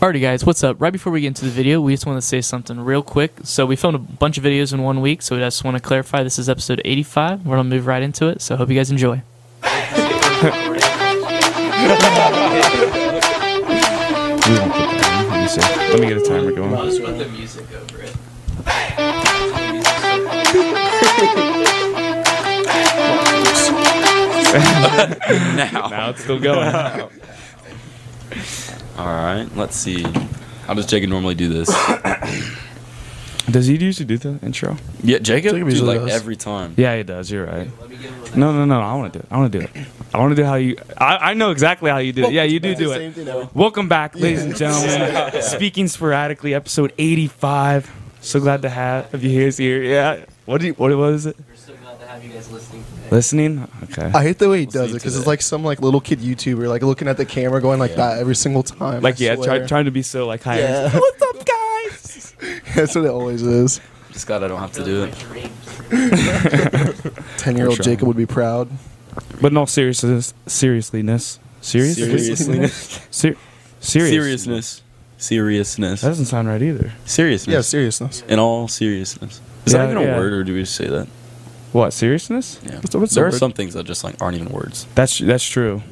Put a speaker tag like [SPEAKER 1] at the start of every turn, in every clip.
[SPEAKER 1] Alrighty, guys, what's up? Right before we get into the video, we just want to say something real quick. So, we filmed a bunch of videos in one week, so we just want to clarify this is episode 85. We're going to move right into it, so hope you guys enjoy.
[SPEAKER 2] Let me see. Let me get a timer going.
[SPEAKER 1] just put the music over it.
[SPEAKER 2] Now it's still going.
[SPEAKER 3] All right, let's see. How does Jacob normally do this?
[SPEAKER 2] Does he usually do the intro?
[SPEAKER 3] Yeah, Jacob,
[SPEAKER 4] Jacob
[SPEAKER 3] dude,
[SPEAKER 4] usually
[SPEAKER 3] like
[SPEAKER 4] does.
[SPEAKER 3] every time.
[SPEAKER 2] Yeah, he does. You're right. No, no, no. I want to do it. I want to do it. I want to do how you. I, I know exactly how you do it. Yeah, you do do
[SPEAKER 4] Same
[SPEAKER 2] it.
[SPEAKER 4] thing every-
[SPEAKER 2] Welcome back, ladies and gentlemen. Speaking sporadically, episode 85. So glad to have have you here. Here, yeah. What do you? What was it?
[SPEAKER 1] We're so glad to have you guys listening today.
[SPEAKER 2] Listening. Okay.
[SPEAKER 4] I hate the way he
[SPEAKER 3] see
[SPEAKER 4] does it because
[SPEAKER 3] today.
[SPEAKER 4] it's like some like little kid YouTuber like looking at the camera going like that every single time.
[SPEAKER 2] Like
[SPEAKER 4] I
[SPEAKER 2] yeah,
[SPEAKER 4] swear.
[SPEAKER 2] try, trying to be so like high.
[SPEAKER 4] Yeah.
[SPEAKER 2] What's up, guys?
[SPEAKER 4] That's what it always is.
[SPEAKER 3] Just glad I don't have to do it.
[SPEAKER 4] Ten year old
[SPEAKER 2] trying.
[SPEAKER 4] Jacob would be proud.
[SPEAKER 2] But no seriousness. Seriousness. Serious.
[SPEAKER 3] Seriousness.
[SPEAKER 2] Ser- serious.
[SPEAKER 3] Seriousness. Seriousness.
[SPEAKER 2] That doesn't sound right either.
[SPEAKER 3] Seriousness.
[SPEAKER 4] Yeah, seriousness.
[SPEAKER 3] In all seriousness. Is
[SPEAKER 2] Yeah,
[SPEAKER 3] that even
[SPEAKER 2] yeah.
[SPEAKER 3] a word, or do we just say that?
[SPEAKER 2] What seriousness?
[SPEAKER 3] Yeah.
[SPEAKER 4] What's the- what's the
[SPEAKER 3] there are
[SPEAKER 4] word?
[SPEAKER 3] some things that just like aren't even words.
[SPEAKER 2] That's that's true.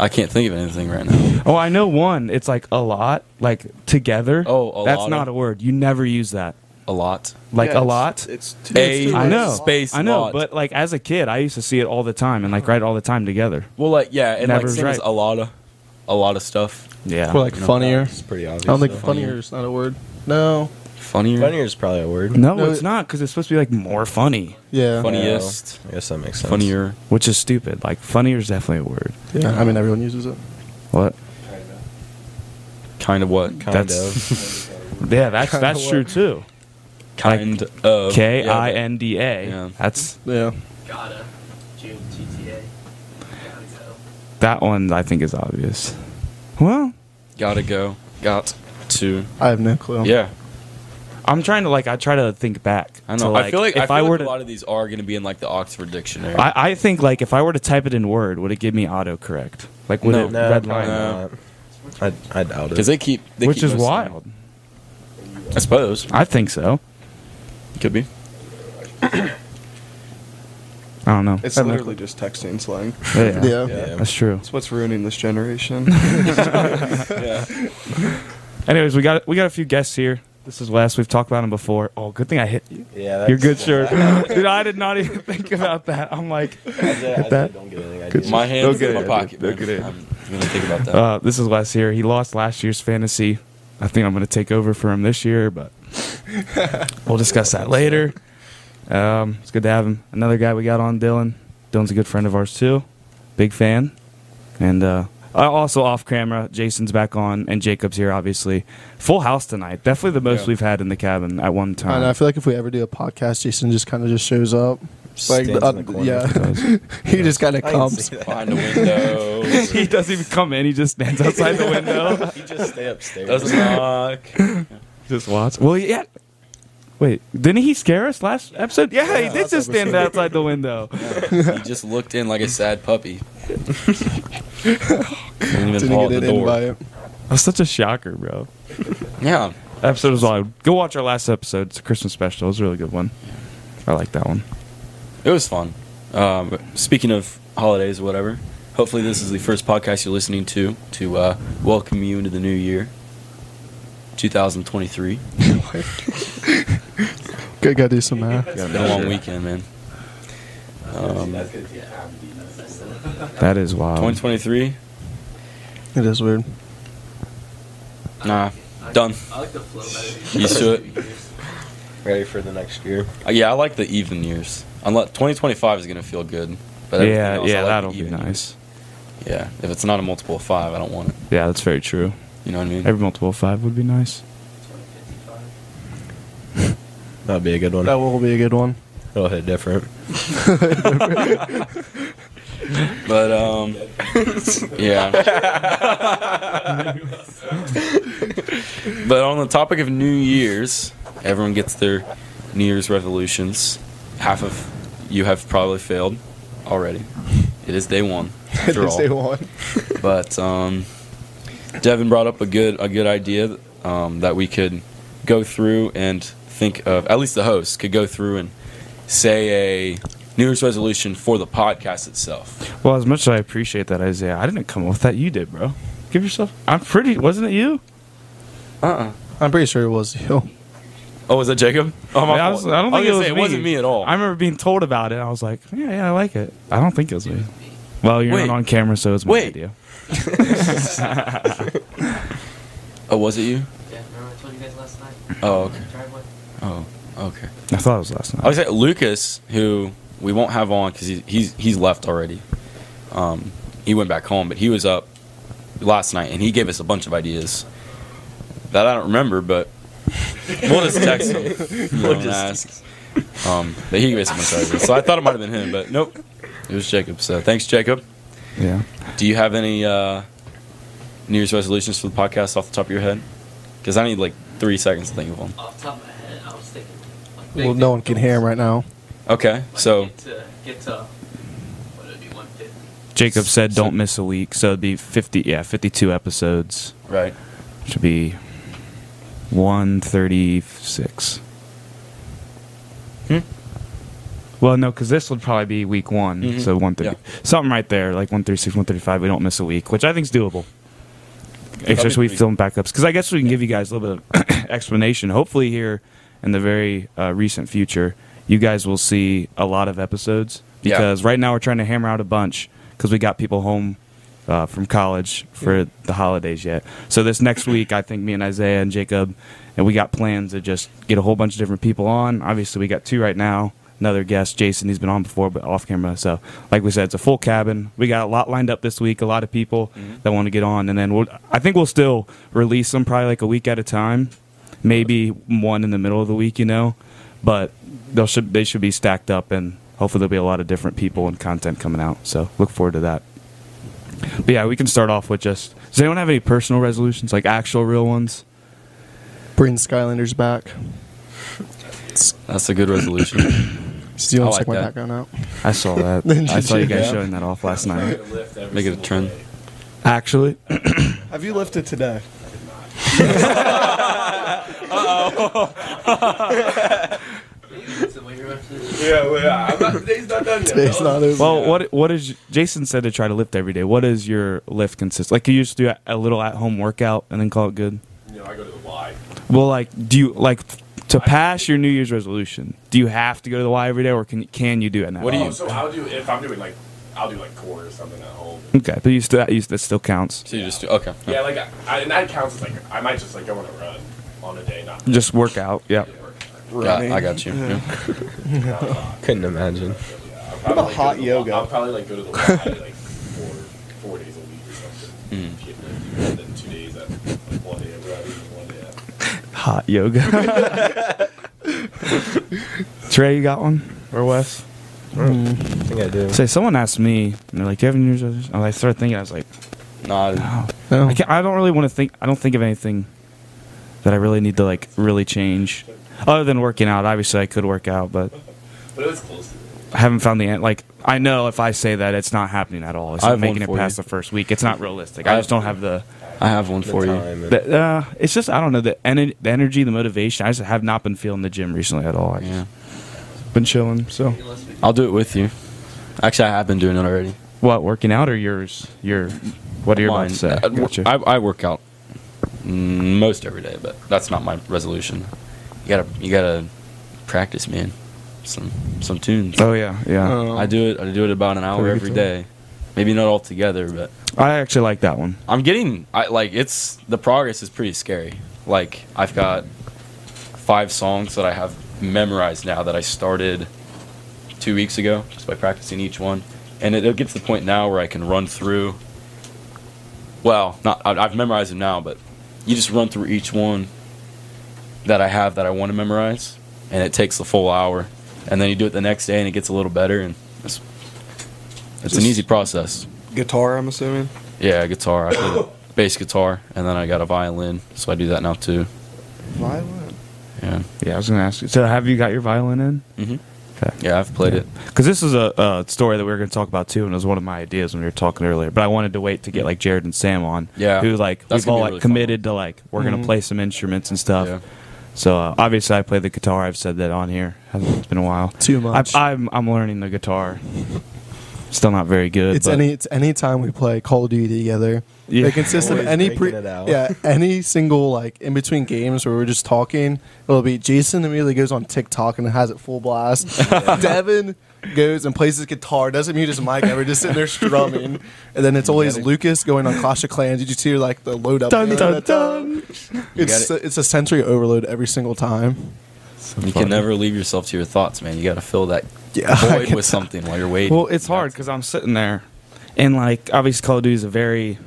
[SPEAKER 3] I can't think of anything right now.
[SPEAKER 2] Oh, I know one. It's like a lot, like together.
[SPEAKER 3] Oh, a
[SPEAKER 2] that's
[SPEAKER 3] lot
[SPEAKER 2] not
[SPEAKER 3] of-
[SPEAKER 2] a word. You never use that.
[SPEAKER 3] A lot.
[SPEAKER 2] Like
[SPEAKER 5] Yeah,
[SPEAKER 2] a
[SPEAKER 5] it's-
[SPEAKER 2] lot.
[SPEAKER 5] It's two.
[SPEAKER 3] A-
[SPEAKER 5] it's two
[SPEAKER 2] I
[SPEAKER 5] words.
[SPEAKER 3] it's
[SPEAKER 2] know.
[SPEAKER 3] space
[SPEAKER 2] I know.
[SPEAKER 3] lot.
[SPEAKER 2] But like as a kid, I used to see it all the time and like write it all the time together.
[SPEAKER 3] Well, like yeah, and
[SPEAKER 2] Never
[SPEAKER 3] like
[SPEAKER 2] is
[SPEAKER 3] same as
[SPEAKER 2] right.
[SPEAKER 3] a lot of, a lot of stuff.
[SPEAKER 2] Yeah.
[SPEAKER 4] Or like
[SPEAKER 3] You know,
[SPEAKER 4] funnier.
[SPEAKER 5] It's pretty obvious.
[SPEAKER 4] I don't think
[SPEAKER 3] so.
[SPEAKER 4] funnier is not a word. No.
[SPEAKER 3] Funnier.
[SPEAKER 5] funnier is probably a word.
[SPEAKER 2] no,
[SPEAKER 4] No,
[SPEAKER 2] it's
[SPEAKER 4] it-
[SPEAKER 2] not because it's supposed to be like more funny,
[SPEAKER 4] Yeah.
[SPEAKER 3] Funny.
[SPEAKER 5] Yeah,
[SPEAKER 3] Funniest.
[SPEAKER 5] I guess that makes sense.
[SPEAKER 3] Funnier.
[SPEAKER 2] which is stupid. Like funnier is definitely a word.
[SPEAKER 4] Yeah. I mean, everyone uses it.
[SPEAKER 2] What?
[SPEAKER 3] Kind of what?
[SPEAKER 5] Kind
[SPEAKER 2] That's-
[SPEAKER 5] of.
[SPEAKER 2] Yeah, that's
[SPEAKER 4] Kinda
[SPEAKER 2] that's
[SPEAKER 4] what?
[SPEAKER 2] true too.
[SPEAKER 3] Kind of.
[SPEAKER 2] K
[SPEAKER 3] Oh, Yeah,
[SPEAKER 2] I N D
[SPEAKER 3] Yeah.
[SPEAKER 2] A. That's
[SPEAKER 4] Yeah.
[SPEAKER 1] Gotta. June GTA. Gotta go.
[SPEAKER 2] that one. I think is obvious. Well,
[SPEAKER 3] Gotta go. Got to.
[SPEAKER 4] I have no clue.
[SPEAKER 3] Yeah.
[SPEAKER 2] I'm trying to like I try to think back.
[SPEAKER 3] I
[SPEAKER 2] to,
[SPEAKER 3] know. I feel like
[SPEAKER 2] if
[SPEAKER 3] I, feel
[SPEAKER 2] were
[SPEAKER 3] like
[SPEAKER 2] to,
[SPEAKER 3] a lot of these are going to be in like the Oxford Dictionary.
[SPEAKER 2] I, I think like if I were to type it in Word, would it give me autocorrect? Like would
[SPEAKER 3] No.
[SPEAKER 2] it
[SPEAKER 5] No,
[SPEAKER 2] red
[SPEAKER 5] probably
[SPEAKER 2] line?
[SPEAKER 5] not. I, I doubt
[SPEAKER 3] because
[SPEAKER 5] it.
[SPEAKER 3] they keep they
[SPEAKER 2] Which
[SPEAKER 3] keep
[SPEAKER 2] is
[SPEAKER 3] most of them.
[SPEAKER 2] wild.
[SPEAKER 3] I suppose
[SPEAKER 2] I think so.
[SPEAKER 3] could be.
[SPEAKER 2] I don't know.
[SPEAKER 6] It's
[SPEAKER 4] I'm not-
[SPEAKER 6] literally just texting slang.
[SPEAKER 2] Yeah.
[SPEAKER 4] Yeah.
[SPEAKER 5] Yeah.
[SPEAKER 2] That's true.
[SPEAKER 6] It's what's ruining this generation.
[SPEAKER 2] Anyways, we got we got a few guests here. This is Wes. We've talked about him before. Oh, good thing I hit you.
[SPEAKER 5] Yeah, that's,
[SPEAKER 2] Your good shirt. Dude, I did not even think about that. I'm like,
[SPEAKER 5] I, said- I said
[SPEAKER 2] that.
[SPEAKER 5] don't get anything. I did.
[SPEAKER 3] My hands
[SPEAKER 2] get
[SPEAKER 3] in my
[SPEAKER 2] it,
[SPEAKER 3] pocket.
[SPEAKER 2] don't
[SPEAKER 3] man.
[SPEAKER 2] get it.
[SPEAKER 3] I'm gonna think about that.
[SPEAKER 2] uh, this is Wes here. He lost last year's fantasy. I think I'm going to take over for him this year, but we'll discuss that later. Um, it's good to have him. Another guy we got on, Dylan. Dylan's a good friend of ours too. Big fan. And uh, uh, also off camera, Jason's back on, and Jacob's here, obviously. Full house tonight. Definitely the most
[SPEAKER 3] Yeah.
[SPEAKER 2] we've had in the cabin at one time.
[SPEAKER 4] I know. I feel like if we ever do a podcast, Jason just kind of just shows up. Like,
[SPEAKER 5] Stands in
[SPEAKER 4] uh,
[SPEAKER 5] the corner.
[SPEAKER 4] yeah, he just kind of
[SPEAKER 5] I can
[SPEAKER 4] comes.
[SPEAKER 5] see that.
[SPEAKER 3] Behind a window.
[SPEAKER 2] he doesn't even come in. He just stands outside the window.
[SPEAKER 5] You just stay upstairs.
[SPEAKER 3] Doesn't knock.
[SPEAKER 2] Just watch. Well, yeah. Wait, didn't he scare us last episode? Yeah, he did just stand outside the window.
[SPEAKER 3] he just looked in like a sad puppy. Didn't even
[SPEAKER 4] Didn't
[SPEAKER 3] call at
[SPEAKER 4] get
[SPEAKER 3] the
[SPEAKER 4] an
[SPEAKER 3] door.
[SPEAKER 4] invite.
[SPEAKER 2] That's such a shocker, bro.
[SPEAKER 3] Yeah.
[SPEAKER 2] That episode was wild. Go watch our last episode. It's a Christmas special. It was a really good one. I like that one.
[SPEAKER 3] It was fun. Um, speaking of holidays, whatever. Hopefully, this is the first podcast you're listening to to uh, welcome you into the new year, 2023.
[SPEAKER 4] Gotta gotta do some math.
[SPEAKER 3] It's been a long weekend, man.
[SPEAKER 2] Um,
[SPEAKER 1] Um,
[SPEAKER 3] Um,
[SPEAKER 2] That is wild.
[SPEAKER 3] 2023.
[SPEAKER 4] It is weird.
[SPEAKER 3] Nah, done.
[SPEAKER 1] I like the flow better.
[SPEAKER 3] Used to it.
[SPEAKER 5] Ready for the next year.
[SPEAKER 3] Uh, Yeah, I like the even years. Unless 2025 is gonna feel good. But everything
[SPEAKER 2] yeah,
[SPEAKER 3] else, I
[SPEAKER 2] yeah,
[SPEAKER 3] like the
[SPEAKER 2] that'll be
[SPEAKER 3] even
[SPEAKER 2] nice.
[SPEAKER 3] years. Yeah, if it's not a multiple of five, I don't want it.
[SPEAKER 2] Yeah, that's very true.
[SPEAKER 3] You know what I mean?
[SPEAKER 2] Every multiple of five would be nice.
[SPEAKER 5] That'd be a good one.
[SPEAKER 4] That will be a good one.
[SPEAKER 5] It'll hit different.
[SPEAKER 3] but um, yeah. but on the topic of New Year's, everyone gets their New Year's resolutions. Half of you have probably failed already. It is day one. After all.
[SPEAKER 4] Just day one.
[SPEAKER 3] But um, Devin brought up a good a good idea um, that we could go through and think of. At least the host could go through and say a New Year's resolution for the podcast itself.
[SPEAKER 2] Well, as much as I appreciate that, Isaiah, I didn't come up with that. You did, bro. Give yourself. I'm pretty. Wasn't it you?
[SPEAKER 4] I'm pretty sure it was you.
[SPEAKER 3] Oh, was that Jacob? Oh, my
[SPEAKER 2] Yeah, I,
[SPEAKER 3] fault.
[SPEAKER 2] was, I don't
[SPEAKER 3] I
[SPEAKER 2] think
[SPEAKER 3] was gonna say,
[SPEAKER 2] it was me.
[SPEAKER 3] wasn't me at all.
[SPEAKER 2] I remember being told about it. and I was like, yeah, yeah, I like it. I don't think it was me. Well, you're
[SPEAKER 3] Wait.
[SPEAKER 2] not on camera, so it's my
[SPEAKER 3] Wait.
[SPEAKER 2] idea.
[SPEAKER 3] oh, was it you?
[SPEAKER 1] Yeah, remember I told you guys last night.
[SPEAKER 3] Oh, okay. Oh, okay.
[SPEAKER 2] I thought it was last night.
[SPEAKER 3] I was at Lucas, who we won't have on because he's, he's he's left already. Um, he went back home, but he was up last night and he gave us a bunch of ideas that I don't remember, but we'll just text him. you know, and ask. Um, but he gave us a bunch of ideas, so I thought it might have been him, but nope, it was Jacob. So thanks, Jacob.
[SPEAKER 2] yeah.
[SPEAKER 3] Do you have any uh, New Year's resolutions for the podcast off the top of your head? Because I need like three seconds to think of one.
[SPEAKER 1] Off top of my head, I was thinking. Like,
[SPEAKER 4] Well, no one can hear him right now.
[SPEAKER 3] Okay, so
[SPEAKER 1] get to, get to what would it be, 150.
[SPEAKER 2] Jacob said,
[SPEAKER 3] So-
[SPEAKER 2] "Don't miss a week." So it'd be fifty. Yeah, fifty-two episodes.
[SPEAKER 3] right.
[SPEAKER 2] Should be one thirty-six.
[SPEAKER 3] Hmm?
[SPEAKER 2] Well, no, because this would probably be week one,
[SPEAKER 3] Mhm.
[SPEAKER 2] so one thirty,
[SPEAKER 3] Yeah.
[SPEAKER 2] something right there, like one thirty-six, one thirty-five. We don't miss a week, which I think is doable. Especially we
[SPEAKER 3] pretty-
[SPEAKER 2] film backups, because I guess we can give you guys a little bit of explanation. Hopefully, here in the very uh, recent future, you guys will see a lot of episodes
[SPEAKER 3] Yeah.
[SPEAKER 2] because right now we're trying to hammer out a bunch because we got people home uh, from college for the holidays yet. So this next week, I think me and Isaiah and Jacob, and we got plans to just get a whole bunch of different people on. Obviously, we got two right now. Another guest, Jason, he's been on before, but off camera. So, like we said, it's a full cabin. We got a lot lined up this week. A lot of people that want to get on, and then we'll, I think we'll still release them probably like a week at a time, maybe one in the middle of the week, you know. But they should they should be stacked up, and hopefully there'll be a lot of different people and content coming out. So look forward to that. But yeah, we can start off with just. Does anyone have any personal resolutions, like actual real ones?
[SPEAKER 4] Bring Skylanders back.
[SPEAKER 3] That's a good resolution.
[SPEAKER 4] Stealing
[SPEAKER 3] I like
[SPEAKER 4] check my
[SPEAKER 3] that.
[SPEAKER 4] background out.
[SPEAKER 2] I saw that.
[SPEAKER 4] Did
[SPEAKER 2] I saw
[SPEAKER 4] you?
[SPEAKER 2] you guys
[SPEAKER 4] Yeah.
[SPEAKER 2] showing that off last night.
[SPEAKER 3] Make it a trend.
[SPEAKER 2] Actually,
[SPEAKER 6] Have you lifted today? Yeah, well, yeah. I'm not, today's not done
[SPEAKER 4] Today's not over.
[SPEAKER 2] well, what what is Jason said to try to lift every day? What is your lift consist? Like, you just do a, a little at home workout and then call it good.
[SPEAKER 5] You know, I go to the Y.
[SPEAKER 2] Well, like, do you like to pass your New Year's resolution? Do you have to go to the Y every day, or can can you do it now?
[SPEAKER 3] What do you?
[SPEAKER 5] Oh, So I'll do if I'm doing like I'll do like core or something at home.
[SPEAKER 2] Okay, but you still you, that still counts.
[SPEAKER 3] So you just do okay.
[SPEAKER 5] Yeah, like I, I, and that counts as like I might just like go on a run on a day, not
[SPEAKER 2] Just work out. Yeah.
[SPEAKER 3] Got- I got you. Yeah.
[SPEAKER 5] Couldn't imagine.
[SPEAKER 6] What about hot yoga?
[SPEAKER 7] I'll probably like go to the Y like four four days a week or something. Get, like, do that, then two days at like, one day at Rowdy and one day at
[SPEAKER 2] Hot yoga. Trey, you got one or Wes?
[SPEAKER 5] I think I do.
[SPEAKER 2] Say someone asked me, and they're like, "Do you have a New Year's resolution?" And I started thinking, I was like,
[SPEAKER 3] Not
[SPEAKER 4] No.
[SPEAKER 2] I, can't, I don't really want to think. I don't think of anything that I really need to like really change, other than working out. Obviously, I could work out, but
[SPEAKER 7] but it was close to it.
[SPEAKER 2] I haven't found the an- like. I know if I say that, it's not happening at all. It's
[SPEAKER 3] I
[SPEAKER 2] not
[SPEAKER 3] have one
[SPEAKER 2] making it
[SPEAKER 3] for
[SPEAKER 2] past
[SPEAKER 3] you.
[SPEAKER 2] the first week. It's not realistic. I,
[SPEAKER 3] I
[SPEAKER 2] just
[SPEAKER 3] have-
[SPEAKER 2] don't have the.
[SPEAKER 3] I have one for you.
[SPEAKER 5] Time and-
[SPEAKER 2] the uh, it's just I don't know the, ener- the energy, the motivation. I just have not been feeling the gym recently at all. I just
[SPEAKER 3] Yeah.
[SPEAKER 2] been chilling. So
[SPEAKER 3] I'll do it with you. Actually, I have been doing it already.
[SPEAKER 2] what? Working out or yours? Your what are you about
[SPEAKER 3] Mine.
[SPEAKER 2] to say?
[SPEAKER 3] Uh,
[SPEAKER 2] Gotcha.
[SPEAKER 3] I, I work out mm, most every day, but that's not my resolution. You gotta you gotta practice, man. Some some tunes.
[SPEAKER 2] oh yeah, yeah.
[SPEAKER 3] I
[SPEAKER 4] Um,
[SPEAKER 3] do it. I do it about an hour
[SPEAKER 4] Very
[SPEAKER 3] every
[SPEAKER 4] good.
[SPEAKER 3] day. Maybe not all together, but
[SPEAKER 2] I actually like that one.
[SPEAKER 3] I'm getting I like it's the progress is pretty scary. Like I've got five songs that I have memorized now that I started two weeks ago just by practicing each one, and it, it gets to the point now where I can run through. Well, not I, I've memorized them now, but you just run through each one that I have that I want to memorize, and it takes the full hour, and then you do it the next day, and it gets a little better, and it's it's an
[SPEAKER 6] Just-
[SPEAKER 3] easy process.
[SPEAKER 6] Guitar, I'm assuming.
[SPEAKER 3] Yeah, guitar. I played bass guitar, and then I got a violin, so I do that now too.
[SPEAKER 6] Violin.
[SPEAKER 3] Yeah.
[SPEAKER 2] Yeah, I was gonna ask you. So have you got your violin in?
[SPEAKER 3] Mhm.
[SPEAKER 2] Okay.
[SPEAKER 3] Yeah, I've played it.
[SPEAKER 2] Because this is a, a story that we were going to talk about too, and it was one of my ideas when we were talking earlier. But I wanted to wait to get like Jared and Sam on.
[SPEAKER 3] Yeah.
[SPEAKER 2] Who like
[SPEAKER 3] That's
[SPEAKER 2] we've
[SPEAKER 3] gonna
[SPEAKER 2] all
[SPEAKER 3] be a
[SPEAKER 2] like
[SPEAKER 3] really fun Mm-hmm.
[SPEAKER 2] committed to like we're going to play some instruments and stuff.
[SPEAKER 3] Yeah.
[SPEAKER 2] So uh, obviously I play the guitar. I've said that on here. Hasn't- It's been a while.
[SPEAKER 4] Too much.
[SPEAKER 2] I, I'm I'm learning the guitar. Still not very good.
[SPEAKER 4] It's
[SPEAKER 2] but-
[SPEAKER 4] any it's any time we play Call of Duty together.
[SPEAKER 2] Yeah.
[SPEAKER 4] It consists of
[SPEAKER 6] Always
[SPEAKER 4] any
[SPEAKER 6] breaking
[SPEAKER 4] pre-
[SPEAKER 6] it out.
[SPEAKER 4] yeah any single like in between games where we're just talking. It'll be Jason immediately goes on TikTok and has it full blast. Devin goes and plays his guitar, doesn't mute his mic ever, just sitting there strumming. And then it's always Lucas going on Clash of Clans. Did you see like the load up?
[SPEAKER 2] Dun, dun, dun.
[SPEAKER 4] It's
[SPEAKER 3] got
[SPEAKER 4] it's a sensory overload every single time.
[SPEAKER 3] You
[SPEAKER 2] funny.
[SPEAKER 3] can never leave yourself to your thoughts, man. You got to fill that
[SPEAKER 4] Yeah, I
[SPEAKER 3] void
[SPEAKER 4] can
[SPEAKER 3] with something while you're waiting.
[SPEAKER 2] Well, it's hard because I'm sitting there, and like obviously Call of Duty is a very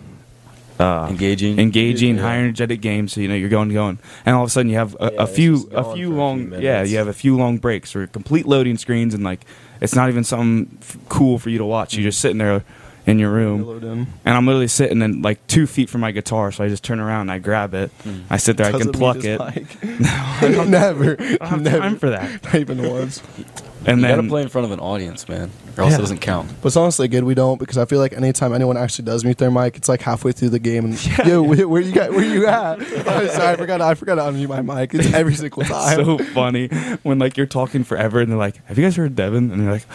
[SPEAKER 3] engaging.
[SPEAKER 2] engaging,
[SPEAKER 3] Yeah.
[SPEAKER 2] high energetic games. So you know you're going, going, and all of a sudden you have a,
[SPEAKER 6] Yeah,
[SPEAKER 2] a
[SPEAKER 6] it's
[SPEAKER 2] few,
[SPEAKER 6] just
[SPEAKER 2] a
[SPEAKER 6] gone
[SPEAKER 2] few
[SPEAKER 6] for a
[SPEAKER 2] long,
[SPEAKER 6] few
[SPEAKER 2] yeah,
[SPEAKER 6] minutes.
[SPEAKER 2] you have a few long breaks or complete loading screens, and like it's not even something f- cool for you to watch. You're just sitting there in your room,
[SPEAKER 4] load in.
[SPEAKER 2] and I'm literally sitting in like two feet from my guitar. So I just turn around and I grab it.
[SPEAKER 6] Hmm.
[SPEAKER 2] I sit there, I can
[SPEAKER 4] Doesn't mute
[SPEAKER 2] pluck
[SPEAKER 4] his
[SPEAKER 2] it. I
[SPEAKER 4] mic. never,
[SPEAKER 2] don't have
[SPEAKER 4] never,
[SPEAKER 2] time for that.
[SPEAKER 4] not even once.
[SPEAKER 2] And
[SPEAKER 3] You got
[SPEAKER 2] then
[SPEAKER 3] to play in front of an audience, man, or else
[SPEAKER 2] Yeah.
[SPEAKER 3] it doesn't count.
[SPEAKER 4] But it's honestly good we don't because I feel like anytime anyone actually does mute their mic, it's like halfway through the game and yo, where, where you got where you at? I'm sorry, I forgot I forgot to unmute my mic. It's every single time.
[SPEAKER 2] so funny when like you're talking forever and they're like, "Have you guys heard Devin?" And you're like,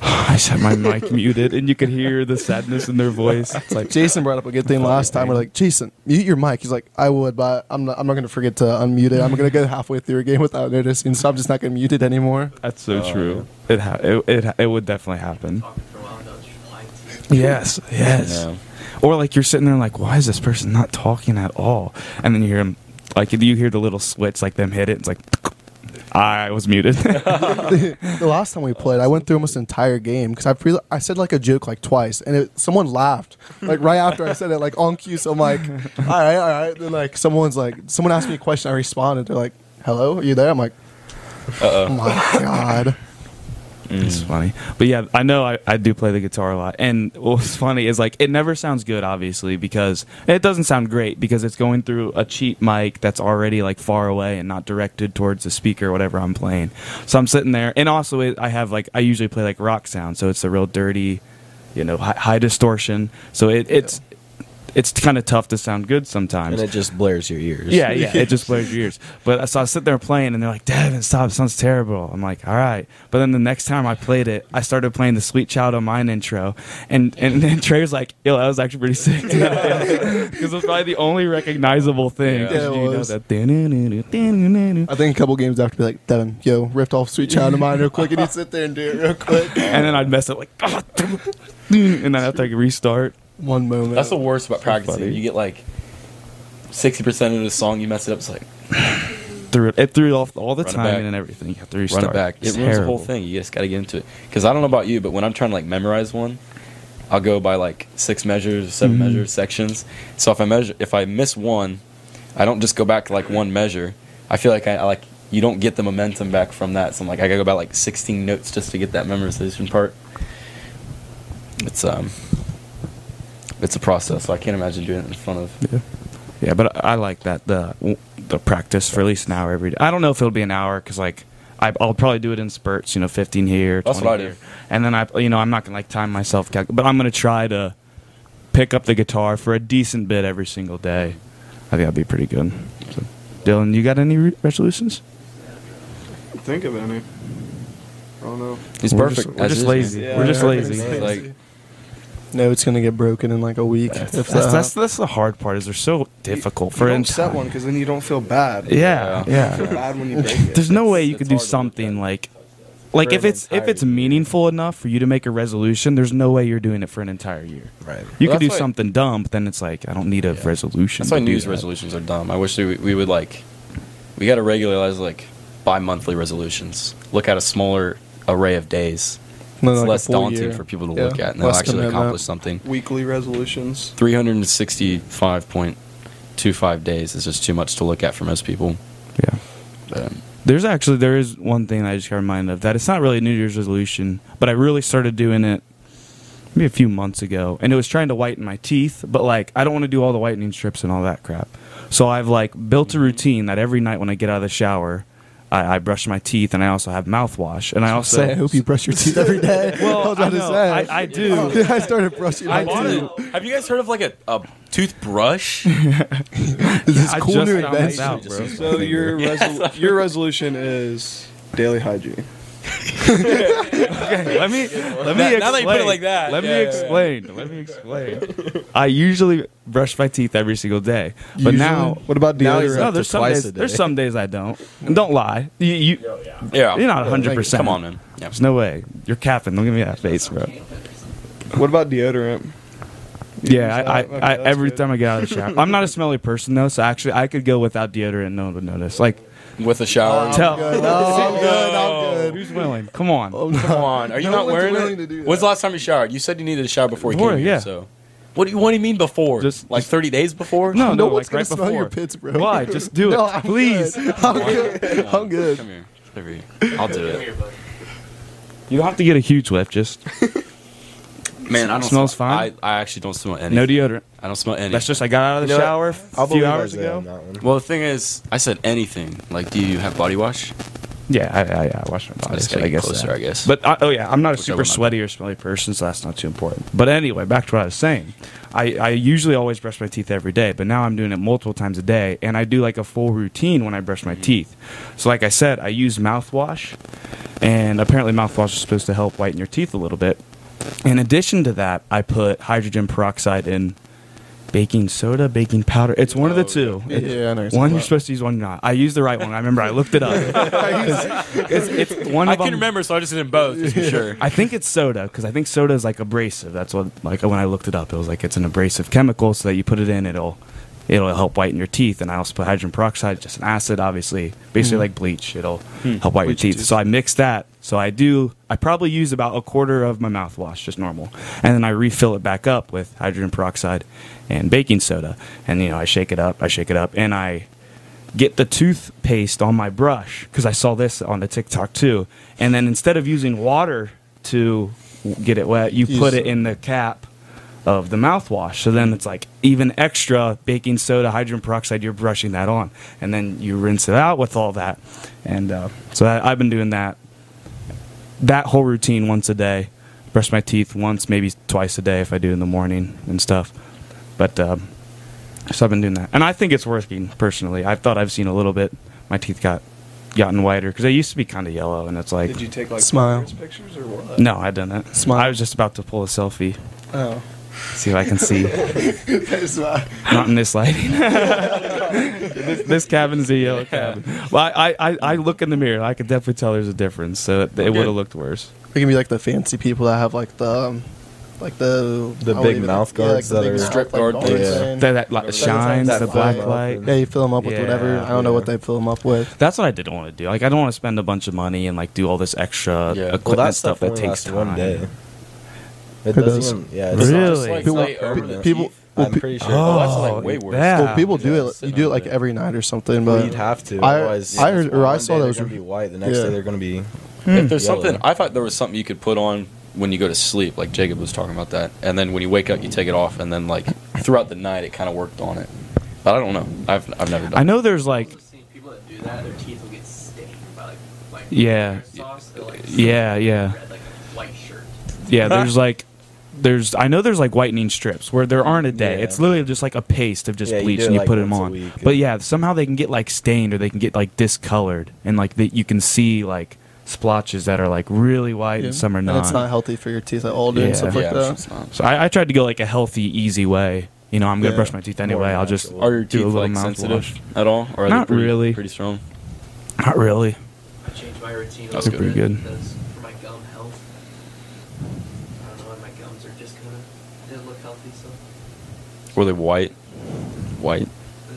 [SPEAKER 2] "I just had my mic muted," and you could hear the sadness in their voice. It's like,
[SPEAKER 4] Jason brought up a good thing last time. We're like, Jason, mute your mic. He's like, I would, but I'm not. I'm not going to forget to unmute it. I'm going to go halfway through a game without noticing, so I'm just not going to mute it anymore.
[SPEAKER 2] that's so true. It, ha- it it ha- it would definitely happen. Yes, yes.
[SPEAKER 3] Yeah.
[SPEAKER 2] Or like you're sitting there like, "Why is this person not talking at all?" And then you hear him like you hear the little switch, like them hit it. It's like. I was muted.
[SPEAKER 4] the last time we played, I went through almost an entire game because I pre- I said like a joke like twice, and it, someone laughed like right after I said it, like on cue. So I'm like, all right, all right. Then like someone's like, someone asked me a question, I responded. They're like, "Hello, are you there?" I'm like, "Oh my god."
[SPEAKER 2] It's funny, but yeah, I know I, I do play the guitar a lot, and what's funny is like it never sounds good, obviously, because it doesn't sound great because it's going through a cheap mic that's already like far away and not directed towards the speaker, or whatever I'm playing. So I'm sitting there, and also it, I have like I usually play like rock sound, so it's a real dirty, you know, high, high distortion. So it, it's it's kind of tough to sound good sometimes.
[SPEAKER 6] And it just blares your ears.
[SPEAKER 2] Yeah, yeah. It just blurs your ears. But so I sit there playing, and they're like, "Devin, stop! It sounds terrible." I'm like, "All right." But then the next time I played it, I started playing the "Sweet Child O' Mine" intro, and and then Trey was like, "Yo, that was actually pretty sick." Because it's probably the only recognizable thing.
[SPEAKER 3] Yeah.
[SPEAKER 2] 'cause
[SPEAKER 4] Yeah, it
[SPEAKER 2] you know
[SPEAKER 4] was.
[SPEAKER 2] that dun-dun-dun-dun-dun-dun-dun.
[SPEAKER 4] I think a couple games after, be like, Devin, yo, ripped off "Sweet Child of Mine" real quick, and he'd sit there and do it real quick.
[SPEAKER 2] And then I'd mess up like, and then I have to like, restart.
[SPEAKER 4] One moment.
[SPEAKER 3] That's the worst about practicing.
[SPEAKER 2] funny.
[SPEAKER 3] You get like sixty percent of the song, you mess it up. It's like
[SPEAKER 2] Threw it, it threw off all the
[SPEAKER 3] Run it back.
[SPEAKER 2] timing and everything. You have to restart.
[SPEAKER 3] run it back. It
[SPEAKER 2] It's
[SPEAKER 3] ruins the whole
[SPEAKER 2] terrible.
[SPEAKER 3] thing. You just got to get into it. Because I don't know about you, but when I'm trying to like memorize one, I'll go by like six measures, 7
[SPEAKER 2] Mm-hmm.
[SPEAKER 3] measures, sections. So if I measure, if I miss one, I don't just go back to like one measure. I feel like I, I like you don't get the momentum back from that. So I'm like I gotta go by like 16 notes just to get that memorization part. It's um, it's a process. So I can't imagine doing it in front of.
[SPEAKER 2] Yeah, but I I like that the the practice for at least an hour every day. I don't know if it'll be an hour because like I, I'll probably do it in spurts. You know, fifteen here.
[SPEAKER 3] That's
[SPEAKER 2] 20
[SPEAKER 3] what I
[SPEAKER 2] here.
[SPEAKER 3] do.
[SPEAKER 2] And then I, you know, I'm not gonna like time myself, calc- but I'm gonna try to pick up the guitar for a decent bit every single day. I think that'd be pretty good. So, Dylan, you got any re- resolutions?
[SPEAKER 6] Think of any. I don't know.
[SPEAKER 3] He's
[SPEAKER 2] We're
[SPEAKER 3] perfect.
[SPEAKER 2] Just, we're
[SPEAKER 3] as
[SPEAKER 2] just
[SPEAKER 3] is,
[SPEAKER 2] lazy.
[SPEAKER 6] Yeah,
[SPEAKER 2] we're just
[SPEAKER 6] perfect.
[SPEAKER 2] lazy.
[SPEAKER 3] man. Like
[SPEAKER 4] no, it's gonna get broken in like a week. if
[SPEAKER 2] That's,
[SPEAKER 4] that.
[SPEAKER 2] that's that's the hard part. Is they're so difficult for
[SPEAKER 6] you
[SPEAKER 2] an
[SPEAKER 6] don't set
[SPEAKER 2] entire-
[SPEAKER 6] one because then you don't feel bad.
[SPEAKER 2] Yeah,
[SPEAKER 6] You
[SPEAKER 2] yeah.
[SPEAKER 6] feel bad when you break it.
[SPEAKER 2] There's no way you
[SPEAKER 3] it's
[SPEAKER 2] could do
[SPEAKER 3] hard to look
[SPEAKER 2] something
[SPEAKER 3] at.
[SPEAKER 2] like like
[SPEAKER 6] For
[SPEAKER 2] if
[SPEAKER 6] an
[SPEAKER 2] it's if
[SPEAKER 6] entire
[SPEAKER 2] it's
[SPEAKER 6] year.
[SPEAKER 2] meaningful enough for you to make a resolution, there's no way you're doing it for an entire year.
[SPEAKER 6] right.
[SPEAKER 2] You
[SPEAKER 3] Well,
[SPEAKER 2] could do
[SPEAKER 3] that's why-
[SPEAKER 2] something dumb, but then it's like I don't need a resolution.
[SPEAKER 3] That's why
[SPEAKER 2] to do
[SPEAKER 3] news
[SPEAKER 2] that.
[SPEAKER 3] resolutions are dumb. I wish we, we would like, we got to regularize like bi-monthly resolutions. Look at a smaller array of days.
[SPEAKER 4] No,
[SPEAKER 3] it's
[SPEAKER 4] like a
[SPEAKER 3] less
[SPEAKER 4] full
[SPEAKER 3] daunting
[SPEAKER 4] year.
[SPEAKER 3] for people to
[SPEAKER 4] Yeah.
[SPEAKER 3] look at and they'll
[SPEAKER 4] Less
[SPEAKER 3] actually
[SPEAKER 4] commitment.
[SPEAKER 3] accomplish something.
[SPEAKER 6] Weekly resolutions.
[SPEAKER 3] 365.25 days is just too much to look at for most people.
[SPEAKER 2] Yeah.
[SPEAKER 3] But,
[SPEAKER 2] There's actually there is one thing I just got reminded of that it's not really a New Year's resolution, but I really started doing it maybe a few months ago, and it was trying to whiten my teeth. But like I don't want to do all the whitening strips and all that crap, so I've like built a routine that every night when I get out of the shower, I, I brush my teeth and I also have mouthwash and I also
[SPEAKER 4] Say, I hope you brush your teeth every day.
[SPEAKER 2] Well,
[SPEAKER 4] I was about
[SPEAKER 2] I
[SPEAKER 4] to
[SPEAKER 2] know.
[SPEAKER 4] say.
[SPEAKER 2] I- I do.
[SPEAKER 4] Oh, yeah, I started brushing
[SPEAKER 2] I
[SPEAKER 4] my
[SPEAKER 2] do.
[SPEAKER 4] teeth.
[SPEAKER 3] Have you guys heard of like a, a toothbrush?
[SPEAKER 4] This is
[SPEAKER 2] I
[SPEAKER 4] cool
[SPEAKER 2] just
[SPEAKER 4] new
[SPEAKER 2] found this
[SPEAKER 4] invention.
[SPEAKER 2] out, bro.
[SPEAKER 6] So your resol- your resolution is daily hygiene.
[SPEAKER 2] let me let me
[SPEAKER 3] Now-
[SPEAKER 2] explain.
[SPEAKER 3] now that you put it like that,
[SPEAKER 2] let
[SPEAKER 3] yeah,
[SPEAKER 2] me
[SPEAKER 3] yeah, yeah.
[SPEAKER 2] explain. Let me explain. I usually brush my teeth every single day, but
[SPEAKER 4] Usually?
[SPEAKER 2] now.
[SPEAKER 6] What about
[SPEAKER 4] Now
[SPEAKER 6] deodorant?
[SPEAKER 4] he's up
[SPEAKER 2] No,
[SPEAKER 4] to
[SPEAKER 2] there's some
[SPEAKER 4] twice
[SPEAKER 2] days.
[SPEAKER 4] a day.
[SPEAKER 2] There's some days I don't. And don't lie. You, you
[SPEAKER 3] yeah.
[SPEAKER 2] you're not 100. percent
[SPEAKER 3] Come on, man. Yeah.
[SPEAKER 2] There's no way. You're capping. Don't give me that face, bro.
[SPEAKER 6] What about deodorant?
[SPEAKER 2] Yeah, I, I,
[SPEAKER 6] Okay,
[SPEAKER 2] I
[SPEAKER 6] that's
[SPEAKER 2] every
[SPEAKER 6] good.
[SPEAKER 2] time I get out of the shower, I'm not a smelly person though. So actually, I could go without deodorant. No one would notice. Like,
[SPEAKER 3] With a shower.
[SPEAKER 4] Um,
[SPEAKER 2] tell
[SPEAKER 4] No, I'm good. I'm good.
[SPEAKER 2] who's willing. Come on.
[SPEAKER 3] Come on. Are you
[SPEAKER 4] No
[SPEAKER 3] not
[SPEAKER 4] one's
[SPEAKER 3] wearing
[SPEAKER 4] willing
[SPEAKER 3] it?
[SPEAKER 4] to do
[SPEAKER 3] When's
[SPEAKER 4] that.
[SPEAKER 3] the last time you showered? You said you needed a shower before you
[SPEAKER 2] Before,
[SPEAKER 3] came here.
[SPEAKER 2] yeah.
[SPEAKER 3] So, what do you what do you mean before?
[SPEAKER 2] Just-
[SPEAKER 3] like 30 days before?
[SPEAKER 2] No, no,
[SPEAKER 4] No one's
[SPEAKER 2] like
[SPEAKER 4] gonna
[SPEAKER 2] right
[SPEAKER 4] smell
[SPEAKER 2] before.
[SPEAKER 4] your pits, bro.
[SPEAKER 2] Why? Just do
[SPEAKER 4] No,
[SPEAKER 2] it,
[SPEAKER 4] I'm
[SPEAKER 2] please.
[SPEAKER 4] good. I'm good. I'm
[SPEAKER 3] Come
[SPEAKER 4] good.
[SPEAKER 3] here. Over here. I'll do it.
[SPEAKER 2] You don't have to get a huge lift. Just
[SPEAKER 3] Man, I don't
[SPEAKER 2] Smells
[SPEAKER 3] smell-
[SPEAKER 2] fine?
[SPEAKER 3] I, I actually don't smell any.
[SPEAKER 2] no deodorant.
[SPEAKER 3] I don't smell any.
[SPEAKER 2] That's just I got out of the
[SPEAKER 6] You know what?
[SPEAKER 2] shower a few hours ago.
[SPEAKER 3] well, the thing is, I said anything. Like, do you have body wash?
[SPEAKER 2] Yeah, I, I, I washed my body.
[SPEAKER 3] just
[SPEAKER 2] so
[SPEAKER 3] gotta
[SPEAKER 2] I
[SPEAKER 3] get
[SPEAKER 2] guess.
[SPEAKER 3] closer,
[SPEAKER 2] that-
[SPEAKER 3] I guess.
[SPEAKER 2] But I, oh yeah, I'm not a
[SPEAKER 3] Which I
[SPEAKER 2] super
[SPEAKER 3] will not be.
[SPEAKER 2] sweaty or smelly person, so that's not too important. But anyway, back to what I was saying. I, I usually always brush my teeth every day, but now I'm doing it multiple times a day, and I do like a full routine when I brush my teeth. So like I said, I use mouthwash, and apparently mouthwash is supposed to help whiten your teeth a little bit. In addition to that, I put hydrogen peroxide in baking soda, baking powder. It's one of
[SPEAKER 3] Oh,
[SPEAKER 2] the two. It's-
[SPEAKER 4] Yeah, I know.
[SPEAKER 2] one you're supposed to use, one you're not. I used the right one. I remember I looked it up. 'Cause it's, it's one
[SPEAKER 3] I
[SPEAKER 2] of
[SPEAKER 3] can
[SPEAKER 2] them-
[SPEAKER 3] remember, so I just did them both, just for sure.
[SPEAKER 2] I think it's soda because I think soda is like abrasive. That's what like when I looked it up, it was like it's an abrasive chemical, so that you put it in, it'll it'll help whiten your teeth. And I also put hydrogen peroxide, just an acid, obviously, basically like Hmm. bleach. It'll help whiten your teeth. So I mix that. So I do. I probably use about a quarter of my mouthwash, just normal, and then I refill it back up with hydrogen peroxide and baking soda. And you know, I shake it up, I shake it up, and I get the toothpaste on my brush because I saw this on the TikTok too. And then instead of using water to w- get it wet, you put it in the cap of the mouthwash. So then it's like even extra baking soda, hydrogen peroxide. You're brushing that on, and then you rinse it out with all that. And uh, so I, I've been doing that that whole routine once a day. Brush my teeth once, maybe twice a day if I do in the morning and stuff. But um, so I've been doing that, and I think it's working personally. I thought I've seen a little bit. My teeth got gotten whiter because they used to be kind of yellow, and it's like
[SPEAKER 6] Did you take like
[SPEAKER 4] Smile.
[SPEAKER 6] progress pictures or what?
[SPEAKER 2] no, I didn't.
[SPEAKER 4] Smile.
[SPEAKER 2] I was just about to pull a selfie,
[SPEAKER 4] Oh.
[SPEAKER 2] see if I can see. Not in this lighting. this, this cabin is a yellow cabin. Well, I, I, I- I look in the mirror. I could definitely tell there's a difference. So it, it would have looked worse.
[SPEAKER 4] We can be like the fancy people that have like the, um, like the
[SPEAKER 8] The
[SPEAKER 4] I
[SPEAKER 8] big
[SPEAKER 4] don't even-
[SPEAKER 8] mouth
[SPEAKER 4] yeah,
[SPEAKER 8] guards
[SPEAKER 4] like the
[SPEAKER 8] that
[SPEAKER 4] big
[SPEAKER 8] are-
[SPEAKER 4] mouth,
[SPEAKER 3] Strip
[SPEAKER 4] like,
[SPEAKER 3] guard
[SPEAKER 4] dog
[SPEAKER 3] things.
[SPEAKER 4] thing.
[SPEAKER 2] That, that light, shines,
[SPEAKER 4] that
[SPEAKER 2] the black
[SPEAKER 4] fire.
[SPEAKER 2] light.
[SPEAKER 4] Yeah, you fill them up with
[SPEAKER 2] Yeah,
[SPEAKER 4] whatever. I don't know
[SPEAKER 8] yeah.
[SPEAKER 4] what they fill them up with.
[SPEAKER 2] That's what I didn't want to do. Like, I don't want to spend a bunch of money and like do all this extra
[SPEAKER 3] Yeah. Well,
[SPEAKER 2] equipment
[SPEAKER 8] Well, that
[SPEAKER 2] stuff
[SPEAKER 8] stuff
[SPEAKER 2] that
[SPEAKER 8] only
[SPEAKER 2] takes
[SPEAKER 8] lasts
[SPEAKER 2] time.
[SPEAKER 8] one day. It
[SPEAKER 4] It does.
[SPEAKER 8] doesn't. Even, yeah, it's not-
[SPEAKER 2] Really?
[SPEAKER 3] Just, like,
[SPEAKER 4] People-
[SPEAKER 3] lay over
[SPEAKER 8] pe-
[SPEAKER 3] them.
[SPEAKER 4] people- well,
[SPEAKER 8] I'm
[SPEAKER 4] pe-
[SPEAKER 8] pretty sure.
[SPEAKER 2] Oh,
[SPEAKER 3] that's, like, way worse.
[SPEAKER 2] Yeah.
[SPEAKER 4] Well, people
[SPEAKER 8] Yeah,
[SPEAKER 4] do it.
[SPEAKER 8] sit
[SPEAKER 4] You do it
[SPEAKER 8] on
[SPEAKER 4] like
[SPEAKER 8] it.
[SPEAKER 4] every night or something,
[SPEAKER 8] Well,
[SPEAKER 4] but
[SPEAKER 8] you'd have to.
[SPEAKER 4] I-
[SPEAKER 8] otherwise,
[SPEAKER 4] I heard- or
[SPEAKER 8] one
[SPEAKER 4] I
[SPEAKER 8] day
[SPEAKER 4] saw
[SPEAKER 8] they're
[SPEAKER 4] those
[SPEAKER 8] gonna
[SPEAKER 4] re-
[SPEAKER 8] be white. The next
[SPEAKER 4] yeah.
[SPEAKER 8] day they're gonna be.
[SPEAKER 3] Hmm. If there's
[SPEAKER 8] Yellow.
[SPEAKER 3] something, I thought there was something you could put on when you go to sleep, like Jacob was talking about that. And then when you wake up, you take it off, and then like throughout the night, it kind of worked on it. But I don't know. I've I've never done.
[SPEAKER 2] I know there's like,
[SPEAKER 9] people that do that, their teeth will get stained by like, like
[SPEAKER 2] Yeah.
[SPEAKER 9] sauce. They'll, like,
[SPEAKER 2] yeah, yeah,
[SPEAKER 9] red, like a white shirt.
[SPEAKER 2] yeah. There's like, there's I know there's like whitening strips where there aren't a day.
[SPEAKER 8] Yeah.
[SPEAKER 2] It's literally just like a paste of just
[SPEAKER 8] Yeah, you
[SPEAKER 2] bleach,
[SPEAKER 8] do it,
[SPEAKER 2] and you
[SPEAKER 8] like,
[SPEAKER 2] put them
[SPEAKER 8] once a
[SPEAKER 2] on.
[SPEAKER 8] week.
[SPEAKER 2] But yeah, somehow they can get like stained or they can get like discolored, and like that you can see like splotches that are like really white
[SPEAKER 4] Yeah.
[SPEAKER 2] and some are
[SPEAKER 4] And
[SPEAKER 2] not.
[SPEAKER 4] it's not healthy for your teeth at all, dude. and
[SPEAKER 2] Yeah.
[SPEAKER 4] Stuff
[SPEAKER 3] that.
[SPEAKER 4] like
[SPEAKER 3] Yeah, I'm sure
[SPEAKER 4] that.
[SPEAKER 3] it's not.
[SPEAKER 2] So I, I tried to go like a healthy, easy way. You know, I'm gonna
[SPEAKER 4] Yeah.
[SPEAKER 2] brush my teeth anyway. I'll just
[SPEAKER 8] natural.
[SPEAKER 3] Are your
[SPEAKER 2] do
[SPEAKER 3] teeth
[SPEAKER 2] a little
[SPEAKER 3] like
[SPEAKER 2] mouthwash.
[SPEAKER 3] sensitive at all? Or are
[SPEAKER 2] Not
[SPEAKER 3] they pretty,
[SPEAKER 2] really.
[SPEAKER 3] Pretty strong.
[SPEAKER 2] Not really.
[SPEAKER 9] I changed my routine.
[SPEAKER 3] That's
[SPEAKER 9] a little
[SPEAKER 2] pretty
[SPEAKER 9] bit
[SPEAKER 2] good.
[SPEAKER 9] because For my gum health, I don't know why my gums are just kind of didn't look healthy, so
[SPEAKER 3] Were they white? White.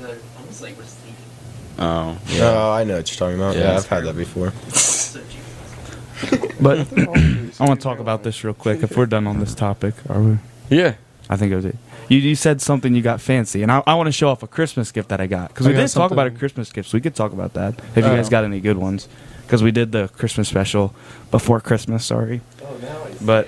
[SPEAKER 9] they're almost like receding.
[SPEAKER 3] Oh.
[SPEAKER 10] Uh,
[SPEAKER 8] Oh, I know what you're talking about.
[SPEAKER 3] Yeah.
[SPEAKER 8] Yeah, I've had that before.
[SPEAKER 9] So Jesus.
[SPEAKER 2] But I want to talk about this real quick. If we're done on this topic, are we?
[SPEAKER 3] Yeah.
[SPEAKER 2] I think it was it. You, you said something you got fancy, and I, I want to show off a Christmas gift that I got because
[SPEAKER 4] I
[SPEAKER 2] we
[SPEAKER 4] got
[SPEAKER 2] did talk about a
[SPEAKER 4] something.
[SPEAKER 2] Christmas gift. So we could talk about that if you guys
[SPEAKER 4] Oh.
[SPEAKER 2] got any good ones because we did the Christmas special before Christmas. Sorry, but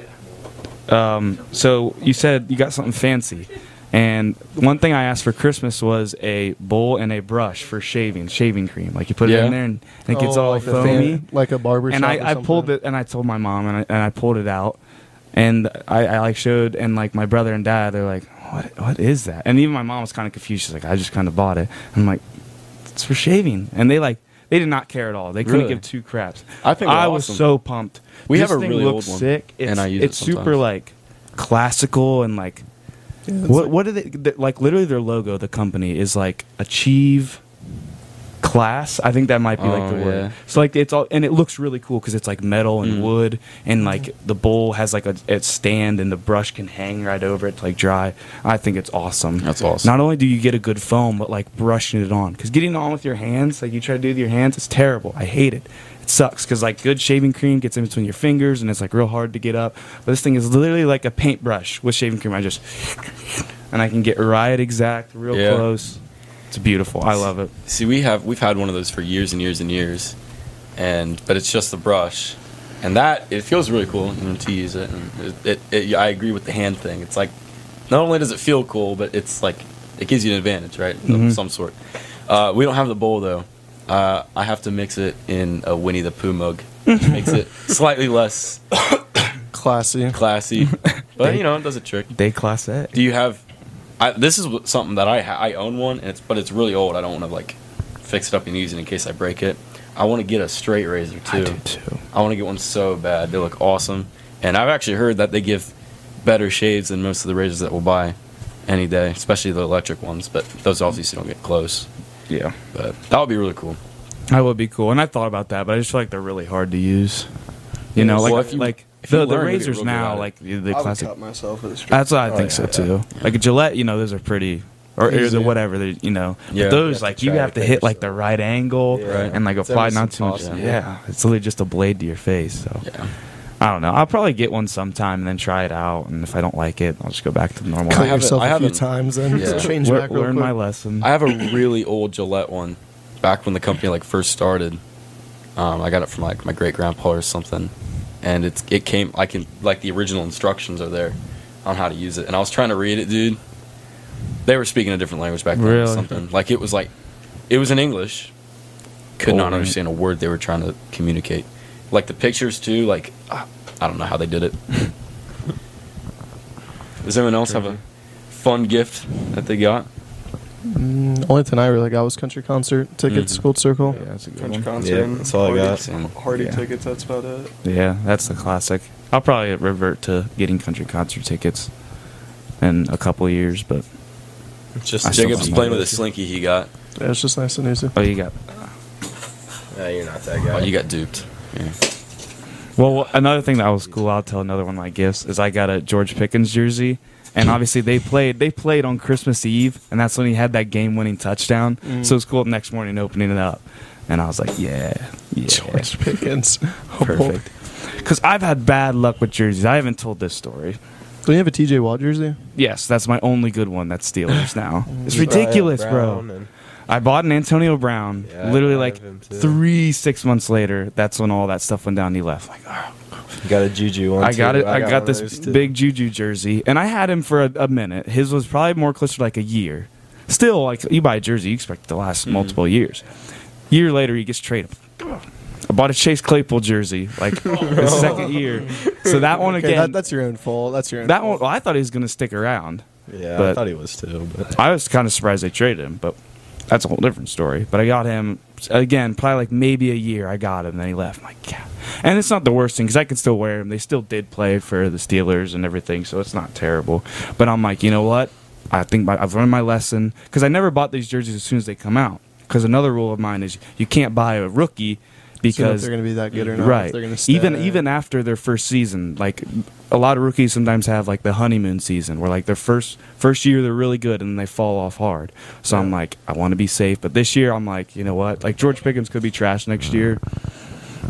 [SPEAKER 2] um, so you said you got something fancy, And one thing I asked for Christmas was a bowl and a brush for shaving, shaving cream. Like you put it
[SPEAKER 3] Yeah.
[SPEAKER 2] in there and, and it gets all
[SPEAKER 4] Oh, like the
[SPEAKER 2] foamy.
[SPEAKER 4] fan- like a barber.
[SPEAKER 2] and
[SPEAKER 4] shop
[SPEAKER 2] I,
[SPEAKER 4] or
[SPEAKER 2] I pulled
[SPEAKER 4] something.
[SPEAKER 2] it and I told my mom and I, and I pulled it out and I, I like showed and like my brother and dad they're like what what is that and even my mom was kind of confused she's like I just kind of bought it I'm like it's for shaving and they like they did not care at all they couldn't
[SPEAKER 3] Really?
[SPEAKER 2] give two craps
[SPEAKER 3] I think
[SPEAKER 2] I
[SPEAKER 3] they're
[SPEAKER 2] was
[SPEAKER 3] awesome.
[SPEAKER 2] so pumped
[SPEAKER 3] We
[SPEAKER 2] This
[SPEAKER 3] have a
[SPEAKER 2] thing
[SPEAKER 3] really
[SPEAKER 2] looks
[SPEAKER 3] old one,
[SPEAKER 2] sick
[SPEAKER 3] and
[SPEAKER 2] it's,
[SPEAKER 3] I use it
[SPEAKER 2] it's super
[SPEAKER 3] sometimes.
[SPEAKER 2] like classical and like what what are they th- like literally their logo the company is like achieve class i think that might be like
[SPEAKER 3] Oh,
[SPEAKER 2] the word
[SPEAKER 3] yeah. Mm.
[SPEAKER 2] so like it's all and it looks really cool because it's like metal and wood and like
[SPEAKER 3] Mm-hmm.
[SPEAKER 2] the bowl has like a, a stand and the brush can hang right over it to like dry i think it's awesome
[SPEAKER 3] That's awesome.
[SPEAKER 2] not only do you get a good foam but like brushing it on because getting it on with your hands like you try to do with your hands it's terrible i hate it it sucks because like good shaving cream gets in between your fingers and it's like real hard to get up but this thing is literally like a paintbrush with shaving cream i just and I can get right exact, real
[SPEAKER 3] Yeah.
[SPEAKER 2] close. It's beautiful. I love it.
[SPEAKER 3] See, we have we've had one of those for years and years and years, and but it's just the brush, and that it feels really cool you know, to use it. And it, it, it I agree with the hand thing. It's like not only does it feel cool, but it's like it gives you an advantage, right?
[SPEAKER 2] Mhm.
[SPEAKER 3] Of some sort. Uh, we don't have the bowl though. Uh, I have to mix it in a Winnie the Pooh mug, which makes it slightly less
[SPEAKER 4] classy.
[SPEAKER 3] classy, but you know it does a trick.
[SPEAKER 2] Day class A.
[SPEAKER 3] Do you have? I, this is wh- something that I ha- I own one, and it's but it's really old. I don't want to like fix it up and use it in case I break it. I want to get a straight razor too. I,
[SPEAKER 2] too.
[SPEAKER 3] want to get one so bad. They look awesome, and I've actually heard that they give better shaves than most of the razors that we'll buy any day, especially the electric ones. But those obviously don't get close.
[SPEAKER 2] Yeah,
[SPEAKER 3] But that would be really cool.
[SPEAKER 2] that would be cool. And I thought about that, but I just feel like they're really hard to use. You know, like
[SPEAKER 3] Well, if you-
[SPEAKER 2] like
[SPEAKER 3] if you
[SPEAKER 2] the, the
[SPEAKER 3] learn, you get
[SPEAKER 2] razors
[SPEAKER 3] real good
[SPEAKER 2] now,
[SPEAKER 3] at it.
[SPEAKER 2] like the, the
[SPEAKER 6] I would
[SPEAKER 2] classic.
[SPEAKER 6] cut myself with a straight.
[SPEAKER 2] That's what I think
[SPEAKER 8] Oh, yeah,
[SPEAKER 2] so too. Like a Gillette, you know, those are pretty. Or, or the whatever, they- you know, But
[SPEAKER 3] Yeah, you
[SPEAKER 2] those
[SPEAKER 3] have to
[SPEAKER 2] like you
[SPEAKER 3] try to
[SPEAKER 2] have to
[SPEAKER 3] cut
[SPEAKER 2] hit like the
[SPEAKER 8] yourself.
[SPEAKER 2] right angle
[SPEAKER 8] Yeah. Right.
[SPEAKER 2] and like
[SPEAKER 8] It's
[SPEAKER 2] apply
[SPEAKER 8] ever
[SPEAKER 2] not
[SPEAKER 8] so
[SPEAKER 2] too much.
[SPEAKER 8] possible.
[SPEAKER 2] Yeah. it's literally just a blade to your face. So
[SPEAKER 3] Yeah.
[SPEAKER 2] I don't know. I'll probably get one sometime and then try it out. And if I don't like it, I'll just go back to the normal.
[SPEAKER 4] Cut
[SPEAKER 3] haven't-
[SPEAKER 4] yourself
[SPEAKER 3] I
[SPEAKER 4] a few
[SPEAKER 3] haven't-
[SPEAKER 4] times and
[SPEAKER 3] Yeah.
[SPEAKER 4] change
[SPEAKER 2] Lear-
[SPEAKER 4] back real
[SPEAKER 2] learn
[SPEAKER 4] quick.
[SPEAKER 2] my lesson.
[SPEAKER 3] I have a really old Gillette one, back when the company like first started. Um, I got it from like my great grandpa or something, and it's it came. I can like the original instructions are there on how to use it, and I was trying to read it, dude. They were speaking a different language back then, or
[SPEAKER 2] Really?
[SPEAKER 3] something like it was like it was in English. Could
[SPEAKER 2] Oh,
[SPEAKER 3] not
[SPEAKER 2] man.
[SPEAKER 3] understand a word they were trying to communicate. Like the pictures too. Like I I don't know how they did it. Does anyone else have a fun gift that they got?
[SPEAKER 4] Mm, only thing I really got was country concert tickets,
[SPEAKER 3] Mhm.
[SPEAKER 4] Gold Circle.
[SPEAKER 2] Mm-hmm. yeah, that's a good
[SPEAKER 6] Country
[SPEAKER 2] one.
[SPEAKER 6] concert.
[SPEAKER 8] Yeah,
[SPEAKER 6] and
[SPEAKER 8] that's all I
[SPEAKER 6] Hardy-
[SPEAKER 8] got.
[SPEAKER 3] Same.
[SPEAKER 6] Hardy
[SPEAKER 2] Yeah.
[SPEAKER 6] tickets. That's about it.
[SPEAKER 2] Yeah, that's the classic. I'll probably revert to getting country concert tickets in a couple of years, but I
[SPEAKER 3] Just
[SPEAKER 2] still
[SPEAKER 3] Jacob's
[SPEAKER 2] don't
[SPEAKER 3] playing
[SPEAKER 2] know.
[SPEAKER 3] with a slinky he got.
[SPEAKER 4] Yeah, it's just nice and easy.
[SPEAKER 2] oh, you got
[SPEAKER 8] Nah, you're not that guy.
[SPEAKER 3] Oh, you got duped. Yeah.
[SPEAKER 2] Well, wh- another thing that was cool, I'll tell another one of my gifts is I got a George Pickens jersey, and obviously they played they played on Christmas Eve, and that's when he had that game winning touchdown. So it was cool the next morning opening it up, and I was like, yeah, yeah,
[SPEAKER 4] George Pickens. Oh, boy.
[SPEAKER 2] perfect. Because I've had bad luck with jerseys. I haven't told this story.
[SPEAKER 4] Don't you have a TJ Watt jersey?
[SPEAKER 2] Yes, that's my only good one. That's Steelers now. It's
[SPEAKER 8] Josiah
[SPEAKER 2] ridiculous, bro.
[SPEAKER 8] Brown and-
[SPEAKER 2] I bought an Antonio Brown
[SPEAKER 8] Yeah,
[SPEAKER 2] literally
[SPEAKER 8] I
[SPEAKER 2] like
[SPEAKER 8] have him too.
[SPEAKER 2] three, six months later. That's when all that stuff went down. He left. Like, oh,
[SPEAKER 8] You got a juju one.
[SPEAKER 2] I got
[SPEAKER 8] too.
[SPEAKER 2] it. I got,
[SPEAKER 8] one of
[SPEAKER 2] this
[SPEAKER 8] those, too.
[SPEAKER 2] big Juju jersey, and I had him for a, a minute. His was probably more closer to like a year. Still, like you buy a jersey, you expect it to last multiple years. Year later, he gets traded. I bought a Chase Claypool jersey, like the second year. So that one
[SPEAKER 4] Okay,
[SPEAKER 2] again.
[SPEAKER 4] that, that's your own fault. That's your own
[SPEAKER 2] that
[SPEAKER 4] fault.
[SPEAKER 2] one. Well, I thought he was going to stick around.
[SPEAKER 8] Yeah,
[SPEAKER 2] but-
[SPEAKER 8] I thought he was too. But
[SPEAKER 2] I was kind of surprised they traded him, but that's a whole different story. But I got him again, probably like maybe a year. I got him, then he left. My God. And it's not the worst thing because I can still wear him. They still did play for the Steelers and everything, so it's not terrible. But I'm like, you know what? I think my, I've learned my lesson because I never bought these jerseys as soon as they come out. Because another rule of mine is you can't buy a rookie
[SPEAKER 4] So if
[SPEAKER 2] because
[SPEAKER 4] they're going to be that good or not. if
[SPEAKER 2] right.
[SPEAKER 4] They're gonna stay.
[SPEAKER 2] even even after their first season, like a lot of rookies sometimes have like the honeymoon season where like their first first year they're really good and then they fall off hard. So I'm like, I want to be safe, but this year I'm like, you know what? Like George Pickens could be trash next year.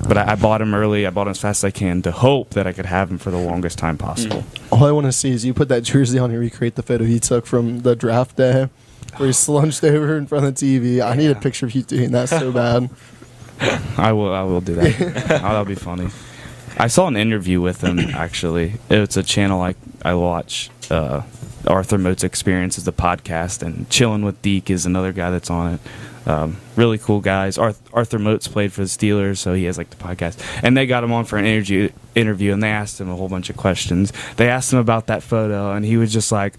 [SPEAKER 2] But I, I bought him early. I bought him as fast as I can to hope that I could have him for the longest time possible.
[SPEAKER 4] All I want to see is you put that jersey on and recreate the photo he took from the draft day where he slunched over in front of the TV. I need a picture of you doing that so bad.
[SPEAKER 2] I will. I will do that. oh, that'll be funny. I saw an interview with him actually. It's a channel I I watch. Uh, Arthur Moat's Experience is the podcast, and Chilling with Deke is another guy that's on it. Um, really cool guys. Arth- Arthur Moat's played for the Steelers, so he has like the podcast, and they got him on for an interview. Interview, and they asked him a whole bunch of questions. They asked him about that photo, and he was just like.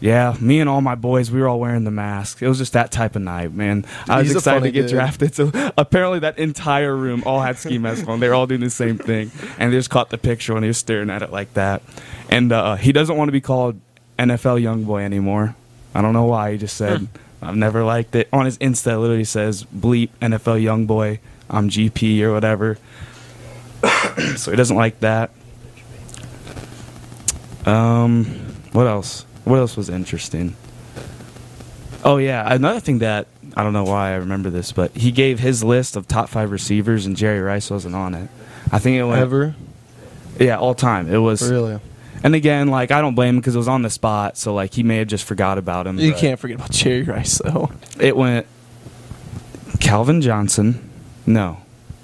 [SPEAKER 2] Yeah, me and all my boys, we were all wearing the mask. It was just that type of night, man. I was
[SPEAKER 4] He's a
[SPEAKER 2] excited
[SPEAKER 4] funny
[SPEAKER 2] to get
[SPEAKER 4] dude.
[SPEAKER 2] drafted. So apparently, that entire room all had ski masks on. They were all doing the same thing, and they just caught the picture and he was staring at it like that. And uh, he doesn't want to be called NFL young boy anymore. I don't know why. He just said, "I've never liked it." On his Insta, it literally says, "Bleep NFL young boy. I'm GP or whatever." so he doesn't like that. Um, what else? What else was interesting? Oh yeah, another thing that I don't know why I remember this, but he gave his list of top five receivers, and Jerry Rice wasn't on it. I think it went
[SPEAKER 4] Ever?
[SPEAKER 2] Yeah, all time. It was
[SPEAKER 4] Really?
[SPEAKER 2] And again, like I don't blame him because it was on the spot, so like he may have just forgot about him.
[SPEAKER 4] You
[SPEAKER 2] but
[SPEAKER 4] can't forget about Cherry Rice, though.
[SPEAKER 2] It went Calvin Johnson. No.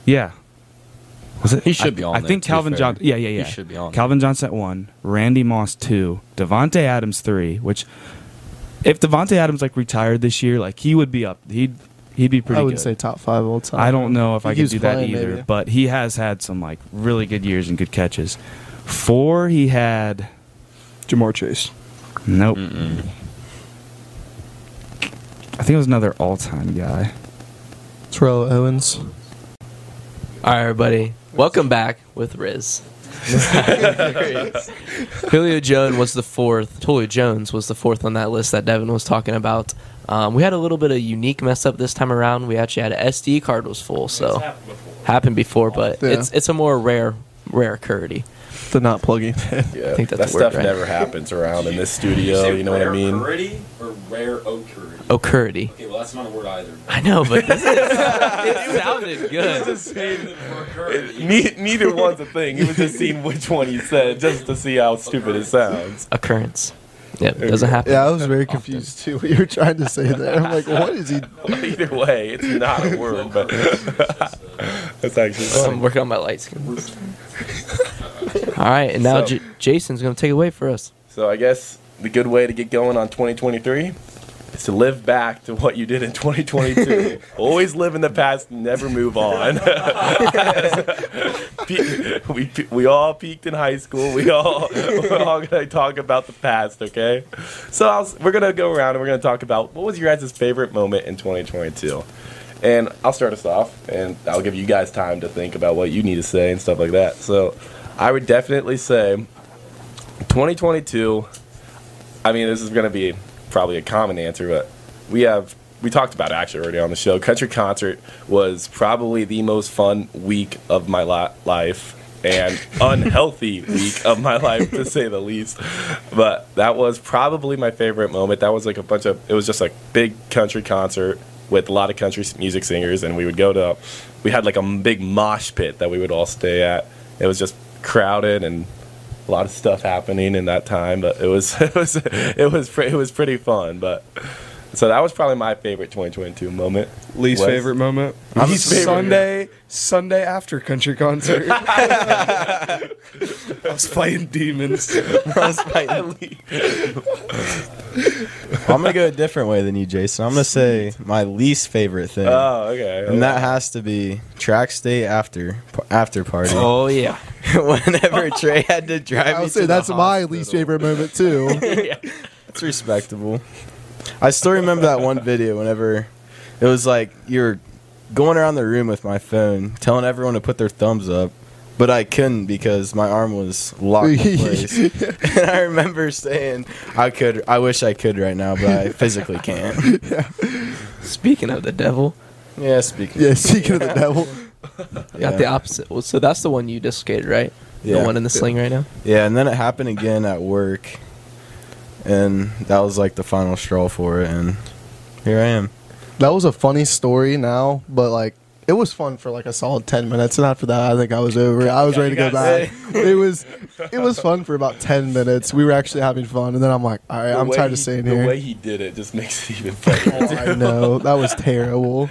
[SPEAKER 2] Yeah. Was it?
[SPEAKER 3] He should
[SPEAKER 2] I-
[SPEAKER 3] be on
[SPEAKER 2] I
[SPEAKER 3] there,
[SPEAKER 2] think
[SPEAKER 3] to be
[SPEAKER 2] Calvin
[SPEAKER 3] fair.
[SPEAKER 2] Johnson. Yeah, yeah,
[SPEAKER 3] He
[SPEAKER 2] yeah.
[SPEAKER 3] should be on there.
[SPEAKER 2] Calvin Johnson at one, Randy Moss two, Devonte Adams three. Which, if Devonte Adams like retired this year, like he would be up. He'd he'd be pretty.
[SPEAKER 4] I wouldn't
[SPEAKER 2] good.
[SPEAKER 4] say top five all time.
[SPEAKER 2] I don't know if I
[SPEAKER 4] He
[SPEAKER 2] could
[SPEAKER 4] was
[SPEAKER 2] do that
[SPEAKER 4] playing,
[SPEAKER 2] either,
[SPEAKER 4] maybe.
[SPEAKER 2] but he has had some like really good years and good catches. Four, he had
[SPEAKER 6] Jamar Chase.
[SPEAKER 2] nope. I think it was another all-time guy.
[SPEAKER 4] Terrell Owens.
[SPEAKER 1] All right, everybody. Welcome back with Riz. Julio Jones was the fourth. Julio Jones was the fourth on that list that Devin was talking about. Um, we had a little bit of unique mess up this time around. We actually had an SD card was full, so happened before, but
[SPEAKER 4] Yeah.
[SPEAKER 1] it's it's a more rare rare occurrity.
[SPEAKER 4] The not plugging.
[SPEAKER 8] Yeah,
[SPEAKER 1] think that's
[SPEAKER 8] that
[SPEAKER 1] the word,
[SPEAKER 8] stuff
[SPEAKER 1] right?
[SPEAKER 8] never happens around in this studio. You know what I mean?
[SPEAKER 7] Curity or rare occurity?
[SPEAKER 1] Occurity.
[SPEAKER 7] Okay, well that's not a word either.
[SPEAKER 1] I know, but this is, it sounded good.
[SPEAKER 8] Ne- neither one's a thing. It was just seeing which one you said, just to see how stupid it sounds.
[SPEAKER 1] Occurrence. Yep, doesn't happen.
[SPEAKER 4] Yeah, I was very confused too. What you were trying to say there, I'm like, what is he?
[SPEAKER 8] Either way, it's not a word, but that's actually
[SPEAKER 1] I'm
[SPEAKER 8] funny.
[SPEAKER 1] working on my light skin. All right, and now
[SPEAKER 8] So-
[SPEAKER 1] J- Jason's going to take it away for us.
[SPEAKER 8] So I guess the good way to get going on 2023 is to live back to what you did in 2022. Always live in the past, never move on. Pe- we, pe- we all peaked in high school. We all we're all gonna talk about the past, okay? So I'll, s- we're gonna go around and we're gonna talk about what was your guys' favorite moment in 2022. And I'll start us off, and I'll give you guys time to think about what you need to say and stuff like that. So I would definitely say 2022 i mean this is going to be probably a common answer but we have we talked about it actually already on the show country concert was probably the most fun week of my li- life and unhealthy week of my life to say the least but that was probably my favorite moment that was like a bunch of it was just like big country concert with a lot of country s- music singers and we would go to we had like a m- big mosh pit that we would all stay at it was just crowded and a lot of stuff happening in that time, but it was it was it was pre- it was pretty fun. But so that was probably my favorite 2022 moment.
[SPEAKER 6] Least
[SPEAKER 8] Was-
[SPEAKER 6] favorite moment.
[SPEAKER 8] Least favorite.
[SPEAKER 6] Sunday, Sunday after country concert. I was fighting demons.
[SPEAKER 10] I'm gonna go a different way than you, Jason. I'm gonna say my least favorite thing,
[SPEAKER 1] Uh,
[SPEAKER 8] Oh, okay.
[SPEAKER 10] and that has to be track state after after party.
[SPEAKER 1] Oh yeah.
[SPEAKER 10] Whenever Trey had to drive
[SPEAKER 4] I
[SPEAKER 10] me
[SPEAKER 4] would
[SPEAKER 10] to
[SPEAKER 4] say
[SPEAKER 10] the
[SPEAKER 4] that's my
[SPEAKER 10] hospital.
[SPEAKER 4] least favorite moment too.
[SPEAKER 10] It's respectable. I still remember that one video. Whenever it was like you were going around the room with my phone, telling everyone to put their thumbs up, but I couldn't because my arm was locked in place. and I remember saying, "I could. I wish I could right now, but I physically can't."
[SPEAKER 1] Speaking of the devil,
[SPEAKER 10] Yeah, speaking.
[SPEAKER 4] yeah, speaking of the devil,
[SPEAKER 1] got the opposite. Well, so that's the one you just skated, right?
[SPEAKER 10] Yeah.
[SPEAKER 1] The one in the sling right now.
[SPEAKER 10] Yeah, and then it happened again at work, and that was like the final straw for it. And here I am.
[SPEAKER 4] that was a funny story now, but like. It was fun for like a solid ten minutes, and after that, I think I was over. it. I was ready to go back. It was, it was fun for about ten minutes. We were actually having fun, and then I'm like, all right, I'm tired of staying
[SPEAKER 8] The way
[SPEAKER 4] here.
[SPEAKER 8] he did it just makes it even funnier.
[SPEAKER 4] I know that was terrible.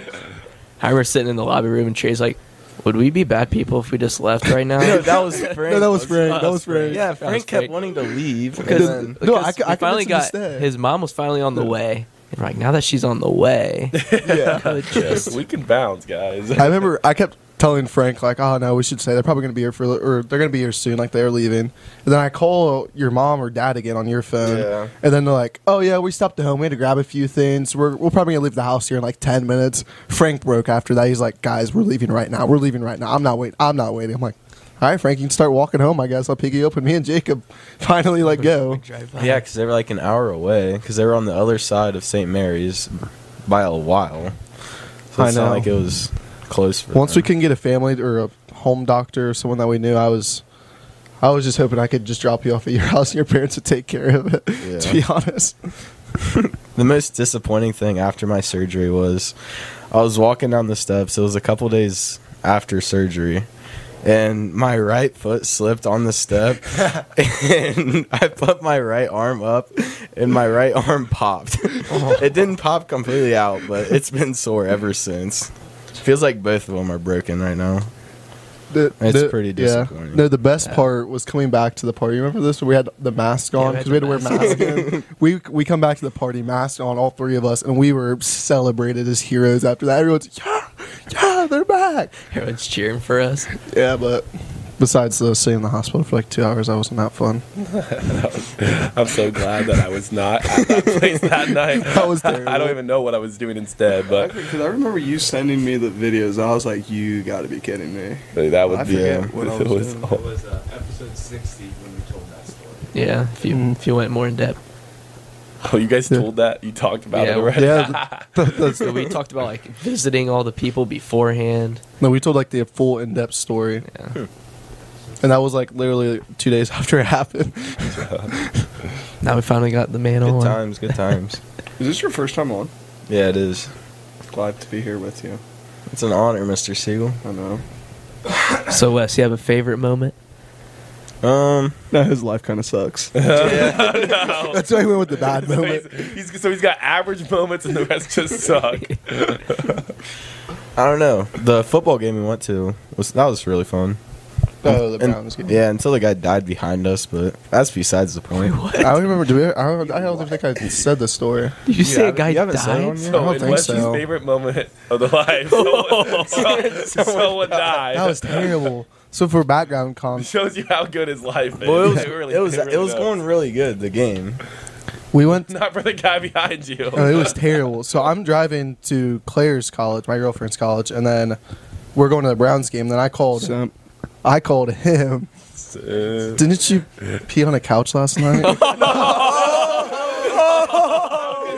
[SPEAKER 1] I remember sitting in the lobby room and Trey's like, Would we be bad people if we just left right now?
[SPEAKER 10] No, that was Frank.
[SPEAKER 4] No, that was Frank. That was Frank.
[SPEAKER 10] Yeah, Frank kept wanting to leave
[SPEAKER 1] because,
[SPEAKER 10] and then-
[SPEAKER 1] because
[SPEAKER 4] I c-
[SPEAKER 1] we
[SPEAKER 4] I
[SPEAKER 1] finally
[SPEAKER 4] convinced
[SPEAKER 1] got
[SPEAKER 4] him to stay.
[SPEAKER 1] his mom was finally on the way, and like now that she's on the way,
[SPEAKER 8] Yeah.
[SPEAKER 1] could just-
[SPEAKER 8] we can bounce, guys.
[SPEAKER 4] I remember I kept telling Frank like, "Oh no, we should say they're probably going to be here for or they're going to be here soon, like they're leaving." And then I call your mom or dad again on your phone,
[SPEAKER 10] Yeah.
[SPEAKER 4] and then they're like, "Oh yeah, we stopped at home. We had to grab a few things. We're we're probably going to leave the house here in like ten minutes." Frank broke after that. He's like, "Guys, we're leaving right now. We're leaving right now. I'm not waiting. I'm not waiting." I'm like. All right, Frank, you can start walking home. I guess I'll pick you up when me and Jacob finally like go.
[SPEAKER 10] Yeah, because they were like an hour away because they were on the other side of St. Mary's by a while. So
[SPEAKER 4] I
[SPEAKER 10] it's
[SPEAKER 4] know.
[SPEAKER 10] not like it was close. For
[SPEAKER 4] Once we
[SPEAKER 10] them.
[SPEAKER 4] couldn't get a family or a home doctor or someone that we knew, I was, I was just hoping I could just drop you off at your house and your parents would take care of it. To be
[SPEAKER 10] Yeah.
[SPEAKER 4] honest,
[SPEAKER 10] the most disappointing thing after my surgery was I was walking down the steps. It was a couple days after surgery. And my right foot slipped on the step, and I put my right arm up, and my right arm popped. it didn't pop completely out, but it's been sore ever since. Feels like both of them are broken right now.
[SPEAKER 4] The-
[SPEAKER 10] It's
[SPEAKER 4] the-
[SPEAKER 10] pretty
[SPEAKER 4] yeah.
[SPEAKER 10] disappointing.
[SPEAKER 4] No, the best part was coming back to the party. You remember this? We had the mask on because we had to wear masks. again. we we come back to the party, mask on, all three of us, and we were celebrated as heroes after that. Everyone's yeah, yeah, they're back.
[SPEAKER 1] everyone's cheering for us.
[SPEAKER 4] Yeah, but besides the staying in the hospital for like two hours, that wasn't that fun.
[SPEAKER 8] I'm so glad that I was not at that place that night.
[SPEAKER 4] That was terrible.
[SPEAKER 8] I don't even know what I was doing instead, but
[SPEAKER 6] Because I remember you sending me the videos. I was like, you got to be kidding me.
[SPEAKER 8] that would
[SPEAKER 6] I
[SPEAKER 8] be
[SPEAKER 6] forget what I
[SPEAKER 8] it
[SPEAKER 6] was
[SPEAKER 8] was
[SPEAKER 6] doing.
[SPEAKER 8] all-
[SPEAKER 7] It was uh, episode 60 when we told that story.
[SPEAKER 1] Yeah, if you if you went more in depth,
[SPEAKER 8] Oh, you guys told that? You talked about
[SPEAKER 1] Yeah,
[SPEAKER 8] it already?
[SPEAKER 4] Yeah, th- th-
[SPEAKER 1] so we talked about like visiting all the people beforehand.
[SPEAKER 4] No, we told like the full in depth story.
[SPEAKER 6] Hmm.
[SPEAKER 4] And that was like literally two days after it happened.
[SPEAKER 1] Now we finally got the man
[SPEAKER 10] Good
[SPEAKER 1] on.
[SPEAKER 10] times, good times.
[SPEAKER 6] Is this your first time on?
[SPEAKER 10] yeah, it is.
[SPEAKER 6] Glad to be here with you.
[SPEAKER 10] It's an honor, Mr. Siegel.
[SPEAKER 6] I know.
[SPEAKER 1] So Wes, you have a favorite moment?
[SPEAKER 10] Um,
[SPEAKER 6] No, his life kind of sucks.
[SPEAKER 4] That's why we went with the bad
[SPEAKER 8] So
[SPEAKER 4] moment.
[SPEAKER 8] he's, he's- so he's got average moments and the rest just suck.
[SPEAKER 10] I don't know. The football game we went to was that was really fun.
[SPEAKER 4] Oh, the
[SPEAKER 10] And-
[SPEAKER 4] Browns game.
[SPEAKER 10] Yeah, until the guy died behind us, but that's besides the point.
[SPEAKER 4] I don't remember. Do we, I, don't, I don't think I said the story.
[SPEAKER 1] Did you say a
[SPEAKER 10] haven't-
[SPEAKER 1] guy
[SPEAKER 10] you haven't said
[SPEAKER 1] died?
[SPEAKER 10] one yet?
[SPEAKER 8] So
[SPEAKER 4] don't
[SPEAKER 8] it
[SPEAKER 4] think
[SPEAKER 8] was
[SPEAKER 4] so.
[SPEAKER 8] his favorite moment of the life. Someone, someone, someone died.
[SPEAKER 4] That was terrible. So for background con,
[SPEAKER 8] shows you how good his life is.
[SPEAKER 10] Well, it was
[SPEAKER 8] They really-
[SPEAKER 10] it was,
[SPEAKER 8] they really
[SPEAKER 10] it was
[SPEAKER 8] know.
[SPEAKER 10] going really good. The game.
[SPEAKER 4] we went.
[SPEAKER 8] not for the guy behind you.
[SPEAKER 4] Oh, it was terrible. So I'm driving to Claire's college, my girlfriend's college, and then we're going to the Browns game. Then I called.
[SPEAKER 6] Simp.
[SPEAKER 4] I called him. Didn't you pee on a couch last night?
[SPEAKER 8] I was gonna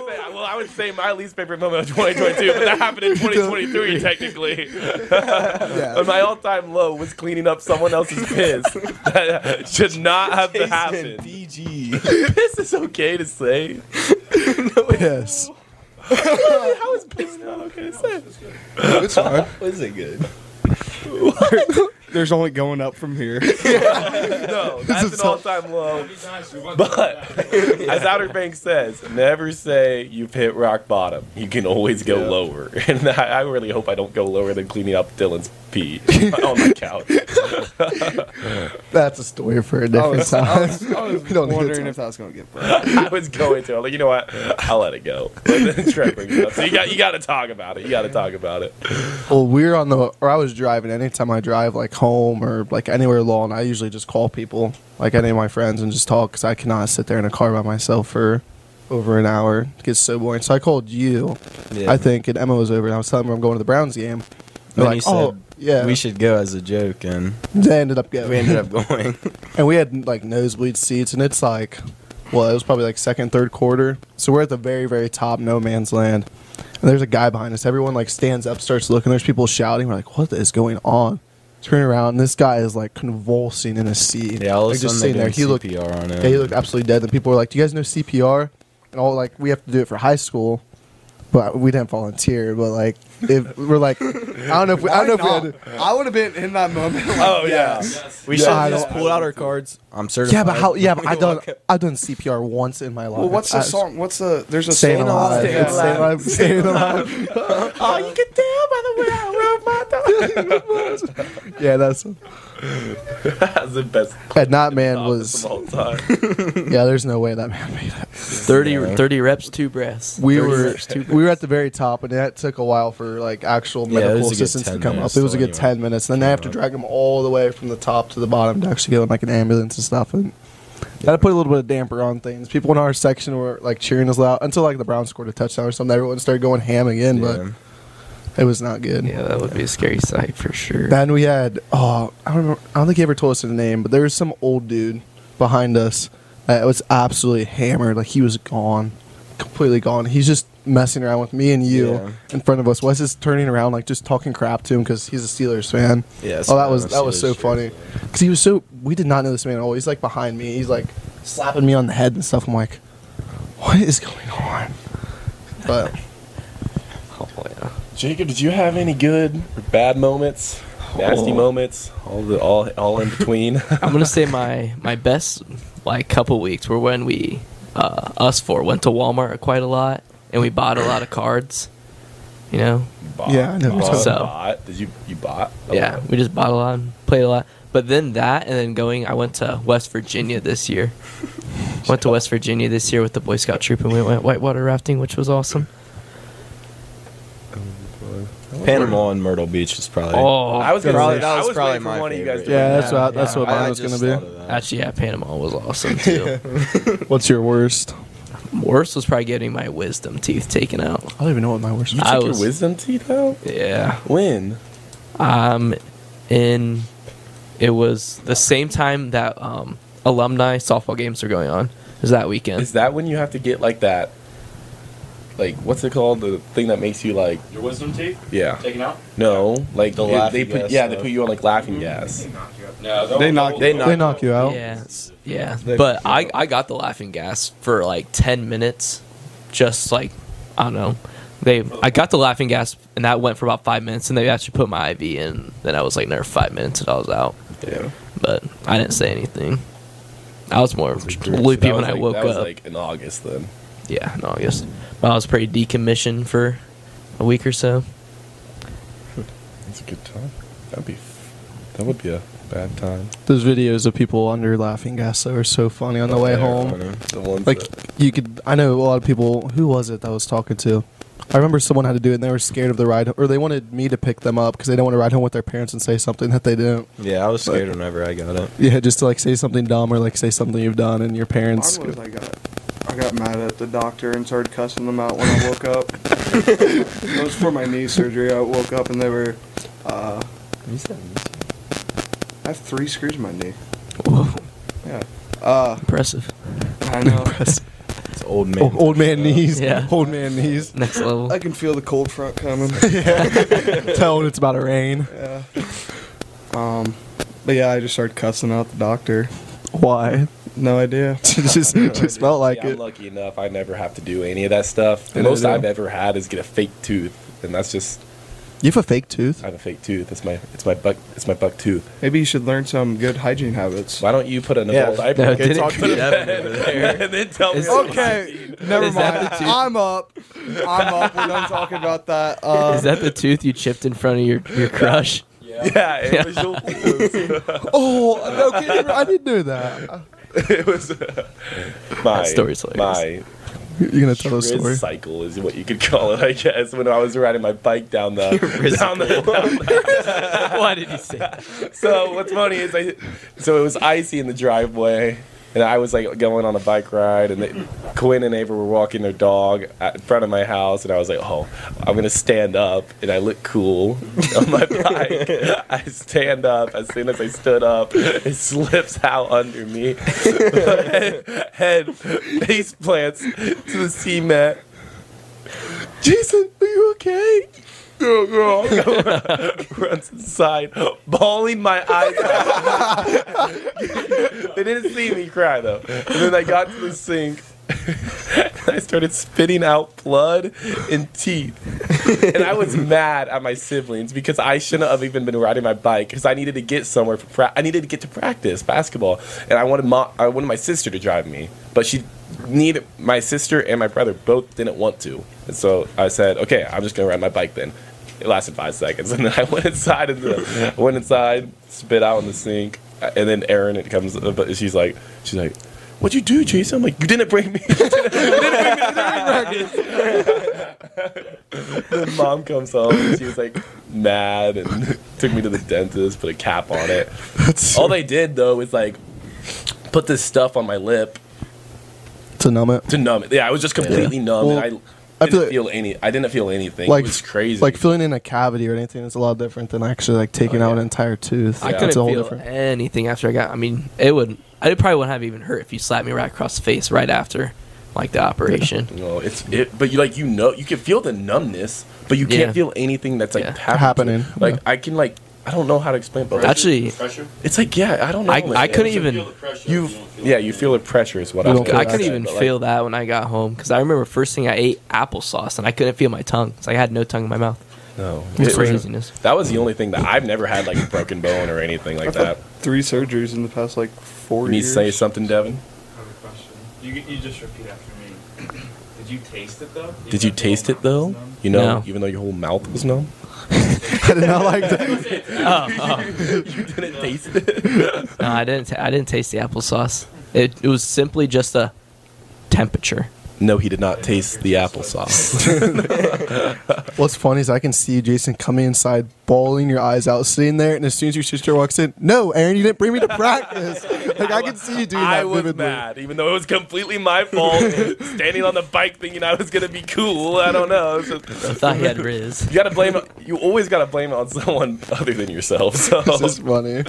[SPEAKER 8] say- well, I would say my least favorite moment of 2022, but that happened in 2023 technically.
[SPEAKER 4] yeah.
[SPEAKER 8] But my all-time low was cleaning up someone else's piss. that should not have happened.
[SPEAKER 10] BG.
[SPEAKER 8] Piss is okay to say.
[SPEAKER 4] Yes.
[SPEAKER 8] How is piss not okay to say?
[SPEAKER 4] It's fine.
[SPEAKER 10] Was it good?
[SPEAKER 6] There's only going up from here.
[SPEAKER 8] No, Oh, that's an all-time low. But as Outer Banks says, never say you've hit rock bottom. You can always go lower, and I, I really hope I don't go lower than cleaning up Dylan's pee on the couch.
[SPEAKER 4] That's a story for a
[SPEAKER 6] I
[SPEAKER 4] different
[SPEAKER 6] was,
[SPEAKER 4] time.
[SPEAKER 6] I was, I was
[SPEAKER 4] We don't need to
[SPEAKER 6] wondering
[SPEAKER 4] talk.
[SPEAKER 6] if that was going to get brought up.
[SPEAKER 8] I was going to. I'm like, you know what? I'll let it go. But then Trent brings it up. So you got you got to talk about it. You got to talk about it.
[SPEAKER 4] Well, we're on the, or I was driving. Anytime I drive, like home or like anywhere long, I usually just call people, like any of my friends, and just talk because I cannot sit there in a car by myself for over an hour. It gets so boring. So I called you,
[SPEAKER 10] Yeah.
[SPEAKER 4] I think, and Emma was over, and I was telling her I'm going to the Browns game. They're
[SPEAKER 10] Then
[SPEAKER 4] like,
[SPEAKER 10] you said
[SPEAKER 4] oh, yeah.
[SPEAKER 10] We should go as a joke, and
[SPEAKER 4] they ended up going.
[SPEAKER 10] we ended up going.
[SPEAKER 4] and we had like nosebleed seats, and it's like, well, it was probably like second, third quarter. So we're at the very, very top, no man's land, and there's a guy behind us. Everyone like stands up, starts looking. There's people shouting. We're like, what is going on? Turn around, and this guy is like convulsing in his seat.
[SPEAKER 10] yeah, all of a
[SPEAKER 4] like,
[SPEAKER 10] sudden they doing
[SPEAKER 4] He looked, yeah,
[SPEAKER 10] CPR on it.
[SPEAKER 4] he looked absolutely dead. And people were like, do you guys know CPR? And all like, we have to do it for high school. But we didn't volunteer. But like, if we're like, I don't know if we, I don't know if we had. To,
[SPEAKER 6] I would have been in that moment. Like,
[SPEAKER 8] Oh yeah.
[SPEAKER 10] we
[SPEAKER 4] Yeah,
[SPEAKER 10] should
[SPEAKER 4] I
[SPEAKER 10] have just
[SPEAKER 4] don't-
[SPEAKER 10] pulled out our cards. I'm certified.
[SPEAKER 4] yeah, but how? Yeah, but
[SPEAKER 10] We
[SPEAKER 4] I done
[SPEAKER 10] walk up.
[SPEAKER 4] I've done CPR once in my life.
[SPEAKER 6] Well, what's the
[SPEAKER 4] I-
[SPEAKER 6] song? What's the? There's a
[SPEAKER 4] Staying
[SPEAKER 6] song.
[SPEAKER 4] alive.
[SPEAKER 6] Staying
[SPEAKER 4] It's Staying
[SPEAKER 6] alive.
[SPEAKER 4] alive. Staying alive.
[SPEAKER 8] Oh, you can tell by the way I rub my dog.
[SPEAKER 4] yeah, that's.
[SPEAKER 8] That's the best.
[SPEAKER 4] And that man was.
[SPEAKER 8] of all time.
[SPEAKER 4] yeah, there's no way that man made it.
[SPEAKER 1] 30, 30 reps, two breaths.
[SPEAKER 4] We
[SPEAKER 1] 30
[SPEAKER 4] were
[SPEAKER 1] reps, two breaths.
[SPEAKER 4] we were at the very top, and that took a while for like actual
[SPEAKER 10] Yeah, it
[SPEAKER 4] medical
[SPEAKER 10] was a good
[SPEAKER 4] assistance to
[SPEAKER 10] 10
[SPEAKER 4] come up.
[SPEAKER 10] minutes
[SPEAKER 4] It was a
[SPEAKER 10] till
[SPEAKER 4] good ten minutes. Then they have to drag him all the way from the top to the bottom to actually get in like an ambulance and stuff. And that put a little bit of damper on things. People in our section were like cheering us loud until like the Browns scored a touchdown or something. Everyone started going ham again, but it was not good.
[SPEAKER 1] Yeah, that would be a scary sight for sure.
[SPEAKER 4] Then we had oh I don't remember, I don't think he ever told us his name, but there was some old dude behind us that was absolutely hammered, like he was gone, completely gone. He's just messing around with me and you
[SPEAKER 10] Yeah.
[SPEAKER 4] in front of us. Wes is turning around, like just talking crap to him because he's a Steelers fan.
[SPEAKER 10] Yeah,
[SPEAKER 4] Oh, that was
[SPEAKER 10] Steelers-
[SPEAKER 4] that was so
[SPEAKER 10] Steelers
[SPEAKER 4] funny because he was so we did not know this man at all. He's like behind me. He's like slapping me on the head and stuff. I'm like, what is going on? But
[SPEAKER 1] Oh, yeah.
[SPEAKER 8] Jacob, did you have any good or bad moments, nasty
[SPEAKER 1] Oh.
[SPEAKER 8] moments, all the all all in between?
[SPEAKER 1] I'm gonna say my my best like couple weeks were when we uh, us four went to Walmart quite a lot and we bought a lot of cards. You know,
[SPEAKER 8] bought,
[SPEAKER 4] Yeah, I know.
[SPEAKER 8] Bought,
[SPEAKER 1] So-
[SPEAKER 8] bought. Did you you bought? Oh. a
[SPEAKER 1] Oh, yeah,
[SPEAKER 8] lot?
[SPEAKER 1] we just bought a lot and played a lot. But then that and then going, I went to West Virginia this year. went to West Virginia this year with the Boy Scout troop and we went whitewater rafting, which was awesome.
[SPEAKER 10] Panama and Myrtle Beach is probably.
[SPEAKER 1] Oh,
[SPEAKER 8] I was gonna
[SPEAKER 10] Probably-
[SPEAKER 8] say,
[SPEAKER 10] that
[SPEAKER 8] I
[SPEAKER 10] was
[SPEAKER 8] was
[SPEAKER 10] probably
[SPEAKER 8] waiting for
[SPEAKER 10] my
[SPEAKER 8] one of you guys.
[SPEAKER 10] favorite.
[SPEAKER 8] To
[SPEAKER 4] yeah,
[SPEAKER 8] win
[SPEAKER 4] that's
[SPEAKER 8] that.
[SPEAKER 4] what I, that's what
[SPEAKER 10] I- I
[SPEAKER 4] mine was
[SPEAKER 10] just
[SPEAKER 4] gonna
[SPEAKER 10] thought
[SPEAKER 4] be.
[SPEAKER 10] of that.
[SPEAKER 1] actually, yeah, Panama was awesome too.
[SPEAKER 4] What's your worst?
[SPEAKER 1] Worst was probably getting my wisdom teeth taken out.
[SPEAKER 4] I don't even know what my worst.
[SPEAKER 8] You took
[SPEAKER 1] I
[SPEAKER 8] your
[SPEAKER 1] was-
[SPEAKER 8] wisdom teeth out.
[SPEAKER 1] Yeah.
[SPEAKER 8] When?
[SPEAKER 1] Um, in it was the same time that um, alumni softball games are going on. Is that weekend?
[SPEAKER 8] Is that when you have to get like that? Like what's it called? The thing that makes you like
[SPEAKER 7] Your wisdom teeth?
[SPEAKER 8] yeah.
[SPEAKER 7] Taken out?
[SPEAKER 8] No, like
[SPEAKER 10] The
[SPEAKER 8] it- they
[SPEAKER 10] laughing
[SPEAKER 8] put
[SPEAKER 10] gas
[SPEAKER 8] yeah they
[SPEAKER 10] stuff.
[SPEAKER 8] put you on like laughing
[SPEAKER 4] Mm-hmm.
[SPEAKER 8] gas.
[SPEAKER 7] No, they'll-
[SPEAKER 6] They knocked-
[SPEAKER 7] they'll-
[SPEAKER 10] they
[SPEAKER 4] They knock you out.
[SPEAKER 1] yeah, it's- yeah.
[SPEAKER 10] They-
[SPEAKER 1] But I, I got the laughing gas for like ten minutes, just like I don't know. They I got the laughing gas and that went for about five minutes and they actually put my IV in. Then I was like there five minutes and I was out.
[SPEAKER 8] Yeah.
[SPEAKER 1] But I didn't say anything. I was more loopy
[SPEAKER 8] That
[SPEAKER 1] when
[SPEAKER 8] was,
[SPEAKER 1] I
[SPEAKER 8] like-
[SPEAKER 1] woke
[SPEAKER 8] that was,
[SPEAKER 1] up.
[SPEAKER 8] like in August then.
[SPEAKER 1] Yeah, in August. But I was pretty decommissioned for a week or so.
[SPEAKER 8] That's a good time. That'd be f- that would be a bad time.
[SPEAKER 4] Those videos of people under laughing gas that were so funny on the way home.
[SPEAKER 8] The ones
[SPEAKER 4] Like
[SPEAKER 8] that-
[SPEAKER 4] you could, I know a lot of people. Who was it that I was talking to? I remember someone had to do it, and they were scared of the ride, or they wanted me to pick them up because they didn't want to ride home with their parents and say something that they didn't.
[SPEAKER 10] Yeah, I was scared whenever I got it.
[SPEAKER 4] Yeah, just to like say something dumb or like say something you've done, and your parents.
[SPEAKER 6] Mine was I got, I got mad at the doctor and started cussing them out when I woke up. it was for my knee surgery. I woke up and they were, uh, I have three screws in my knee. Yeah. Uh,
[SPEAKER 1] Impressive.
[SPEAKER 6] I know.
[SPEAKER 10] It's old man.
[SPEAKER 4] Oh, old man knees.
[SPEAKER 1] Yeah.
[SPEAKER 4] Old man knees.
[SPEAKER 1] Next level.
[SPEAKER 6] I can feel the cold front coming.
[SPEAKER 4] Tell when it's about to rain.
[SPEAKER 6] yeah. Um, but yeah, I just started cussing out the doctor.
[SPEAKER 4] Why?
[SPEAKER 6] No idea.
[SPEAKER 4] just just felt like
[SPEAKER 8] Yeah, I'm
[SPEAKER 4] it.
[SPEAKER 8] lucky enough. I never have to do any of that stuff. The
[SPEAKER 4] I know,
[SPEAKER 8] most
[SPEAKER 4] yeah.
[SPEAKER 8] I've ever had is get a fake tooth, and that's just
[SPEAKER 4] You have a fake tooth.
[SPEAKER 8] I have a fake tooth. It's my it's my buck it's my buck tooth.
[SPEAKER 6] Maybe you should learn some good hygiene habits.
[SPEAKER 8] Why don't you put an
[SPEAKER 10] Yeah.
[SPEAKER 8] adult diaper?
[SPEAKER 1] No,
[SPEAKER 8] Okay,
[SPEAKER 1] Oh, didn't-
[SPEAKER 8] talk to the vet and then tell me.
[SPEAKER 6] Okay, never
[SPEAKER 1] Is that
[SPEAKER 6] mind.
[SPEAKER 1] the tooth?
[SPEAKER 6] I'm up. I'm up. We're done talking about that. Uh,
[SPEAKER 1] Is that the tooth you chipped in front of your, your crush?
[SPEAKER 8] Yeah, it was,
[SPEAKER 4] Oh, no kidding. I didn't know that.
[SPEAKER 8] it was my
[SPEAKER 1] That story's
[SPEAKER 8] my
[SPEAKER 1] hilarious.
[SPEAKER 4] You're gonna tell a
[SPEAKER 8] Riz
[SPEAKER 4] story.
[SPEAKER 8] cycle is what you could call it, I guess. When I was riding my bike down the down the, down
[SPEAKER 1] Why did you say that?
[SPEAKER 8] so what's funny is I, so it was icy in the driveway, and I was like going on a bike ride, and they, Quinn and Ava were walking their dog at, in front of my house, and I was like, oh, I'm gonna stand up, and I look cool on my bike. I stand up. As soon as I stood up, it slips out under me, head face plants to the cement. Jason, are you okay? runs inside, bawling my eyes out. they didn't see me cry though. And then I got to the sink. and I started spitting out blood and teeth. And I was mad at my siblings because I shouldn't have even been riding my bike because I needed to get somewhere for pra- I needed to get to practice basketball. And I wanted my I wanted my sister to drive me, but she needed my sister and my brother both didn't want to. And so I said, "Okay, I'm just going to ride my bike then." It lasted five seconds, and then I went inside and the, I went inside, spit out in the sink, and then Erin it comes, uh, but she's like, she's like, "What'd you do, Jason?" I'm like, "You didn't bring me." you didn't bring me to the ring practice." then mom comes home, and she was like mad, and took me to the dentist, put a cap on it. All they did though was like put this stuff on my lip
[SPEAKER 4] to numb it.
[SPEAKER 8] to numb it. Yeah, I was just completely numb,
[SPEAKER 4] Well,
[SPEAKER 8] and I
[SPEAKER 4] I
[SPEAKER 8] didn't
[SPEAKER 4] feel
[SPEAKER 8] feel, any. I didn't feel anything.
[SPEAKER 4] like
[SPEAKER 8] it was crazy.
[SPEAKER 4] Like filling in a cavity or anything is a lot different than actually like taking out an entire tooth.
[SPEAKER 1] I
[SPEAKER 4] It's
[SPEAKER 1] couldn't
[SPEAKER 4] a whole
[SPEAKER 1] feel
[SPEAKER 4] different-
[SPEAKER 1] anything after I got. I mean, it would. I probably wouldn't have even hurt if you slapped me right across the face right after, like the operation.
[SPEAKER 8] No, it's it, but you like you know you can feel the numbness, but you can't
[SPEAKER 1] Yeah.
[SPEAKER 8] feel anything that's like happening.
[SPEAKER 4] Happening.
[SPEAKER 8] Like I can like I don't know how to explain, but
[SPEAKER 1] Actually,
[SPEAKER 5] Pressure?
[SPEAKER 8] it's like yeah, I don't know.
[SPEAKER 1] I-
[SPEAKER 8] like,
[SPEAKER 1] I
[SPEAKER 8] it
[SPEAKER 1] couldn't
[SPEAKER 8] was-
[SPEAKER 1] even-
[SPEAKER 5] Feel the pressure.
[SPEAKER 8] You
[SPEAKER 5] don't feel
[SPEAKER 8] yeah,
[SPEAKER 5] it.
[SPEAKER 8] you feel the pressure is what
[SPEAKER 4] You
[SPEAKER 8] I
[SPEAKER 4] don't
[SPEAKER 8] was
[SPEAKER 4] feel
[SPEAKER 1] I
[SPEAKER 8] gonna
[SPEAKER 1] couldn't
[SPEAKER 8] say,
[SPEAKER 1] even
[SPEAKER 8] but, like,
[SPEAKER 1] feel that when I got home because I remember first thing I ate applesauce and I couldn't feel my tongue because I had no tongue in my mouth. It
[SPEAKER 8] No,
[SPEAKER 1] was
[SPEAKER 8] It was-
[SPEAKER 1] craziness.
[SPEAKER 8] That was the only thing that I've never had like a broken bone or anything like that.
[SPEAKER 6] Three surgeries in the past like four
[SPEAKER 8] Me
[SPEAKER 6] years.
[SPEAKER 8] say something, Devin?
[SPEAKER 7] I have a question. You, you just repeat after me. Did you taste it though?
[SPEAKER 8] Did you
[SPEAKER 7] Even if
[SPEAKER 8] taste
[SPEAKER 7] the
[SPEAKER 8] it
[SPEAKER 7] whole
[SPEAKER 8] though?
[SPEAKER 7] mouth was
[SPEAKER 8] You know,
[SPEAKER 1] No.
[SPEAKER 8] even though your whole mouth was numb,
[SPEAKER 4] I did not like that.
[SPEAKER 8] you didn't taste it.
[SPEAKER 1] No, I didn't. T- I didn't taste the applesauce. It it was simply just a temperature.
[SPEAKER 8] No, he did not taste the applesauce.
[SPEAKER 4] What's funny is I can see Jason coming inside, bawling your eyes out, sitting there, and as soon as your sister walks in, no, Aaron, you didn't bring me to practice. Like I can see you doing
[SPEAKER 8] I
[SPEAKER 4] that
[SPEAKER 8] was
[SPEAKER 4] vividly.
[SPEAKER 8] mad, even though it was completely my fault. standing on the bike thinking I was gonna be cool. I don't know. It's just-
[SPEAKER 1] I thought you had Riz.
[SPEAKER 8] you gotta blame. You always gotta blame it on someone other than yourself. So
[SPEAKER 4] This is funny.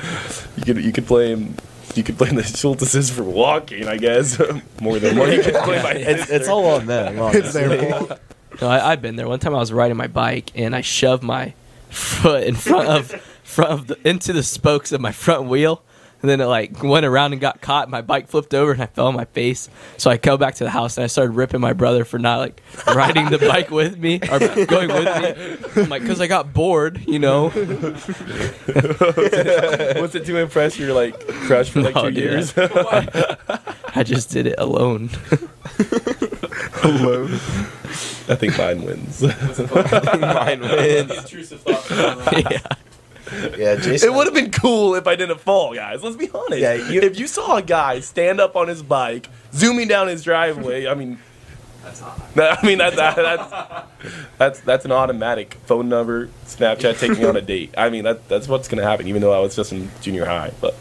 [SPEAKER 8] you could you could blame. You could blame the Schultzes for walking, I guess, more than more. You could blame my
[SPEAKER 10] It's,
[SPEAKER 8] sister.
[SPEAKER 10] it's all on them.
[SPEAKER 4] It's
[SPEAKER 10] honestly.
[SPEAKER 4] their fault.
[SPEAKER 1] No, I, I've been there. One time I was riding my bike and I shoved my foot in front of front of the, into the spokes of my front wheel, and then it like went around and got caught. My bike flipped over and I fell on my face. So I go back to the house and I started ripping my brother for not like riding the bike with me or going with me. I'm like, because I got bored, you know.
[SPEAKER 8] Was it to impress your like crush for like
[SPEAKER 1] No,
[SPEAKER 8] two
[SPEAKER 1] dude.
[SPEAKER 8] years?
[SPEAKER 1] I just did it alone.
[SPEAKER 8] I think mine wins.
[SPEAKER 10] Mine wins.
[SPEAKER 7] Intrusive thoughts. uh,
[SPEAKER 1] yeah.
[SPEAKER 10] Yeah, Jason.
[SPEAKER 8] It would have been cool if I didn't fall, guys. Let's be honest.
[SPEAKER 10] Yeah, you-
[SPEAKER 8] if you saw a guy stand up on his bike, zooming down his driveway, I mean,
[SPEAKER 9] That's hot.
[SPEAKER 8] that- I mean that's that's that's that's an automatic phone number, Snapchat taking you on a date. I mean, that that's what's gonna happen. Even though I was just in junior high, but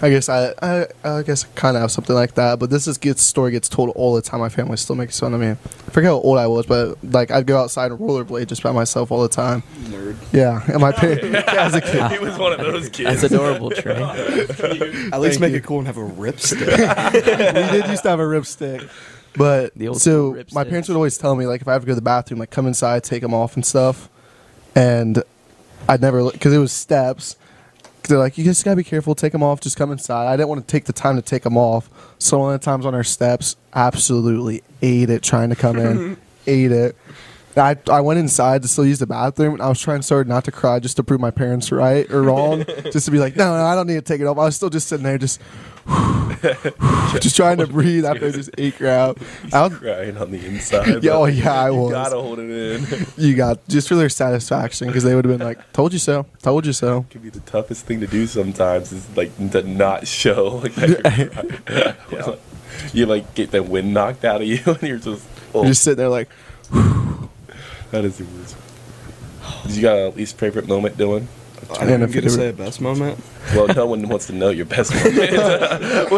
[SPEAKER 4] I guess I, I, I guess I kind of have something like that, but this is gets story gets told all the time. My family still makes fun of me. I forget how old I was, but like I'd go outside and rollerblade just by myself all the time.
[SPEAKER 6] Nerd.
[SPEAKER 4] Yeah, and my parents.
[SPEAKER 8] as a kid, he was one of those
[SPEAKER 1] That's
[SPEAKER 8] kids.
[SPEAKER 1] adorable, Trey.
[SPEAKER 6] At
[SPEAKER 4] Thank
[SPEAKER 6] least make
[SPEAKER 4] you.
[SPEAKER 6] it cool and have a ripstick.
[SPEAKER 4] we did used to have a ripstick. But
[SPEAKER 1] The old
[SPEAKER 4] so
[SPEAKER 1] school
[SPEAKER 4] my
[SPEAKER 1] ripstick.
[SPEAKER 4] parents would always tell me like if I have to go to the bathroom, like come inside, take them off and stuff. And I'd never because it was steps. They're like, you just gotta be careful. Take them off. Just come inside. I didn't want to take the time to take them off. So one of the times on our steps, absolutely ate it trying to come in, ate it. I, I went inside to still use the bathroom, and I was trying so hard not to cry just to prove my parents right or wrong, just to be like, no, no, I don't need to take it off. I was still just sitting there, just just trying to breathe after I just ate crap. I was,
[SPEAKER 8] Crying on the inside.
[SPEAKER 4] yeah,
[SPEAKER 8] but
[SPEAKER 4] oh yeah, I
[SPEAKER 8] you
[SPEAKER 4] was.
[SPEAKER 8] gotta hold it in.
[SPEAKER 4] You got just for their satisfaction because they would have been like, "Told you so, told you so."
[SPEAKER 8] Could be the toughest thing to do sometimes is like to not show like that you're crying. You like get the wind knocked out of you and you're just oh
[SPEAKER 4] You're just sitting there like,
[SPEAKER 8] that is the worst. Did you got a least favorite moment, Dylan?
[SPEAKER 6] I
[SPEAKER 4] And
[SPEAKER 6] didn't
[SPEAKER 4] if
[SPEAKER 6] get
[SPEAKER 4] it
[SPEAKER 6] to
[SPEAKER 4] were-
[SPEAKER 6] say a best moment.
[SPEAKER 8] Well, no one wants to know your best moment.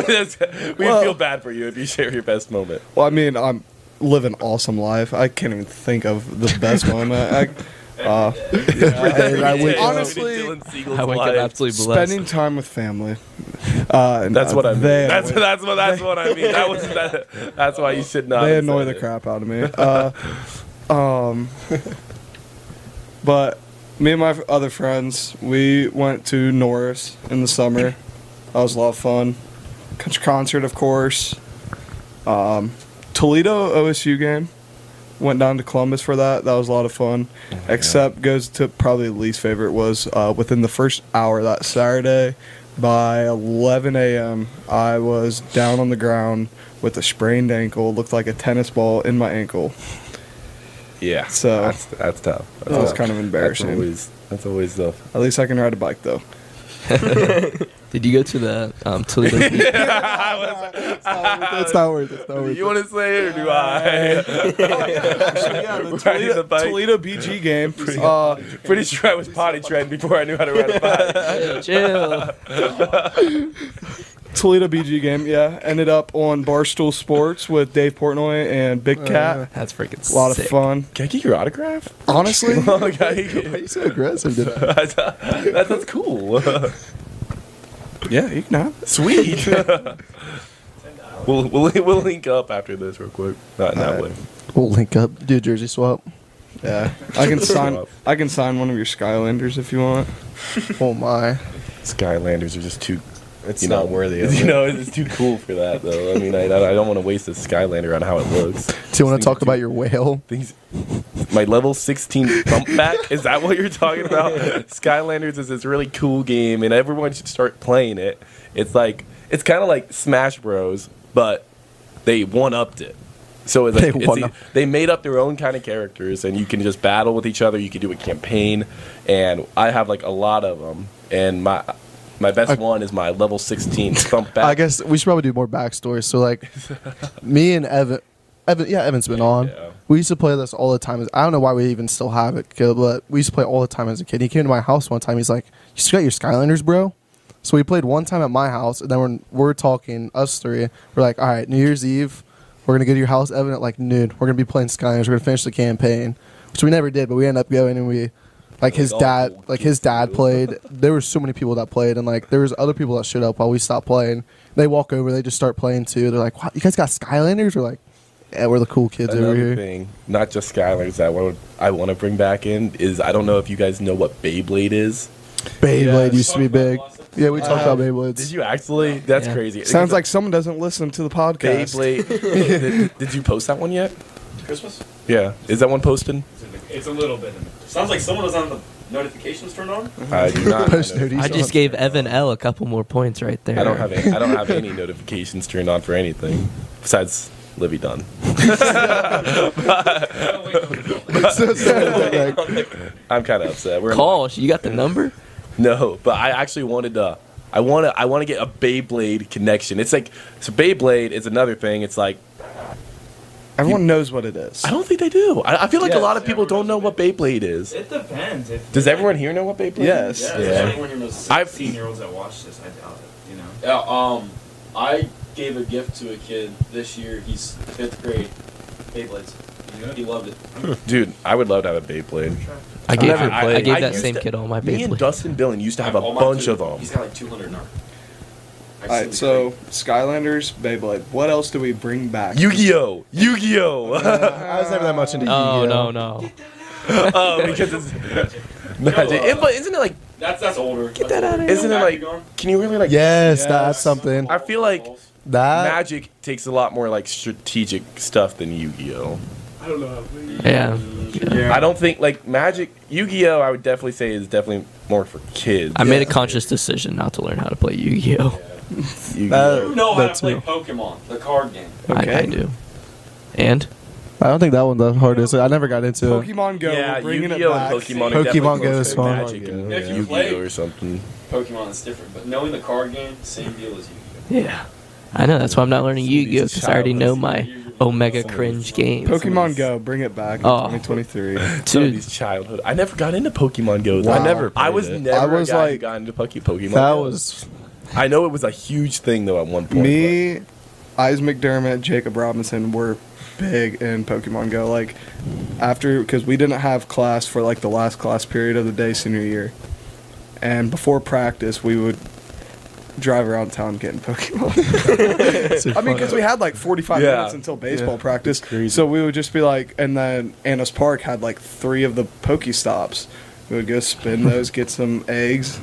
[SPEAKER 8] we feel bad for you if you share your best moment.
[SPEAKER 6] Well, I mean, I'm live an awesome life. I can't even think of the best moment. I, uh,
[SPEAKER 4] "Hey, I wake up."
[SPEAKER 6] honestly,
[SPEAKER 8] Dylan Siegel's
[SPEAKER 1] I wake up
[SPEAKER 8] life.
[SPEAKER 1] absolutely blessed.
[SPEAKER 6] spending time with family. Uh, and,
[SPEAKER 8] That's
[SPEAKER 6] uh,
[SPEAKER 8] what I mean.
[SPEAKER 6] They,
[SPEAKER 8] That's that's what that's what I mean. That was that, that's why you should not.
[SPEAKER 6] they
[SPEAKER 8] have
[SPEAKER 6] annoy
[SPEAKER 8] said
[SPEAKER 6] the
[SPEAKER 8] it.
[SPEAKER 6] crap out of me. Uh, um, but me and my other friends, we went to Norris in the summer. That was a lot of fun. Country concert, of course. Um, Toledo OSU game. Went down to Columbus for that. That was a lot of fun. Except goes to probably least favorite was uh, within the first hour that Saturday. By 11 a.m., I was down on the ground with a sprained ankle. Looked like a tennis ball in my ankle.
[SPEAKER 8] Yeah.
[SPEAKER 6] So-
[SPEAKER 8] that's, that's tough. That's
[SPEAKER 6] That was
[SPEAKER 8] tough.
[SPEAKER 6] kind of embarrassing.
[SPEAKER 8] That's always, that's always tough.
[SPEAKER 6] At least I can ride a bike though.
[SPEAKER 1] Did you go to the um, Toledo? Beach?
[SPEAKER 4] It's not worth it. It's not worth
[SPEAKER 8] You
[SPEAKER 4] it.
[SPEAKER 8] want to say it or do I?
[SPEAKER 6] Yeah, the
[SPEAKER 8] Riding
[SPEAKER 6] Toledo,
[SPEAKER 8] the bike.
[SPEAKER 6] Toledo BG game. Uh,
[SPEAKER 8] Pretty sure I was potty trained before I knew how to ride a bike.
[SPEAKER 1] Chill.
[SPEAKER 6] Toledo BG game. Yeah, ended up on Barstool Sports with Dave Portnoy and Big Cat.
[SPEAKER 1] That's freaking
[SPEAKER 6] a lot
[SPEAKER 1] sick.
[SPEAKER 6] of fun.
[SPEAKER 8] Can I get your autograph?
[SPEAKER 4] Honestly, why
[SPEAKER 8] Oh, okay.
[SPEAKER 4] are you so aggressive today?
[SPEAKER 8] that's, that's cool.
[SPEAKER 6] Yeah, you can have. it.
[SPEAKER 8] Sweet. we'll, we'll we'll link up after this real quick. Not in that way.
[SPEAKER 4] We'll link up, do a jersey swap.
[SPEAKER 6] Yeah, I can sign.
[SPEAKER 8] up.
[SPEAKER 6] I can sign one of your Skylanders if you want.
[SPEAKER 4] Oh my!
[SPEAKER 8] Skylanders are just too.
[SPEAKER 10] It's
[SPEAKER 8] you
[SPEAKER 10] not
[SPEAKER 8] know,
[SPEAKER 10] worthy of
[SPEAKER 8] You
[SPEAKER 10] it.
[SPEAKER 8] know, it's too cool for that though. I mean, I, I don't want to waste a Skylander on how it looks.
[SPEAKER 4] Do you want to talk about your whale?
[SPEAKER 8] Things, my level 16 thumpback? is that what you're talking about? Skylanders is this really cool game, and everyone should start playing it. It's like it's kind of like Smash Bros, but they one upped it. So it's like,
[SPEAKER 4] They
[SPEAKER 8] it's
[SPEAKER 4] one
[SPEAKER 8] the-
[SPEAKER 4] up-
[SPEAKER 8] they made up their own kind of characters, and you can just battle with each other. You can do a campaign, and I have like a lot of them. And my my best
[SPEAKER 4] I-
[SPEAKER 8] one is my level 16 thumpback.
[SPEAKER 4] I guess we should probably do more backstory. So like, me and Evan, Evan, yeah, Evan's been on.
[SPEAKER 8] Yeah.
[SPEAKER 4] We used to play this all the time. As, I don't know why we even still have it, kid, but we used to play all the time as a kid. He came to my house one time. He's like, "You still got your Skylanders, bro?" So we played one time at my house, and then we're, we're talking us three. We're like, "All right, New Year's Eve, we're gonna go to your house, Evan, at like noon. We're gonna be playing Skylanders. We're gonna finish the campaign," which we never did, but we ended up going and we. Like his
[SPEAKER 8] all
[SPEAKER 4] dad,
[SPEAKER 8] old
[SPEAKER 4] like his dad played. There were so many people that played, and like there was other people that showed up while we stopped playing. They walk over, they just start playing too. They're like, "Wow, you guys got Skylanders?" We're like, "Yeah, we're the cool kids over
[SPEAKER 8] Another
[SPEAKER 4] here."
[SPEAKER 8] thing, not just Skylanders that I want I want to bring back in is I don't know if you guys know what Beyblade is.
[SPEAKER 4] Beyblade
[SPEAKER 6] Yeah,
[SPEAKER 4] used to be big. Yeah, we talked about
[SPEAKER 8] Did
[SPEAKER 4] Beyblades.
[SPEAKER 8] you actually? That's
[SPEAKER 1] Yeah.
[SPEAKER 8] crazy.
[SPEAKER 6] Sounds like someone doesn't listen to the podcast.
[SPEAKER 8] Beyblade. did, did you post that one yet?
[SPEAKER 5] Christmas?
[SPEAKER 8] Yeah. Is that one posted?
[SPEAKER 5] It's a little bit. Sounds like someone was on the notifications turned on.
[SPEAKER 8] I do not.
[SPEAKER 4] Post notice.
[SPEAKER 8] I,
[SPEAKER 1] I just gave Evan L a couple more points right there.
[SPEAKER 8] don't have any, I don't have any notifications turned on for anything besides Livy Dunn.
[SPEAKER 4] So sad, like,
[SPEAKER 8] I'm kind of upset. We're in-
[SPEAKER 1] Call. You got the number?
[SPEAKER 8] No, but I actually wanted to. I want to. I want to get a Beyblade connection. It's like so. Beyblade is another thing. It's like
[SPEAKER 6] Everyone knows what it is.
[SPEAKER 8] I don't think they do. I, I feel like a
[SPEAKER 6] Yes.
[SPEAKER 8] lot of people don't know what Beyblade is.
[SPEAKER 7] It depends. If
[SPEAKER 8] Does everyone here know what Beyblade is?
[SPEAKER 6] Yes.
[SPEAKER 7] yeah,
[SPEAKER 8] Yeah.
[SPEAKER 7] yeah. anyone here knows
[SPEAKER 8] I've-
[SPEAKER 7] sixteen year olds that watch this, I doubt it. You know.
[SPEAKER 3] Yeah, um, I gave a gift to a kid this year. He's fifth grade. Beyblades. He loved it.
[SPEAKER 8] Dude, I would love to have a Beyblade.
[SPEAKER 1] I gave,
[SPEAKER 8] never
[SPEAKER 1] I, I
[SPEAKER 8] played.
[SPEAKER 1] gave
[SPEAKER 8] I
[SPEAKER 1] that
[SPEAKER 8] used
[SPEAKER 1] same
[SPEAKER 8] to-
[SPEAKER 1] kid all my
[SPEAKER 8] Me and
[SPEAKER 1] Beyblade.
[SPEAKER 8] Dustin Billion used to have a
[SPEAKER 3] All my
[SPEAKER 8] bunch
[SPEAKER 3] two-
[SPEAKER 8] of um, them.
[SPEAKER 3] He's got like 200 now. I've
[SPEAKER 6] All
[SPEAKER 3] seen
[SPEAKER 6] right,
[SPEAKER 3] the
[SPEAKER 6] so Skylanders, Beyblade. What else do we bring back?
[SPEAKER 8] Yu-Gi-Oh! Yu-Gi-Oh!
[SPEAKER 4] I was never that much into
[SPEAKER 1] Oh
[SPEAKER 4] Yu-Gi-Oh.
[SPEAKER 1] no no!
[SPEAKER 8] oh, because it's no, dude, it- but isn't it like
[SPEAKER 5] That's that's older. Get
[SPEAKER 1] that outta here.
[SPEAKER 8] isn't it like can you really like
[SPEAKER 4] Yes, that's something.
[SPEAKER 8] I feel like
[SPEAKER 6] Uh,
[SPEAKER 4] That
[SPEAKER 8] Magic takes a lot more like strategic stuff than Yu-Gi-Oh.
[SPEAKER 5] I don't know.
[SPEAKER 1] Yeah,
[SPEAKER 8] I don't think like Magic Yu-Gi-Oh I would definitely say is definitely more for kids.
[SPEAKER 1] I made a conscious decision not to learn how to play Yu-Gi-Oh.
[SPEAKER 4] Uh,
[SPEAKER 8] Yu-Gi-Oh.
[SPEAKER 3] You know how to
[SPEAKER 4] That's
[SPEAKER 3] play
[SPEAKER 4] me.
[SPEAKER 3] Pokemon, the card game.
[SPEAKER 1] I, I
[SPEAKER 6] Okay.
[SPEAKER 1] do. And
[SPEAKER 4] I don't think that one the hardest. I never got into it.
[SPEAKER 6] Pokemon Go.
[SPEAKER 8] yeah,
[SPEAKER 6] we're bringing
[SPEAKER 8] Yu-Gi-Oh
[SPEAKER 6] it
[SPEAKER 8] and
[SPEAKER 6] back.
[SPEAKER 8] Pokemon.
[SPEAKER 4] Pokemon
[SPEAKER 8] are definitely
[SPEAKER 4] Go
[SPEAKER 8] closer
[SPEAKER 4] is
[SPEAKER 8] to
[SPEAKER 4] fun.
[SPEAKER 8] Magic and
[SPEAKER 3] If you
[SPEAKER 8] Yu-Gi-Oh
[SPEAKER 3] play-
[SPEAKER 8] or something.
[SPEAKER 3] Pokemon is different, but knowing the card game, same deal as Yu-Gi-Oh.
[SPEAKER 1] yeah, I know that's why I'm not learning
[SPEAKER 8] Somebody's
[SPEAKER 1] Yu-Gi-Oh
[SPEAKER 8] a
[SPEAKER 1] because I already
[SPEAKER 8] child.
[SPEAKER 1] know my Omega cringe games.
[SPEAKER 6] Pokemon Go. Bring it back. in
[SPEAKER 1] Oh.
[SPEAKER 6] 2023.
[SPEAKER 8] Some of
[SPEAKER 1] Dude,
[SPEAKER 8] these childhood. I never got into Pokemon Go. though.
[SPEAKER 4] Wow. I never
[SPEAKER 8] I
[SPEAKER 10] played
[SPEAKER 8] was
[SPEAKER 10] it.
[SPEAKER 8] never.
[SPEAKER 4] I was
[SPEAKER 8] a guy who
[SPEAKER 4] like-
[SPEAKER 8] got into Poke- Pokemon.
[SPEAKER 4] That
[SPEAKER 8] Go.
[SPEAKER 4] was
[SPEAKER 8] I know it was a huge thing though at one point.
[SPEAKER 6] Me, Eyes McDermott, Jacob Robinson were big in Pokemon Go. Like after, because we didn't have class for like the last class period of the day senior year, and before practice we would drive around town getting Pokemon. I mean, because we had like 45
[SPEAKER 8] Yeah.
[SPEAKER 6] minutes until baseball
[SPEAKER 8] Yeah.
[SPEAKER 6] practice,
[SPEAKER 8] That's crazy.
[SPEAKER 6] so we would just be like, and then Anna's Park had like three of the Pokestops. We would go spin those, get some eggs.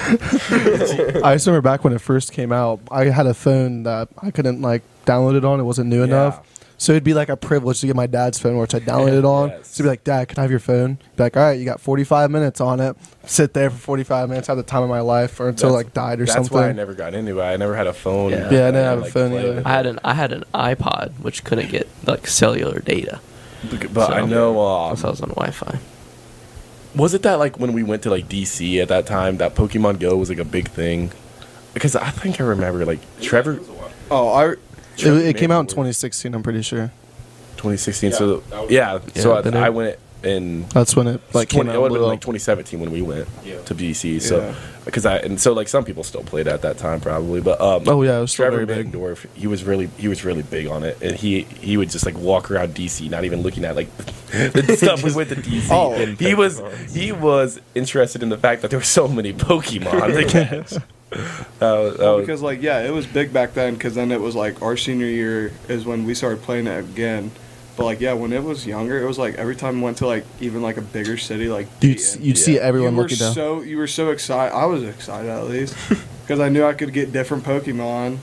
[SPEAKER 4] I just remember back when it first came out, I had a phone that I couldn't like download it on. It wasn't new enough. So it'd be like a privilege to get my dad's phone, which I downloaded it on.
[SPEAKER 8] Yes.
[SPEAKER 4] So he'd be like, Dad, can I have your phone? He'd be like, all right, you got 45 minutes on it. Sit there for 45 minutes, have the time of my life, or until
[SPEAKER 8] That's-
[SPEAKER 4] like died or
[SPEAKER 8] That's
[SPEAKER 4] something.
[SPEAKER 8] why I never got into it. I never had a phone.
[SPEAKER 1] Yeah.
[SPEAKER 4] Yeah, I didn't
[SPEAKER 8] that
[SPEAKER 4] have a phone
[SPEAKER 8] played
[SPEAKER 4] either.
[SPEAKER 8] with.
[SPEAKER 1] I had an I had an iPod which couldn't get like cellular data,
[SPEAKER 8] Bec- But I
[SPEAKER 1] So-
[SPEAKER 8] know. Um,
[SPEAKER 1] I was on Wi-Fi.
[SPEAKER 8] was it that like when we went to like DC at that time that Pokemon Go was like a big thing? Because I think I remember like Trevor
[SPEAKER 6] Oh, I.
[SPEAKER 4] It, it came out in 2016, I'm pretty sure.
[SPEAKER 8] 2016. so yeah, so
[SPEAKER 4] Yeah, then
[SPEAKER 8] I, I
[SPEAKER 4] it-
[SPEAKER 8] went in.
[SPEAKER 4] That's when it like came
[SPEAKER 8] 20
[SPEAKER 4] out.
[SPEAKER 8] it would have been
[SPEAKER 4] little-
[SPEAKER 8] like 2017 when we went to DC.
[SPEAKER 6] Yeah.
[SPEAKER 8] So because I and so like some people still played at that time probably, but um,
[SPEAKER 4] Oh, yeah, it was still
[SPEAKER 8] Trevor
[SPEAKER 4] very big.
[SPEAKER 8] Beckendorf, he was really he was really big on it, and he he would just like walk around DC, not even looking at like the stuff we went to DC.
[SPEAKER 6] Oh.
[SPEAKER 8] he was he was interested in the fact that there were so many Pokemon to catch. That was- that was-
[SPEAKER 6] because like yeah, it was big back then. Because then it was like our senior year is when we started playing it again. But like yeah, when it was younger, it was like every time we went to like even like a bigger city, like
[SPEAKER 4] You'd,
[SPEAKER 6] Dayton,
[SPEAKER 4] you'd see
[SPEAKER 8] Yeah.
[SPEAKER 4] everyone
[SPEAKER 6] you were
[SPEAKER 4] looking down.
[SPEAKER 6] so you were so excited. I was excited at least because I knew I could get different Pokemon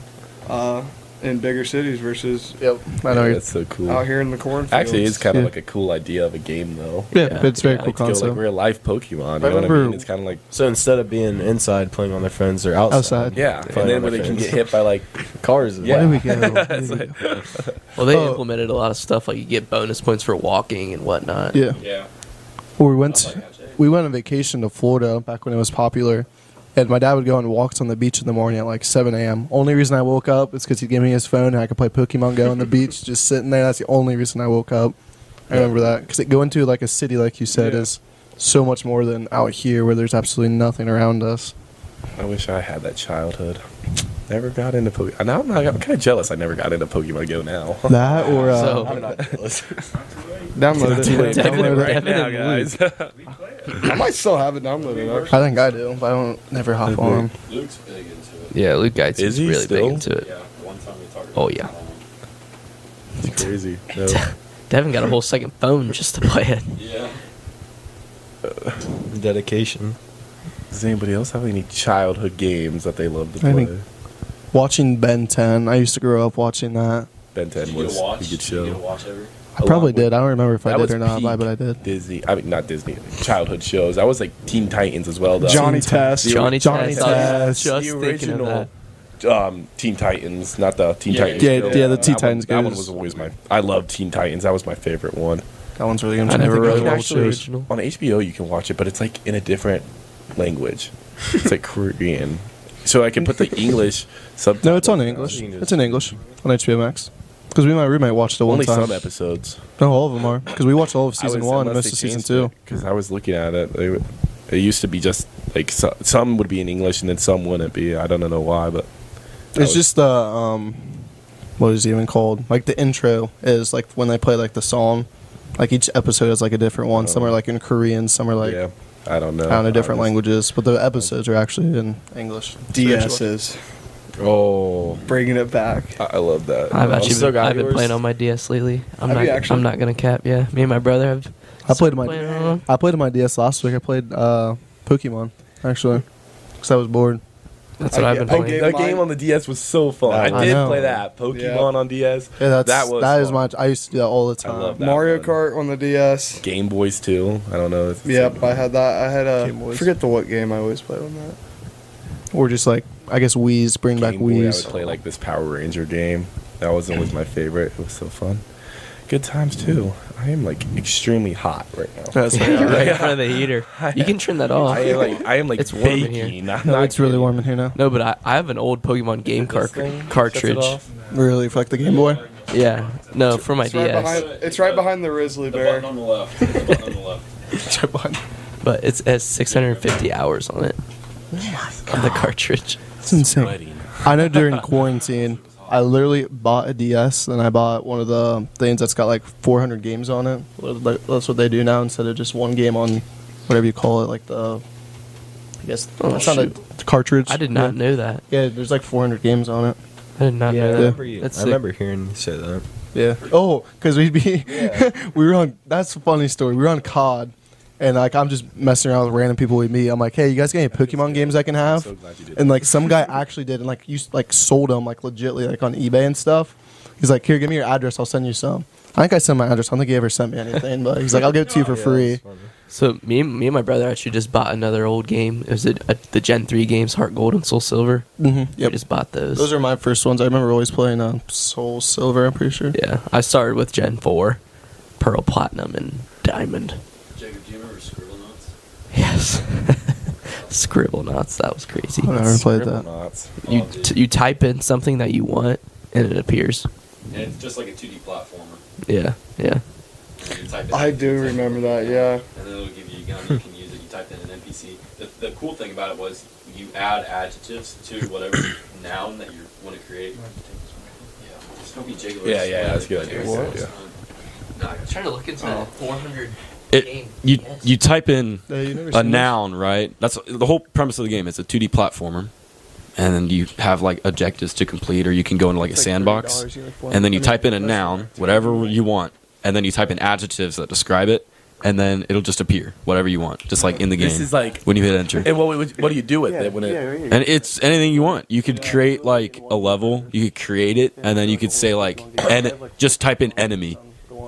[SPEAKER 6] uh, in bigger cities versus
[SPEAKER 4] yep. I know.
[SPEAKER 8] yeah,
[SPEAKER 4] you're-
[SPEAKER 8] that's so cool.
[SPEAKER 6] out here in the cornfields.
[SPEAKER 8] Actually, it's kind of
[SPEAKER 4] Yeah.
[SPEAKER 8] like a cool idea of a game though.
[SPEAKER 4] yeah, it's a very
[SPEAKER 1] yeah,
[SPEAKER 4] cool
[SPEAKER 8] Like, to go,
[SPEAKER 4] concept.
[SPEAKER 8] like real life Pokemon. You know what I
[SPEAKER 4] remember-
[SPEAKER 8] mean? It's kind of like
[SPEAKER 10] So instead of being inside playing on their phones, they're outside.
[SPEAKER 4] Outside.
[SPEAKER 8] Yeah,
[SPEAKER 10] Playing
[SPEAKER 8] and then
[SPEAKER 10] on
[SPEAKER 8] when
[SPEAKER 10] their
[SPEAKER 8] they can
[SPEAKER 10] phones.
[SPEAKER 8] get hit by like
[SPEAKER 10] cars. and
[SPEAKER 8] Yeah.
[SPEAKER 4] There
[SPEAKER 10] whatnot.
[SPEAKER 4] we go. There we go.
[SPEAKER 1] Well, they
[SPEAKER 4] Oh.
[SPEAKER 1] implemented a lot of stuff like you get bonus points for walking and whatnot.
[SPEAKER 4] Yeah.
[SPEAKER 7] Yeah.
[SPEAKER 4] Well, we went we went on vacation to Florida back when it was popular, and my dad would go on walks on the beach in the morning at like 7 a.m. Only reason I woke up is because he gave me his phone and I could play Pokemon Go on the beach, just sitting there. That's the only reason I woke up. I remember that because going to like a city like you said
[SPEAKER 6] Yeah.
[SPEAKER 4] is so much more than out here where there's absolutely nothing around us.
[SPEAKER 8] I wish I had that childhood. Never got into Pokemon. Now I'm, not, I'm kind of jealous. I never got into Pokemon Go. Now
[SPEAKER 4] That or uh,
[SPEAKER 1] So-
[SPEAKER 10] I'm not jealous.
[SPEAKER 6] download it.
[SPEAKER 1] Devin-
[SPEAKER 4] download it.
[SPEAKER 1] Devin and Luke.
[SPEAKER 6] I might still have it downloaded. actually.
[SPEAKER 4] I think I do, but I don't never hop on.
[SPEAKER 7] Luke's big into it.
[SPEAKER 1] Yeah, Luke Geitz
[SPEAKER 8] Is
[SPEAKER 1] is
[SPEAKER 8] he
[SPEAKER 1] really
[SPEAKER 8] still?
[SPEAKER 1] big into it.
[SPEAKER 7] Yeah. One time we talked.
[SPEAKER 1] Oh,
[SPEAKER 7] about
[SPEAKER 1] yeah.
[SPEAKER 7] it.
[SPEAKER 8] it's crazy. No.
[SPEAKER 1] Devin got a whole second phone just to play it.
[SPEAKER 7] Yeah.
[SPEAKER 10] Dedication.
[SPEAKER 8] Does anybody else have any childhood games that they love to
[SPEAKER 4] I
[SPEAKER 8] play?
[SPEAKER 4] think- Watching Ben 10, I used to grow up watching that.
[SPEAKER 8] ben 10
[SPEAKER 7] Did you get
[SPEAKER 8] was
[SPEAKER 7] to watch?
[SPEAKER 8] a good
[SPEAKER 7] Did you get to
[SPEAKER 8] show.
[SPEAKER 7] watch every?
[SPEAKER 4] I
[SPEAKER 8] A
[SPEAKER 4] probably
[SPEAKER 8] lot with-
[SPEAKER 4] did. I don't remember if I
[SPEAKER 8] that
[SPEAKER 4] did
[SPEAKER 8] was
[SPEAKER 4] or not,
[SPEAKER 8] peak
[SPEAKER 4] but I did.
[SPEAKER 8] Disney. I mean, not Disney. Childhood shows. I was like Teen Titans as well. Though.
[SPEAKER 6] Johnny Test.
[SPEAKER 1] Johnny,
[SPEAKER 4] Johnny
[SPEAKER 1] Test. I was
[SPEAKER 4] Test.
[SPEAKER 1] Just
[SPEAKER 8] The
[SPEAKER 1] thinking of that.
[SPEAKER 8] um, Teen Titans, not the Teen
[SPEAKER 7] Yeah,
[SPEAKER 8] Titans.
[SPEAKER 4] yeah,
[SPEAKER 8] Go.
[SPEAKER 4] yeah, the
[SPEAKER 8] That
[SPEAKER 4] Teen
[SPEAKER 8] one-
[SPEAKER 4] Titans
[SPEAKER 8] That one
[SPEAKER 4] Go's.
[SPEAKER 8] was always my. I love Teen Titans. That was my favorite one.
[SPEAKER 4] That one's really good.
[SPEAKER 1] I never really watched the
[SPEAKER 4] shows.
[SPEAKER 1] original.
[SPEAKER 8] on HBO you can watch it, but it's like in a different language. It's like Korean. So I can put the English subtitles.
[SPEAKER 4] No, it's on English. It's in English on HBO Max. Because me and my roommate watched it one
[SPEAKER 8] Only
[SPEAKER 4] time.
[SPEAKER 8] some episodes.
[SPEAKER 4] No, all of them are. Because we watched all of season one and most of season two.
[SPEAKER 8] Because I was looking at it, they, would- it used to be just like so, some would be in English and then some wouldn't be. I don't know why, but That
[SPEAKER 4] It's
[SPEAKER 8] was-
[SPEAKER 4] just the um, what is it even called? Like the intro is like when they play like the song. Like each episode is like a different one. Some are like in Korean, some are like
[SPEAKER 8] yeah, I don't know.
[SPEAKER 4] I don't know
[SPEAKER 8] I
[SPEAKER 4] different
[SPEAKER 8] just-
[SPEAKER 4] languages. But the episodes are actually in English.
[SPEAKER 6] DS's
[SPEAKER 8] Oh,
[SPEAKER 6] bringing it back.
[SPEAKER 8] I, I love that.
[SPEAKER 1] I've
[SPEAKER 8] I'm
[SPEAKER 1] actually
[SPEAKER 8] Oh, so-
[SPEAKER 10] still
[SPEAKER 1] been,
[SPEAKER 10] got
[SPEAKER 1] I've been
[SPEAKER 10] yours.
[SPEAKER 1] playing on my DS lately. I'm
[SPEAKER 6] Have
[SPEAKER 1] not.
[SPEAKER 6] you actually?
[SPEAKER 1] I'm not gonna cap. Yeah, me and my brother have.
[SPEAKER 4] I played
[SPEAKER 1] started
[SPEAKER 4] my-
[SPEAKER 1] playing on them.
[SPEAKER 4] I played on my DS last week. I played uh, Pokemon actually because I was bored.
[SPEAKER 1] That's what I,
[SPEAKER 6] I
[SPEAKER 1] have
[SPEAKER 6] get-
[SPEAKER 1] been
[SPEAKER 6] I
[SPEAKER 8] Oh,
[SPEAKER 1] playing.
[SPEAKER 6] get-
[SPEAKER 8] that
[SPEAKER 6] mine-
[SPEAKER 8] game on the DS was so fun. I,
[SPEAKER 4] I
[SPEAKER 8] did
[SPEAKER 4] know.
[SPEAKER 8] play that Pokemon on DS.
[SPEAKER 4] Yeah, that's that,
[SPEAKER 8] that was
[SPEAKER 4] that is
[SPEAKER 8] fun.
[SPEAKER 4] my. I used to do that all the
[SPEAKER 8] I
[SPEAKER 4] time.
[SPEAKER 8] love that
[SPEAKER 6] Mario
[SPEAKER 8] one.
[SPEAKER 6] Kart on the DS.
[SPEAKER 8] Game Boys too. I don't know. If it's
[SPEAKER 6] Yep, I had that. I had
[SPEAKER 4] Game
[SPEAKER 6] a
[SPEAKER 4] Boys.
[SPEAKER 6] forget the what game I always played on that.
[SPEAKER 4] Or just like I guess Wii's bring back
[SPEAKER 8] Game Boy, I would
[SPEAKER 4] Wii's.
[SPEAKER 8] play like this Power Ranger game. That was always my favorite. It was so fun. Good times too. I am like extremely hot right now.
[SPEAKER 4] That's
[SPEAKER 1] You're right in front of the heater. You can turn that off.
[SPEAKER 8] I am like I am like
[SPEAKER 1] It's warm in
[SPEAKER 8] baking.
[SPEAKER 1] here.
[SPEAKER 8] I'm
[SPEAKER 4] no,
[SPEAKER 8] not
[SPEAKER 4] it's really
[SPEAKER 8] kidding.
[SPEAKER 4] warm in here now.
[SPEAKER 1] No, but I, I have an old Pokemon game car-
[SPEAKER 8] This thing shuts it
[SPEAKER 1] cartridge.
[SPEAKER 8] off.
[SPEAKER 4] Really, for like the Game Boy.
[SPEAKER 1] Yeah, no, for my
[SPEAKER 6] It's right,
[SPEAKER 1] DS.
[SPEAKER 6] behind, it's right behind the Risley
[SPEAKER 7] The
[SPEAKER 6] Bear.
[SPEAKER 7] button on the left. The button on the left.
[SPEAKER 1] But it's it has 650 hours on it.
[SPEAKER 4] Oh
[SPEAKER 1] On the cartridge.
[SPEAKER 4] It's insane. I know during quarantine, I literally bought a DS and I bought one of the things that's got like 400 games on it. Like, That's what they do now instead of just one game on whatever you call it, like the. I guess
[SPEAKER 1] Oh,
[SPEAKER 4] that's not a cartridge.
[SPEAKER 1] I did not
[SPEAKER 4] Yeah.
[SPEAKER 1] know that.
[SPEAKER 4] Yeah, there's like 400 games on it.
[SPEAKER 1] I did not
[SPEAKER 10] Yeah, I
[SPEAKER 1] know
[SPEAKER 10] remember,
[SPEAKER 1] that.
[SPEAKER 10] you-
[SPEAKER 1] That's
[SPEAKER 10] I
[SPEAKER 1] sick.
[SPEAKER 10] remember hearing you say that.
[SPEAKER 4] Yeah. Oh, because we'd be, we were on. That's a funny story. We were on COD, and like I'm just messing around with random people we meet. I'm like, hey, you guys got any Pokemon games I can have?
[SPEAKER 8] so glad you did
[SPEAKER 4] and like some guy actually did, and like you s- like sold them like legitly like on eBay and stuff. He's like, here, give me your address. I'll send you some. I think I sent my address. I don't think he ever sent me anything, but he's like, I'll give it to you for free.
[SPEAKER 1] So me, and- me and my brother actually just bought another old game. It was a, a, the Gen 3 games, Heart Gold and Soul Silver.
[SPEAKER 4] Mm-hmm.
[SPEAKER 1] We
[SPEAKER 4] Yep.
[SPEAKER 1] just bought those.
[SPEAKER 4] Those are my um, first ones. I remember always playing uh, Soul Silver. I'm pretty sure.
[SPEAKER 1] yeah, I started with Gen 4. pearl, platinum, and diamond.
[SPEAKER 7] Jacob, do you remember Scribble Knots?
[SPEAKER 1] Yes. Scribble knots. That was crazy.
[SPEAKER 4] I've never played that.
[SPEAKER 8] Knots.
[SPEAKER 1] You t- you type in something that you want and it appears.
[SPEAKER 7] And it's just like a 2D platformer.
[SPEAKER 1] Yeah, yeah.
[SPEAKER 7] And you type it
[SPEAKER 6] I
[SPEAKER 7] in,
[SPEAKER 6] do remember that. Yeah.
[SPEAKER 7] And then it'll give you a gun. You can use it. You typed in an NPC. The, the cool thing about it was you add adjectives to whatever noun that you want to create. Yeah. Just don't be Jacob.
[SPEAKER 3] Yeah, yeah, that's a good idea. What?
[SPEAKER 1] No, I'm trying to look into that 400
[SPEAKER 3] It, you you type in
[SPEAKER 4] Yeah, you never
[SPEAKER 3] a
[SPEAKER 4] seen
[SPEAKER 3] noun, right? That's the whole premise of the game. It's a 2D platformer, and then you have like objectives to complete, or you can go into like a
[SPEAKER 6] It's like
[SPEAKER 3] sandbox,
[SPEAKER 6] $30, you like one-
[SPEAKER 3] and then you
[SPEAKER 6] I mean,
[SPEAKER 3] type in a
[SPEAKER 6] that's
[SPEAKER 3] noun, whatever you want, and then you type in adjectives that describe it, and then it'll just appear whatever you want, just like in the game.
[SPEAKER 8] This is like-
[SPEAKER 3] when you hit enter.
[SPEAKER 8] And what, would- what do you do with it when it?
[SPEAKER 3] And it's anything you want. You could create like a level. You could create it, and then you could say like, and just type in enemy,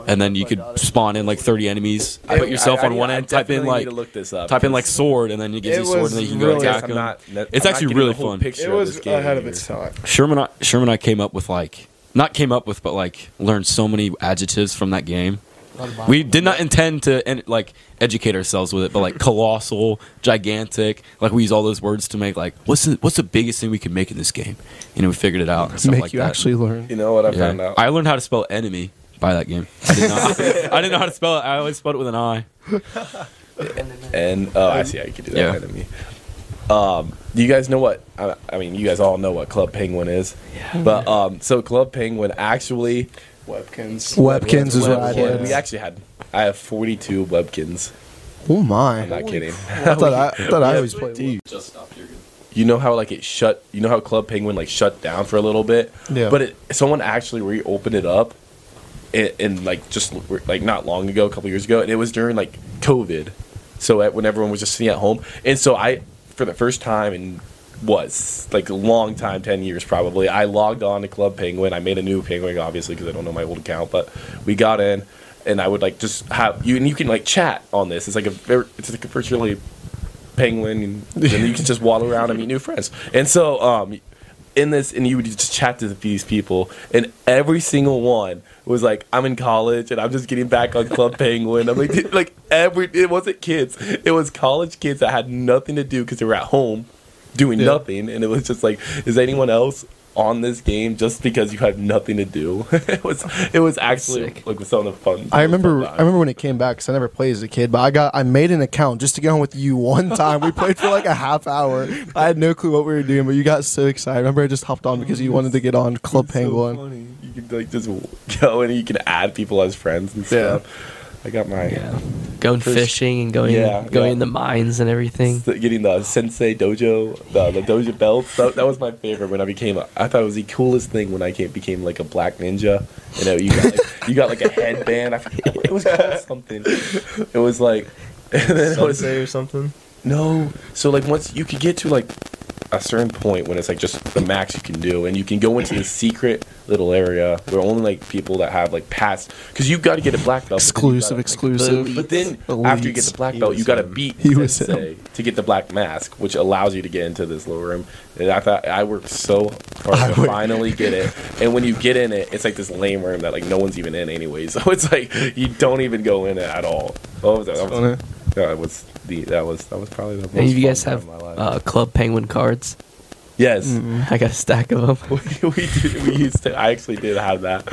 [SPEAKER 3] and then you could spawn in like thirty enemies.
[SPEAKER 8] I-
[SPEAKER 3] Put yourself
[SPEAKER 8] I-
[SPEAKER 3] on one
[SPEAKER 8] I
[SPEAKER 3] end. Type in
[SPEAKER 8] definitely need
[SPEAKER 3] like,
[SPEAKER 8] to look this up,
[SPEAKER 3] type in like
[SPEAKER 8] 'cause-
[SPEAKER 3] sword, and then it gives
[SPEAKER 6] It
[SPEAKER 3] you sword,
[SPEAKER 6] was
[SPEAKER 3] and then you can go
[SPEAKER 6] really-
[SPEAKER 3] attack
[SPEAKER 8] I'm
[SPEAKER 3] them.
[SPEAKER 8] not- that-
[SPEAKER 3] it's
[SPEAKER 8] I'm not
[SPEAKER 3] actually
[SPEAKER 8] getting
[SPEAKER 3] really
[SPEAKER 8] the whole
[SPEAKER 3] fun.
[SPEAKER 8] picture
[SPEAKER 6] It
[SPEAKER 8] of
[SPEAKER 6] was
[SPEAKER 8] this game
[SPEAKER 6] ahead of
[SPEAKER 8] here.
[SPEAKER 6] its time.
[SPEAKER 3] Sherman, I, Sherman, and I came up with like, not came up with, but like learned so many adjectives from that game. We did not intend to and like educate ourselves with it, but like colossal, gigantic, like we use all those words to make like what's the what's the biggest thing we can make in this game, and we figured it out and stuff
[SPEAKER 4] Make
[SPEAKER 3] like
[SPEAKER 4] you
[SPEAKER 3] that.
[SPEAKER 4] actually learn.
[SPEAKER 8] You know what I
[SPEAKER 3] Yeah.
[SPEAKER 8] found out?
[SPEAKER 3] I learned how to spell enemy by that game. I didn't, know, I didn't know how to spell it. I always spelled it with an I.
[SPEAKER 8] and oh, I see how you could do that
[SPEAKER 3] Yeah.
[SPEAKER 8] ahead of me. Um, do you guys know what? I, I mean, you guys all know what Club Penguin is, but um, so Club Penguin actually
[SPEAKER 6] Webkins.
[SPEAKER 4] Webkins is what I
[SPEAKER 8] Webkins. We
[SPEAKER 4] did.
[SPEAKER 8] actually had. I have forty-two Webkins.
[SPEAKER 4] Oh
[SPEAKER 8] I'm
[SPEAKER 4] my!
[SPEAKER 8] not kidding.
[SPEAKER 4] I thought I, I thought I always played.
[SPEAKER 8] Dude,
[SPEAKER 7] Just stop. You're good.
[SPEAKER 8] you know how like it shut you know how club penguin like shut down for a little bit
[SPEAKER 4] Yeah.
[SPEAKER 8] but it, someone actually reopened it up in, in like just like not long ago a couple years ago and it was during like covid so at, when everyone was just sitting at home and so i for the first time in was like a long time 10 years probably i logged on to club penguin i made a new penguin obviously because i don't know my old account but we got in and i would like just have you and you can like chat on this it's like a very it's like a virtually penguin, and then you can just waddle around and meet new friends. And so, um, in this, and you would just chat to these people, and every single one was like, "I'm in college, and I'm just getting back on Club Penguin." I'm like, like every it wasn't kids, it was college kids that had nothing to do because they were at home doing nothing, and it was just like, "Is anyone else?" on this game just because you have nothing to do it was it was actually
[SPEAKER 1] Sick.
[SPEAKER 8] like some of the fun
[SPEAKER 4] I remember.
[SPEAKER 8] fun
[SPEAKER 4] I remember when it came back because I never played as a kid, but I got I made an account just to get on with you one time. we played for like a half hour. I had no clue what we were doing, but you got so excited. I remember I just hopped on because you wanted to get on Club Penguin.
[SPEAKER 8] So funny. You can like just w- go and you can add people as friends and stuff. I got my
[SPEAKER 1] Yeah. Going
[SPEAKER 8] First-
[SPEAKER 1] fishing and going
[SPEAKER 8] Yeah,
[SPEAKER 1] going
[SPEAKER 8] yeah.
[SPEAKER 1] in the mines and everything.
[SPEAKER 8] s- getting the sensei dojo, the, the dojo belt. That, that was my favorite when I became. A, I thought it was the coolest thing when I came, became like a black ninja. You know, you got like, you got like a headband. I forget, it was called something. It was like and then it was-
[SPEAKER 10] or something.
[SPEAKER 8] No. So like once you could get to like a certain point when it's like just the max you can do, and you can go into this secret little area where only like people that have like past because you got to get a black belt but then you
[SPEAKER 4] Exclusive,
[SPEAKER 8] gotta, like,
[SPEAKER 4] exclusive.
[SPEAKER 8] But then
[SPEAKER 4] Elites.
[SPEAKER 8] after you get the black
[SPEAKER 10] He
[SPEAKER 8] belt,
[SPEAKER 10] was
[SPEAKER 8] you got to
[SPEAKER 10] him.
[SPEAKER 8] beat
[SPEAKER 4] He was
[SPEAKER 8] Sensei to get the black mask, which allows you to get into this little room. And I thought I worked so hard
[SPEAKER 4] I
[SPEAKER 8] to
[SPEAKER 4] worked-
[SPEAKER 8] finally get it. And when you get in it, it's like this lame room that like no one's even in anyway. So it's like you don't even go in it at all. Oh, that, that was, that was the that was that was probably the most.
[SPEAKER 1] Any of you guys
[SPEAKER 8] fun
[SPEAKER 1] have
[SPEAKER 8] time
[SPEAKER 1] Mm-hmm.
[SPEAKER 8] of my life.
[SPEAKER 1] uh, Club Penguin cards?
[SPEAKER 8] yes.
[SPEAKER 1] I got a stack of them.
[SPEAKER 8] we, we, did, we used to. I actually did have that.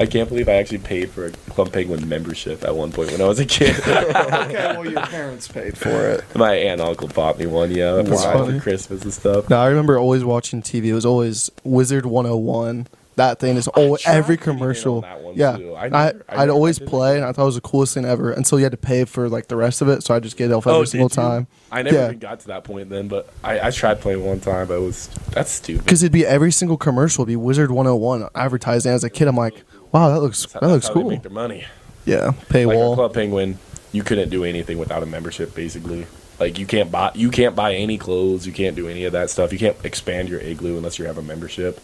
[SPEAKER 8] I can't believe I actually paid for a Club Penguin membership at one point when I was a kid.
[SPEAKER 6] Okay, well your parents paid for it.
[SPEAKER 8] My aunt and uncle bought me one, yeah. I
[SPEAKER 4] That's
[SPEAKER 8] provided
[SPEAKER 4] funny.
[SPEAKER 8] for Christmas and stuff.
[SPEAKER 4] No, I remember always watching TV. It was always Wizard 101. That thing is always
[SPEAKER 8] tried
[SPEAKER 4] every
[SPEAKER 8] to get in on
[SPEAKER 4] commercial.
[SPEAKER 8] that one,
[SPEAKER 4] yeah,
[SPEAKER 8] too. I
[SPEAKER 4] I,
[SPEAKER 8] never-
[SPEAKER 4] I,
[SPEAKER 8] I
[SPEAKER 4] would
[SPEAKER 8] never
[SPEAKER 4] always
[SPEAKER 8] did it.
[SPEAKER 4] play, and I thought it was the coolest thing ever. Until you had to pay for like the rest of it, so I just get it off every
[SPEAKER 8] Oh, did
[SPEAKER 4] single
[SPEAKER 8] you?
[SPEAKER 4] time.
[SPEAKER 8] I never
[SPEAKER 4] Yeah.
[SPEAKER 8] even got to that point then, but I, I tried playing one time, but it was that's stupid.
[SPEAKER 4] Because it'd be every single commercial, it'd be Wizard 101 advertising. As a kid, I'm like, wow, that looks
[SPEAKER 8] That's how-
[SPEAKER 4] that
[SPEAKER 8] that's
[SPEAKER 4] looks
[SPEAKER 8] how they
[SPEAKER 4] cool.
[SPEAKER 8] Make their money.
[SPEAKER 4] Yeah,
[SPEAKER 8] Like on
[SPEAKER 4] paywall.
[SPEAKER 8] Club Penguin, you couldn't do anything without a membership, basically. Like you can't buy you can't buy any clothes, you can't do any of that stuff. You can't expand your igloo unless you have a membership.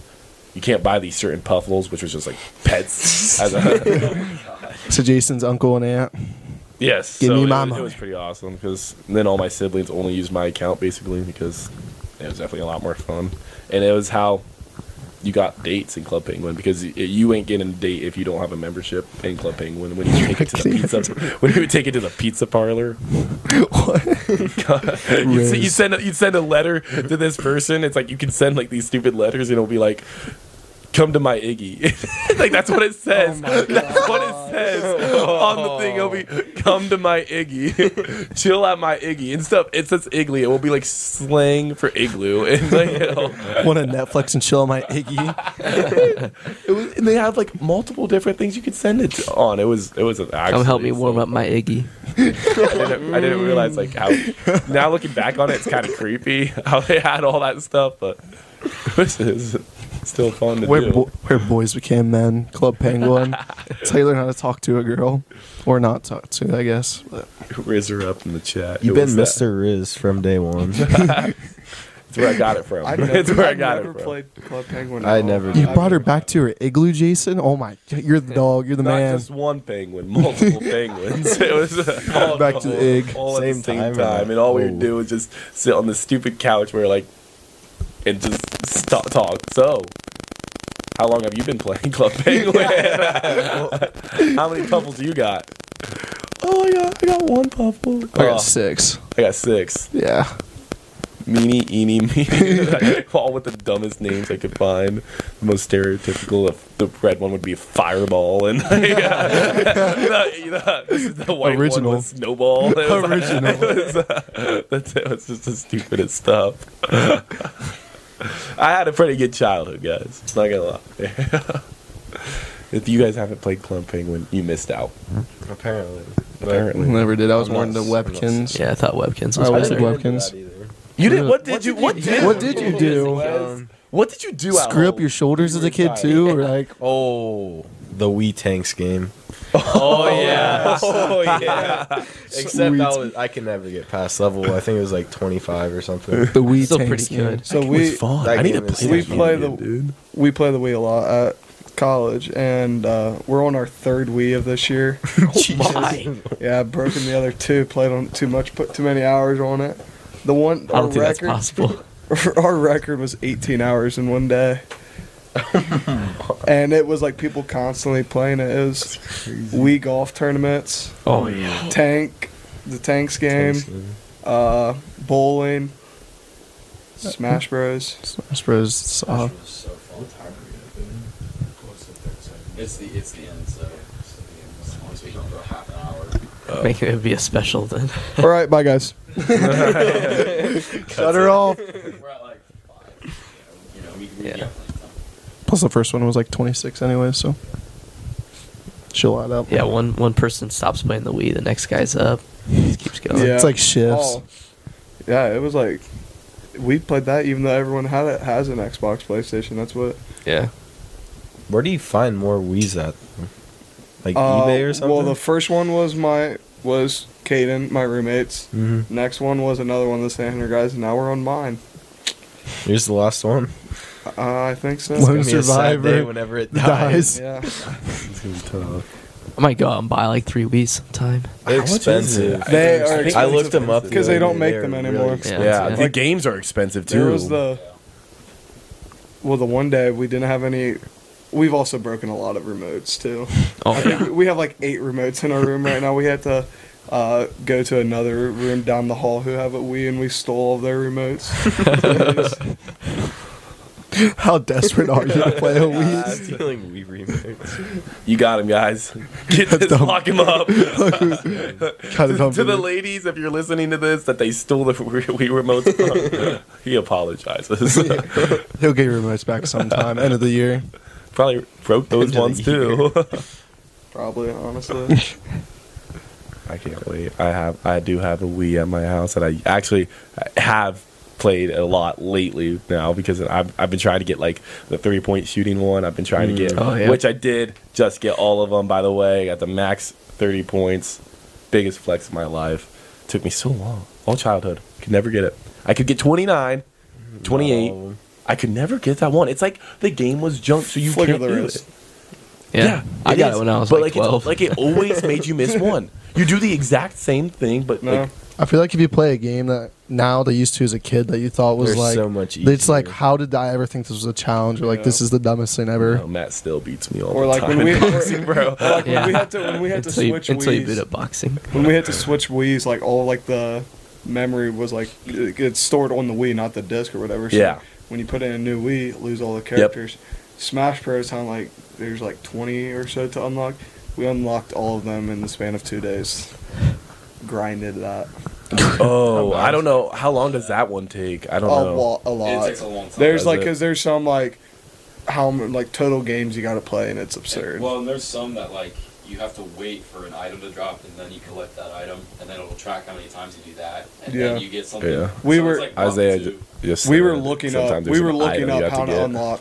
[SPEAKER 8] You can't buy these certain puffles, which was just like pets. as a,
[SPEAKER 4] So Jason's uncle and aunt.
[SPEAKER 8] yes,
[SPEAKER 4] Give
[SPEAKER 8] so
[SPEAKER 4] me
[SPEAKER 8] it
[SPEAKER 4] my
[SPEAKER 8] was- It
[SPEAKER 4] money.
[SPEAKER 8] was pretty awesome because then all my siblings only used my account basically because it was definitely a lot more fun, and it was how you got dates in Club Penguin because y- you ain't getting a date if you don't have a membership in Club Penguin when you take it to the pizza when you would take it to the pizza parlor. what? you, s- you send a, you send a letter to this person. It's like you can send like these stupid letters and it'll be like come to my Iggy. like that's what it says. that's what it says on the thing. It'll be come to my Iggy, chill at my Iggy and stuff. It says Igly. It will be like slang for igloo and like you know.
[SPEAKER 4] Want to Netflix and chill on my Iggy?
[SPEAKER 8] It was, and they had like multiple different things you could send it to- on. It was it was an
[SPEAKER 1] Come help me
[SPEAKER 8] actually
[SPEAKER 1] warm up my Iggy.
[SPEAKER 8] I didn't, I didn't realize like how. Now looking back on it, it's kind of creepy how they had all that stuff, but this is still fun to
[SPEAKER 4] Where,
[SPEAKER 8] do.
[SPEAKER 4] bo- where boys became men, Club Penguin. Tell you learn how to talk to a girl, or not talk to, I guess. But
[SPEAKER 8] Riz her up in the chat.
[SPEAKER 10] You've
[SPEAKER 8] It
[SPEAKER 10] been
[SPEAKER 8] was that-
[SPEAKER 10] Mr. Riz from day one.
[SPEAKER 8] It's where I got it from.
[SPEAKER 6] I've never,
[SPEAKER 8] it's where I
[SPEAKER 6] I've
[SPEAKER 8] got
[SPEAKER 6] never
[SPEAKER 8] it from.
[SPEAKER 6] played Club Penguin.
[SPEAKER 10] I
[SPEAKER 6] at all.
[SPEAKER 10] never
[SPEAKER 4] you
[SPEAKER 10] did.
[SPEAKER 4] brought her back to her igloo, Jason. Oh my, you're the dog. You're the
[SPEAKER 8] Not
[SPEAKER 4] man.
[SPEAKER 8] just one penguin, multiple penguins. It was uh, all,
[SPEAKER 4] Back to the
[SPEAKER 8] all-
[SPEAKER 4] egg.
[SPEAKER 8] all at the
[SPEAKER 10] Same
[SPEAKER 8] same
[SPEAKER 10] time
[SPEAKER 8] time,
[SPEAKER 10] or
[SPEAKER 8] and all we
[SPEAKER 10] Oh.
[SPEAKER 8] would do was just sit on this stupid couch where like, and just stop talk. So, how long have you been playing Club Penguin? how many couples you got? Oh, I got I got one couple.
[SPEAKER 4] I
[SPEAKER 8] Oh,
[SPEAKER 4] got six.
[SPEAKER 8] I got six.
[SPEAKER 4] Yeah.
[SPEAKER 8] Meanie, eeny, meeny. All with the dumbest names I could find. The most stereotypical. If the red one would be Fireball, and like, uh, the, you know, this is the white
[SPEAKER 4] Original.
[SPEAKER 8] one was Snowball. It was,
[SPEAKER 4] Original.
[SPEAKER 8] It was, uh, that's, it was just the stupidest stuff. I had a pretty good childhood, guys. Not gonna lie. if you guys haven't played Club Penguin, you missed out.
[SPEAKER 10] Apparently.
[SPEAKER 8] Apparently,
[SPEAKER 4] Never did. I was
[SPEAKER 10] I'm
[SPEAKER 4] more
[SPEAKER 10] not-
[SPEAKER 4] into
[SPEAKER 10] I'm not-
[SPEAKER 4] Webkins.
[SPEAKER 1] Yeah, I thought Webkins was
[SPEAKER 4] I was
[SPEAKER 1] better.
[SPEAKER 4] into Webkins.
[SPEAKER 8] you did. What did you? What did?
[SPEAKER 4] What did you do?
[SPEAKER 8] What did you do? at
[SPEAKER 4] Screw up
[SPEAKER 8] home?
[SPEAKER 4] your shoulders as a kid
[SPEAKER 8] retired.
[SPEAKER 4] too, or like
[SPEAKER 10] Oh, the Wii Tanks game.
[SPEAKER 8] Oh yeah. Oh yeah.
[SPEAKER 10] Except I, was, I can never get past level. I think it was like 25 or something.
[SPEAKER 4] the Wii
[SPEAKER 1] Still
[SPEAKER 4] Tanks
[SPEAKER 1] pretty
[SPEAKER 4] game.
[SPEAKER 1] good.
[SPEAKER 6] So we
[SPEAKER 8] fun.
[SPEAKER 10] That I need to game is play
[SPEAKER 6] we
[SPEAKER 10] that
[SPEAKER 6] play the we play the Wii a lot at college, and uh, we're on our third Wii of this year.
[SPEAKER 8] Oh
[SPEAKER 1] Why?
[SPEAKER 6] yeah, I've broken the other two. Played on it too much. Put too many hours on it. The one
[SPEAKER 1] I
[SPEAKER 6] our
[SPEAKER 1] don't think that's
[SPEAKER 6] record
[SPEAKER 1] possible.
[SPEAKER 6] our record was 18 hours in one day. and it was like people constantly playing it. It was Wii golf tournaments,
[SPEAKER 1] Oh yeah.
[SPEAKER 6] tank, the tanks game, uh, bowling, Smash Bros.
[SPEAKER 4] Smash Bros. Saw.
[SPEAKER 7] It was so fun. It's the it's the end, so it's the end. It's only speaking for half an hour.
[SPEAKER 3] Oh.
[SPEAKER 1] Make it be a special then.
[SPEAKER 6] All right, bye guys.
[SPEAKER 4] Shut her off.
[SPEAKER 7] We're at like five. You know, we, we
[SPEAKER 1] Yeah.
[SPEAKER 7] yeah. time.
[SPEAKER 4] Plus the first one was like 26 anyway, so chill out up.
[SPEAKER 1] Yeah, one one person stops playing the Wii, the next guy's up. He just keeps going.
[SPEAKER 6] Yeah.
[SPEAKER 4] It's like shifts.
[SPEAKER 6] Oh. Yeah, it was like we played that even though everyone had it has an Xbox, PlayStation. That's what
[SPEAKER 1] Yeah.
[SPEAKER 10] Where do you find more Wii's at? Like eBay or something?
[SPEAKER 6] Uh, Well, the first one was my was Caden, my roommates.
[SPEAKER 10] Mhm.
[SPEAKER 6] Next one was another one of the San Hunter guys, and now we're on mine.
[SPEAKER 10] Here's the last one.
[SPEAKER 6] Uh, I think so.
[SPEAKER 4] Lone
[SPEAKER 10] Gonna be a sad
[SPEAKER 4] survivor
[SPEAKER 10] day whenever it dies.
[SPEAKER 4] dies.
[SPEAKER 6] Yeah.
[SPEAKER 1] I might go out and buy like three Wii's sometime.
[SPEAKER 10] They're expensive.
[SPEAKER 6] They are
[SPEAKER 8] think-
[SPEAKER 10] I
[SPEAKER 6] expensive.
[SPEAKER 10] looked them up the
[SPEAKER 6] 'Cause they
[SPEAKER 10] other
[SPEAKER 6] don't
[SPEAKER 10] day.
[SPEAKER 6] make
[SPEAKER 10] They're
[SPEAKER 6] them
[SPEAKER 10] really
[SPEAKER 6] anymore.
[SPEAKER 10] expensive.
[SPEAKER 1] Yeah.
[SPEAKER 8] Yeah, the
[SPEAKER 1] Like-
[SPEAKER 8] games are expensive too.
[SPEAKER 6] There was the well, the one day we didn't have any. We've also broken a lot of remotes too.
[SPEAKER 1] Oh
[SPEAKER 6] I think we- we have like eight remotes in our room right now. We had to uh, go to another room down the hall who have a Wii, and we stole all of their remotes.
[SPEAKER 4] How desperate are you to play a Wii?
[SPEAKER 10] Stealing Wii remakes.
[SPEAKER 8] you got him, guys. Get this, lock him up.
[SPEAKER 4] Cut it up,
[SPEAKER 8] to the
[SPEAKER 4] dude.
[SPEAKER 8] ladies, if you're listening to this, that they stole the Wii remotes. From, he apologizes.
[SPEAKER 4] He'll get your remotes back sometime, end of the year.
[SPEAKER 8] Probably broke those ones too.
[SPEAKER 6] Probably, honestly.
[SPEAKER 8] I can't wait. I have, I do have a Wii at my house, and I actually have played a lot lately now because I've, I've been trying to get like the three point shooting one. I've been trying to
[SPEAKER 6] Mm.
[SPEAKER 8] get,
[SPEAKER 1] Oh, yeah.
[SPEAKER 8] which I did just get all of them. By the way, I got the max thirty points, biggest flex of my life. Took me so long, all childhood. Could never get it. I could get 29, 28.
[SPEAKER 10] No.
[SPEAKER 8] I could never get that one. It's like the game was junk, so you
[SPEAKER 6] Flick of
[SPEAKER 8] can't
[SPEAKER 6] the
[SPEAKER 8] do
[SPEAKER 6] wrist.
[SPEAKER 8] it.
[SPEAKER 1] yeah. I got
[SPEAKER 8] is,
[SPEAKER 1] it when I was
[SPEAKER 8] but
[SPEAKER 1] like
[SPEAKER 8] it's-
[SPEAKER 1] twelve.
[SPEAKER 8] like it always made you miss one. You do the exact same thing, but
[SPEAKER 6] No.
[SPEAKER 8] like
[SPEAKER 4] I feel like if you play a game that now they used to as a kid that you thought was
[SPEAKER 10] They're
[SPEAKER 4] like
[SPEAKER 10] so much
[SPEAKER 4] It's like how did I ever think this was a challenge or like this is the dumbest thing ever.
[SPEAKER 8] No, oh, Matt still beats me all
[SPEAKER 6] Or
[SPEAKER 8] the
[SPEAKER 6] like
[SPEAKER 8] time.
[SPEAKER 6] when we,
[SPEAKER 8] in
[SPEAKER 6] or-
[SPEAKER 8] boxing,
[SPEAKER 6] or
[SPEAKER 8] bro.
[SPEAKER 6] like when we
[SPEAKER 1] Yeah.
[SPEAKER 6] had to when we had to
[SPEAKER 1] until,
[SPEAKER 6] switch
[SPEAKER 1] you, until you
[SPEAKER 6] Wii's-
[SPEAKER 1] boot up boxing.
[SPEAKER 6] when we had to switch Wii's, like all like the memory was like it- it's stored on the Wii, not the disc or whatever. So
[SPEAKER 8] Yeah.
[SPEAKER 6] When you put in a new Wii, you lose all the characters. Smash Bros. Sound like there's like 20 or so to unlock. We unlocked all of them in the span of two days. Grinded that
[SPEAKER 8] Oh, I don't know. How long does that one take? I
[SPEAKER 6] a,
[SPEAKER 8] don't know.
[SPEAKER 6] wa- a lot.
[SPEAKER 3] takes a long time.
[SPEAKER 6] There's
[SPEAKER 8] Does
[SPEAKER 6] like,
[SPEAKER 8] it?
[SPEAKER 6] cause there's some like how m- like total games you got to play, and it's absurd.
[SPEAKER 3] Well, and there's some that like you have to wait for an item to drop, and then you collect that item, and then it'll track how many times you do that, and
[SPEAKER 6] Yeah.
[SPEAKER 3] then you get something.
[SPEAKER 8] Yeah.
[SPEAKER 6] We
[SPEAKER 3] so it's
[SPEAKER 6] were-
[SPEAKER 3] like Rocket
[SPEAKER 8] Isaiah
[SPEAKER 3] Two.
[SPEAKER 8] ju- just
[SPEAKER 6] we were
[SPEAKER 8] said
[SPEAKER 6] looking up.
[SPEAKER 8] sometimes
[SPEAKER 6] We
[SPEAKER 8] there's
[SPEAKER 6] were
[SPEAKER 8] an
[SPEAKER 6] looking
[SPEAKER 8] item you
[SPEAKER 6] up
[SPEAKER 8] have
[SPEAKER 6] how to,
[SPEAKER 8] get.
[SPEAKER 6] unlock.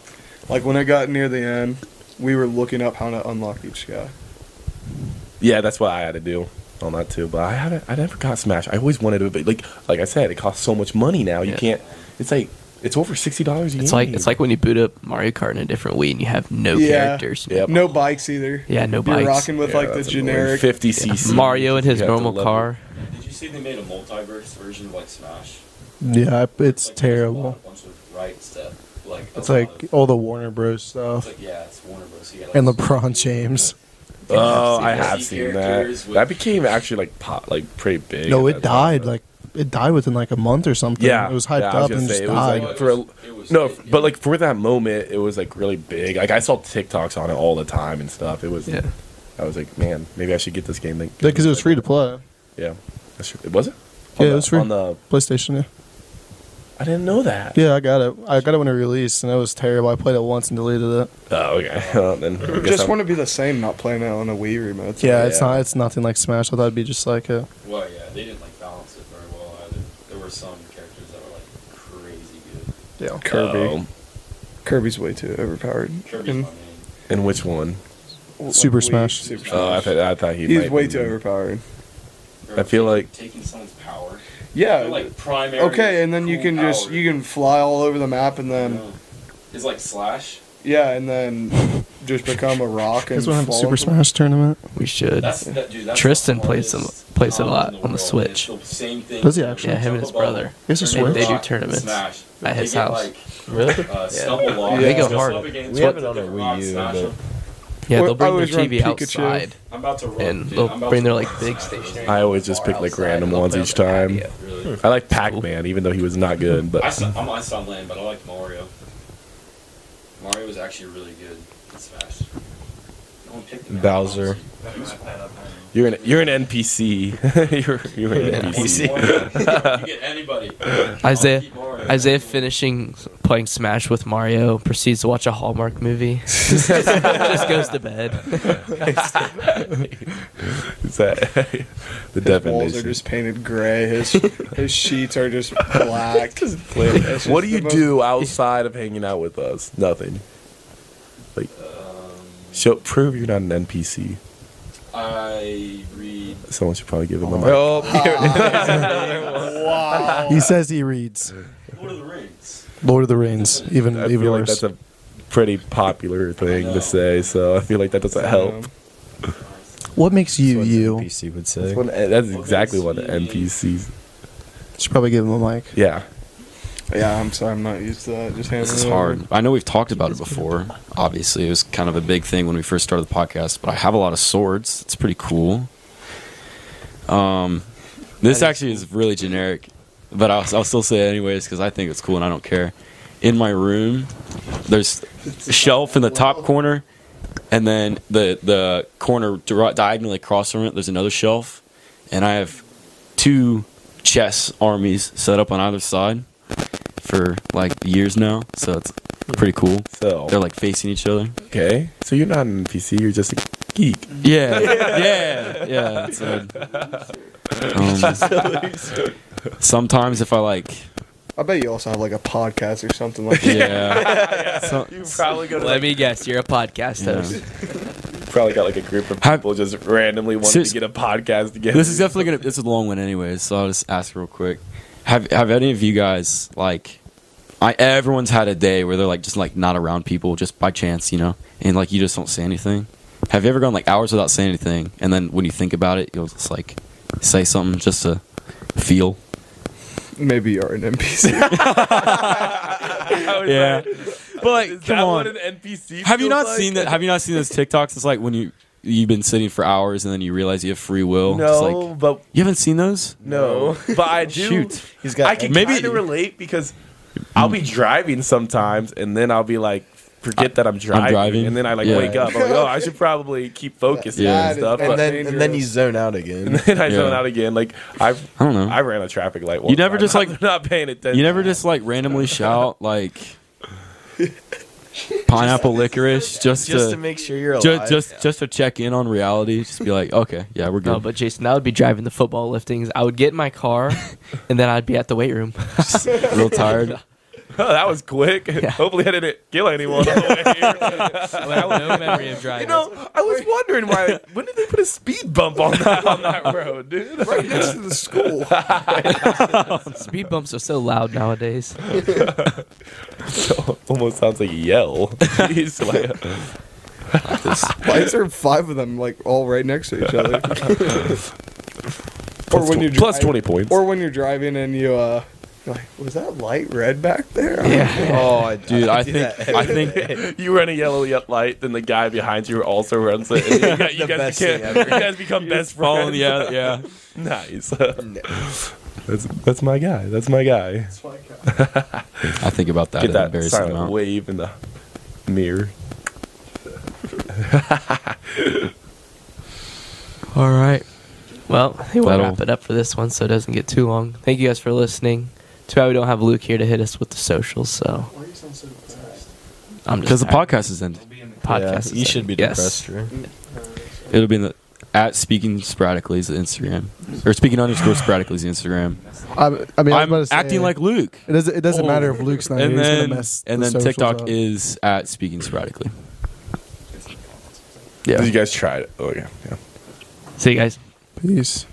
[SPEAKER 6] Like when it got near the end, we were looking up how to unlock each guy.
[SPEAKER 8] Yeah, that's what I had to do on that too. But I haven't. I never got Smash. I always wanted to, but like, like I said, it costs so much money now. You
[SPEAKER 1] Yeah.
[SPEAKER 8] can't. It's like it's over sixty dollars a
[SPEAKER 1] It's
[SPEAKER 8] game.
[SPEAKER 1] like it's like when you boot up Mario Kart in a different Wii and you have no
[SPEAKER 6] Yeah.
[SPEAKER 1] characters.
[SPEAKER 8] Yep.
[SPEAKER 6] No bikes either.
[SPEAKER 1] Yeah, no
[SPEAKER 6] You're
[SPEAKER 1] bikes.
[SPEAKER 6] rocking with
[SPEAKER 8] Yeah,
[SPEAKER 6] like the
[SPEAKER 8] that's
[SPEAKER 6] generic.
[SPEAKER 8] fifty
[SPEAKER 1] Yeah.
[SPEAKER 8] cc.
[SPEAKER 1] Mario in his
[SPEAKER 8] You have to
[SPEAKER 1] normal
[SPEAKER 8] level-
[SPEAKER 1] car.
[SPEAKER 3] Did you see they made a multiverse version of like Smash?
[SPEAKER 4] Yeah, it's
[SPEAKER 3] Like, they just
[SPEAKER 4] terrible.
[SPEAKER 3] bought A bunch of rights to like. a
[SPEAKER 4] It's
[SPEAKER 3] lot
[SPEAKER 4] like
[SPEAKER 3] of-
[SPEAKER 4] all the Warner Bros
[SPEAKER 3] it's
[SPEAKER 4] stuff
[SPEAKER 3] like yeah, it's Warner Bros. So you got,
[SPEAKER 4] and
[SPEAKER 3] like,
[SPEAKER 4] LeBron James.
[SPEAKER 8] Oh, I
[SPEAKER 3] I've seen
[SPEAKER 8] have
[SPEAKER 3] that.
[SPEAKER 8] seen that.
[SPEAKER 3] Characters
[SPEAKER 8] That
[SPEAKER 3] with-
[SPEAKER 8] became actually like pop, like pretty big.
[SPEAKER 4] No,
[SPEAKER 8] at
[SPEAKER 4] it
[SPEAKER 8] that
[SPEAKER 4] died
[SPEAKER 8] time.
[SPEAKER 4] like it died within like a month or something.
[SPEAKER 8] yeah,
[SPEAKER 4] it was hyped
[SPEAKER 8] yeah, I
[SPEAKER 4] up
[SPEAKER 8] gonna
[SPEAKER 4] and
[SPEAKER 8] say,
[SPEAKER 4] just
[SPEAKER 8] it was,
[SPEAKER 4] died.
[SPEAKER 8] Like, for a,
[SPEAKER 3] It was-
[SPEAKER 8] no,
[SPEAKER 3] it-
[SPEAKER 8] but like for that moment, it was like really big. Like I saw TikToks on it all the time and stuff. It was.
[SPEAKER 1] Yeah.
[SPEAKER 8] I was like, man, maybe I should get this game. Like,
[SPEAKER 4] because it was free to play.
[SPEAKER 8] Yeah, that's true. Was it?
[SPEAKER 4] Yeah,
[SPEAKER 8] On
[SPEAKER 4] it
[SPEAKER 8] the-
[SPEAKER 4] was free.
[SPEAKER 8] on the.
[SPEAKER 4] PlayStation.
[SPEAKER 8] I didn't know that.
[SPEAKER 4] Yeah. yeah, I got it. I got it when it released, and it was terrible. I played it once and deleted it.
[SPEAKER 8] Oh, okay. Well, then I guess
[SPEAKER 6] Just
[SPEAKER 8] I'm-
[SPEAKER 6] want to be the same, not playing it on a Wii remote.
[SPEAKER 4] Yeah, it's
[SPEAKER 8] Yeah.
[SPEAKER 4] not. It's nothing like Smash. I thought it'd be just like a.
[SPEAKER 3] Well, yeah, they didn't like balance it very well either. There were some characters that were like crazy good.
[SPEAKER 4] Yeah.
[SPEAKER 8] Oh.
[SPEAKER 6] Kirby. Kirby's way too overpowered.
[SPEAKER 3] Kirby's
[SPEAKER 6] And-
[SPEAKER 3] my main.
[SPEAKER 8] And which one?
[SPEAKER 6] Well,
[SPEAKER 4] Super
[SPEAKER 6] Wii,
[SPEAKER 4] Smash.
[SPEAKER 6] Super Smash.
[SPEAKER 8] Oh, I, th- I thought he.
[SPEAKER 6] He's
[SPEAKER 8] might
[SPEAKER 6] way
[SPEAKER 8] be-
[SPEAKER 6] too overpowered.
[SPEAKER 8] I feel like-
[SPEAKER 3] taking someone's power.
[SPEAKER 6] Yeah.
[SPEAKER 3] like primary.
[SPEAKER 6] okay, and then you can just you can fly all over the map, and then
[SPEAKER 3] It's like Slash.
[SPEAKER 6] yeah, and then just become a rock and
[SPEAKER 4] Guys want to have a
[SPEAKER 6] fall
[SPEAKER 4] Super
[SPEAKER 6] into-
[SPEAKER 4] Smash tournament?
[SPEAKER 1] We should.
[SPEAKER 3] That's that dude. That's
[SPEAKER 1] Tristan
[SPEAKER 3] the
[SPEAKER 1] plays
[SPEAKER 3] hardest
[SPEAKER 1] some- plays it a
[SPEAKER 3] combo
[SPEAKER 1] lot
[SPEAKER 3] in
[SPEAKER 1] on the
[SPEAKER 3] world, and it's
[SPEAKER 1] Switch.
[SPEAKER 3] the same thing.
[SPEAKER 4] Does he actually?
[SPEAKER 1] Yeah, him and his
[SPEAKER 3] Jump a bubble,
[SPEAKER 1] brother.
[SPEAKER 4] It's a
[SPEAKER 3] turn
[SPEAKER 4] Switch.
[SPEAKER 3] it
[SPEAKER 4] They do
[SPEAKER 3] lock,
[SPEAKER 1] tournaments
[SPEAKER 3] Smash.
[SPEAKER 1] at his
[SPEAKER 3] They get,
[SPEAKER 1] house.
[SPEAKER 3] Like,
[SPEAKER 10] Really?
[SPEAKER 3] uh, stumble lock.
[SPEAKER 1] They go
[SPEAKER 3] just
[SPEAKER 1] hard.
[SPEAKER 3] up against
[SPEAKER 10] We have
[SPEAKER 3] what
[SPEAKER 10] it on
[SPEAKER 3] the
[SPEAKER 10] our
[SPEAKER 3] different rocks,
[SPEAKER 10] Wii U,
[SPEAKER 3] smash
[SPEAKER 10] but-
[SPEAKER 3] 'em.
[SPEAKER 1] Yeah, they'll
[SPEAKER 6] Well, I
[SPEAKER 1] bring their
[SPEAKER 6] always run
[SPEAKER 1] TV
[SPEAKER 6] Pikachu.
[SPEAKER 1] outside.
[SPEAKER 3] I'm about to run.
[SPEAKER 1] And
[SPEAKER 3] dude,
[SPEAKER 1] they'll
[SPEAKER 3] I'm about
[SPEAKER 1] bring
[SPEAKER 3] to
[SPEAKER 1] their, like,
[SPEAKER 3] run
[SPEAKER 1] big
[SPEAKER 3] Smash
[SPEAKER 1] stationary
[SPEAKER 3] Bros.
[SPEAKER 8] I always just pick like random ones each time.
[SPEAKER 3] Really.
[SPEAKER 8] I like Pac-Man, even though he was not
[SPEAKER 3] I
[SPEAKER 8] good. But
[SPEAKER 3] saw, I'm on Sunland, but I like Mario. Mario was actually really good in Smash. No one picked him out.
[SPEAKER 10] Bowser.
[SPEAKER 8] you're an you're an NPC. you're you're an
[SPEAKER 3] Honestly.
[SPEAKER 8] NPC.
[SPEAKER 3] you get anybody.
[SPEAKER 1] Isaiah
[SPEAKER 3] Keep Mario.
[SPEAKER 1] Isaiah finishing playing Smash with Mario proceeds to watch a Hallmark movie. just, goes to bed.
[SPEAKER 8] Is that the
[SPEAKER 6] His walls are
[SPEAKER 8] definition?
[SPEAKER 6] just painted gray. His his sheets are just black. It's
[SPEAKER 8] What do
[SPEAKER 6] just
[SPEAKER 8] you
[SPEAKER 6] the most-
[SPEAKER 8] do outside of hanging out with us? Nothing. Like,
[SPEAKER 6] Um,
[SPEAKER 8] show prove you're not an NPC.
[SPEAKER 3] I read.
[SPEAKER 8] Someone should probably give him a mic.
[SPEAKER 10] Oh,
[SPEAKER 6] Wow.
[SPEAKER 4] He says he reads
[SPEAKER 3] Oh, Lord of the Rings.
[SPEAKER 4] Lord of the Rings. Even
[SPEAKER 8] I
[SPEAKER 4] even
[SPEAKER 8] feel like
[SPEAKER 4] worse.
[SPEAKER 8] that's a pretty popular thing to
[SPEAKER 3] know.
[SPEAKER 8] say, so I feel like that doesn't help.
[SPEAKER 4] what makes you you?
[SPEAKER 10] PC would say.
[SPEAKER 8] That's, what- eh, that's exactly what an NPCs.
[SPEAKER 4] Should probably give him a mic.
[SPEAKER 8] Yeah,
[SPEAKER 6] Yeah, I'm sorry, I'm not used to that. Just handling
[SPEAKER 3] This is
[SPEAKER 6] it
[SPEAKER 3] hard.
[SPEAKER 6] over.
[SPEAKER 3] I know we've talked about it before. Obviously, it was kind of a big thing when we first started the podcast. But I have a lot of swords. It's pretty cool. Um, this actually is really generic, but I'll, I'll still say it anyways because I think it's cool and I don't care. In my room, there's a shelf in the top corner, and then the the corner dir- diagonally across from it, there's another shelf, and I have two chess armies set up on either side for like years now, so it's pretty cool.
[SPEAKER 8] so.
[SPEAKER 3] They're like facing each other.
[SPEAKER 8] okay. So you're not an NPC, you're just a geek.
[SPEAKER 3] Yeah, yeah, yeah. that's what I- um, sometimes if I like,
[SPEAKER 6] I bet you also have like a podcast or something like that.
[SPEAKER 3] yeah,
[SPEAKER 8] You probably, got,
[SPEAKER 1] Let me guess, you're a podcast
[SPEAKER 3] Yeah.
[SPEAKER 1] host.
[SPEAKER 8] probably got like a group of people just randomly wanting
[SPEAKER 3] Serious-
[SPEAKER 8] to get a podcast together.
[SPEAKER 3] this is definitely gonna. It's a long one, anyways. So I'll just ask real quick. Have Have any of you guys like? I everyone's had a day where they're like just like not around people just by chance, you know, and like you just don't say anything. Have you ever gone like hours without saying anything, and then when you think about it, you'll just like say something just to feel.
[SPEAKER 6] Maybe you're an NPC.
[SPEAKER 3] yeah, but like,
[SPEAKER 8] Is
[SPEAKER 3] come
[SPEAKER 8] that
[SPEAKER 3] on.
[SPEAKER 8] what an NPC
[SPEAKER 3] Have you not
[SPEAKER 8] feels like?
[SPEAKER 3] seen that? Have you not seen those TikToks? It's like when you you've been sitting for hours and then you realize you have free will. It's
[SPEAKER 8] No,
[SPEAKER 3] like,
[SPEAKER 8] but
[SPEAKER 3] you haven't seen those.
[SPEAKER 8] no, but I do.
[SPEAKER 3] Shoot.
[SPEAKER 8] he's got. I can
[SPEAKER 3] Maybe-
[SPEAKER 8] kind of relate because I'll be driving sometimes, and then I'll be like, forget that I'm driving,
[SPEAKER 3] driving.
[SPEAKER 8] and then I like
[SPEAKER 3] Yeah.
[SPEAKER 8] wake up. I'm like, oh, I should probably keep focusing
[SPEAKER 3] Yeah.
[SPEAKER 8] and stuff. but-
[SPEAKER 10] and then and then you zone out again.
[SPEAKER 8] and then I zone
[SPEAKER 3] Yeah.
[SPEAKER 8] out again. Like I've,
[SPEAKER 3] I don't know.
[SPEAKER 8] I ran a traffic light. One
[SPEAKER 3] You never
[SPEAKER 8] time.
[SPEAKER 3] just, like-
[SPEAKER 8] I'm not paying attention.
[SPEAKER 3] You never just like randomly shout like pineapple licorice just,
[SPEAKER 10] just to
[SPEAKER 3] to,
[SPEAKER 10] make sure you're alive.
[SPEAKER 3] just just just to check in on reality. Just be like, okay, yeah, we're good.
[SPEAKER 1] No, but Jason, I would be driving the football liftings. I would get in my car, and then I'd be at the weight room.
[SPEAKER 3] real tired.
[SPEAKER 8] Oh, that was quick. Hopefully, I didn't kill anyone. on the way here.
[SPEAKER 1] no memory of driving.
[SPEAKER 8] you know, I was wondering why. When did they put a speed bump on that on that road, dude?
[SPEAKER 6] right next to the school.
[SPEAKER 1] speed bumps are so loud nowadays.
[SPEAKER 8] Almost sounds like a yell. Jeez, like-
[SPEAKER 6] Why is there five of them like all right next to each other? or when you
[SPEAKER 8] plus twenty points.
[SPEAKER 6] Or when you're driving and you uh, you're like was that light red back there? Yeah.
[SPEAKER 10] oh, I do.
[SPEAKER 3] Dude, I think I think
[SPEAKER 8] you run a yellow ye- light, then the guy behind you also runs it. and You,
[SPEAKER 10] The
[SPEAKER 8] got- you guys
[SPEAKER 10] best
[SPEAKER 8] became-
[SPEAKER 10] thing ever.
[SPEAKER 8] you guys become best
[SPEAKER 3] following
[SPEAKER 8] friends.
[SPEAKER 3] the yeah, yeah.
[SPEAKER 8] nice. That's that's my guy. That's my
[SPEAKER 3] I
[SPEAKER 8] guy.
[SPEAKER 3] think about that.
[SPEAKER 8] Get
[SPEAKER 3] an
[SPEAKER 8] that
[SPEAKER 3] embarrassing
[SPEAKER 8] silent
[SPEAKER 3] amount.
[SPEAKER 8] wave in the mirror.
[SPEAKER 1] All right. Well, I think we'll
[SPEAKER 3] That'll-
[SPEAKER 1] wrap it up for this one, so it doesn't get too long. Thank you guys for listening. Too bad we don't have Luke here to hit us with the socials. So I'm just
[SPEAKER 3] Because the
[SPEAKER 1] tired.
[SPEAKER 3] podcast is ended.
[SPEAKER 1] podcast.
[SPEAKER 10] you
[SPEAKER 1] is
[SPEAKER 10] should be
[SPEAKER 1] ending. Yes.
[SPEAKER 10] depressed. Drew.
[SPEAKER 3] It'll be in the at speaking sporadically is the Instagram or speaking underscore sporadically is the Instagram.
[SPEAKER 4] I, I mean, I
[SPEAKER 3] I'm
[SPEAKER 4] was about to say,
[SPEAKER 3] acting like Luke.
[SPEAKER 4] it doesn't. It doesn't
[SPEAKER 3] Oh.
[SPEAKER 4] matter if Luke's not
[SPEAKER 3] and
[SPEAKER 4] here. he's
[SPEAKER 3] then
[SPEAKER 4] gonna mess
[SPEAKER 3] and
[SPEAKER 4] the
[SPEAKER 3] then
[SPEAKER 4] socials
[SPEAKER 3] TikTok
[SPEAKER 4] up.
[SPEAKER 3] is at speaking sporadically.
[SPEAKER 8] Did
[SPEAKER 3] Yeah.
[SPEAKER 8] you guys try it? Oh yeah. yeah.
[SPEAKER 1] See you guys.
[SPEAKER 4] peace.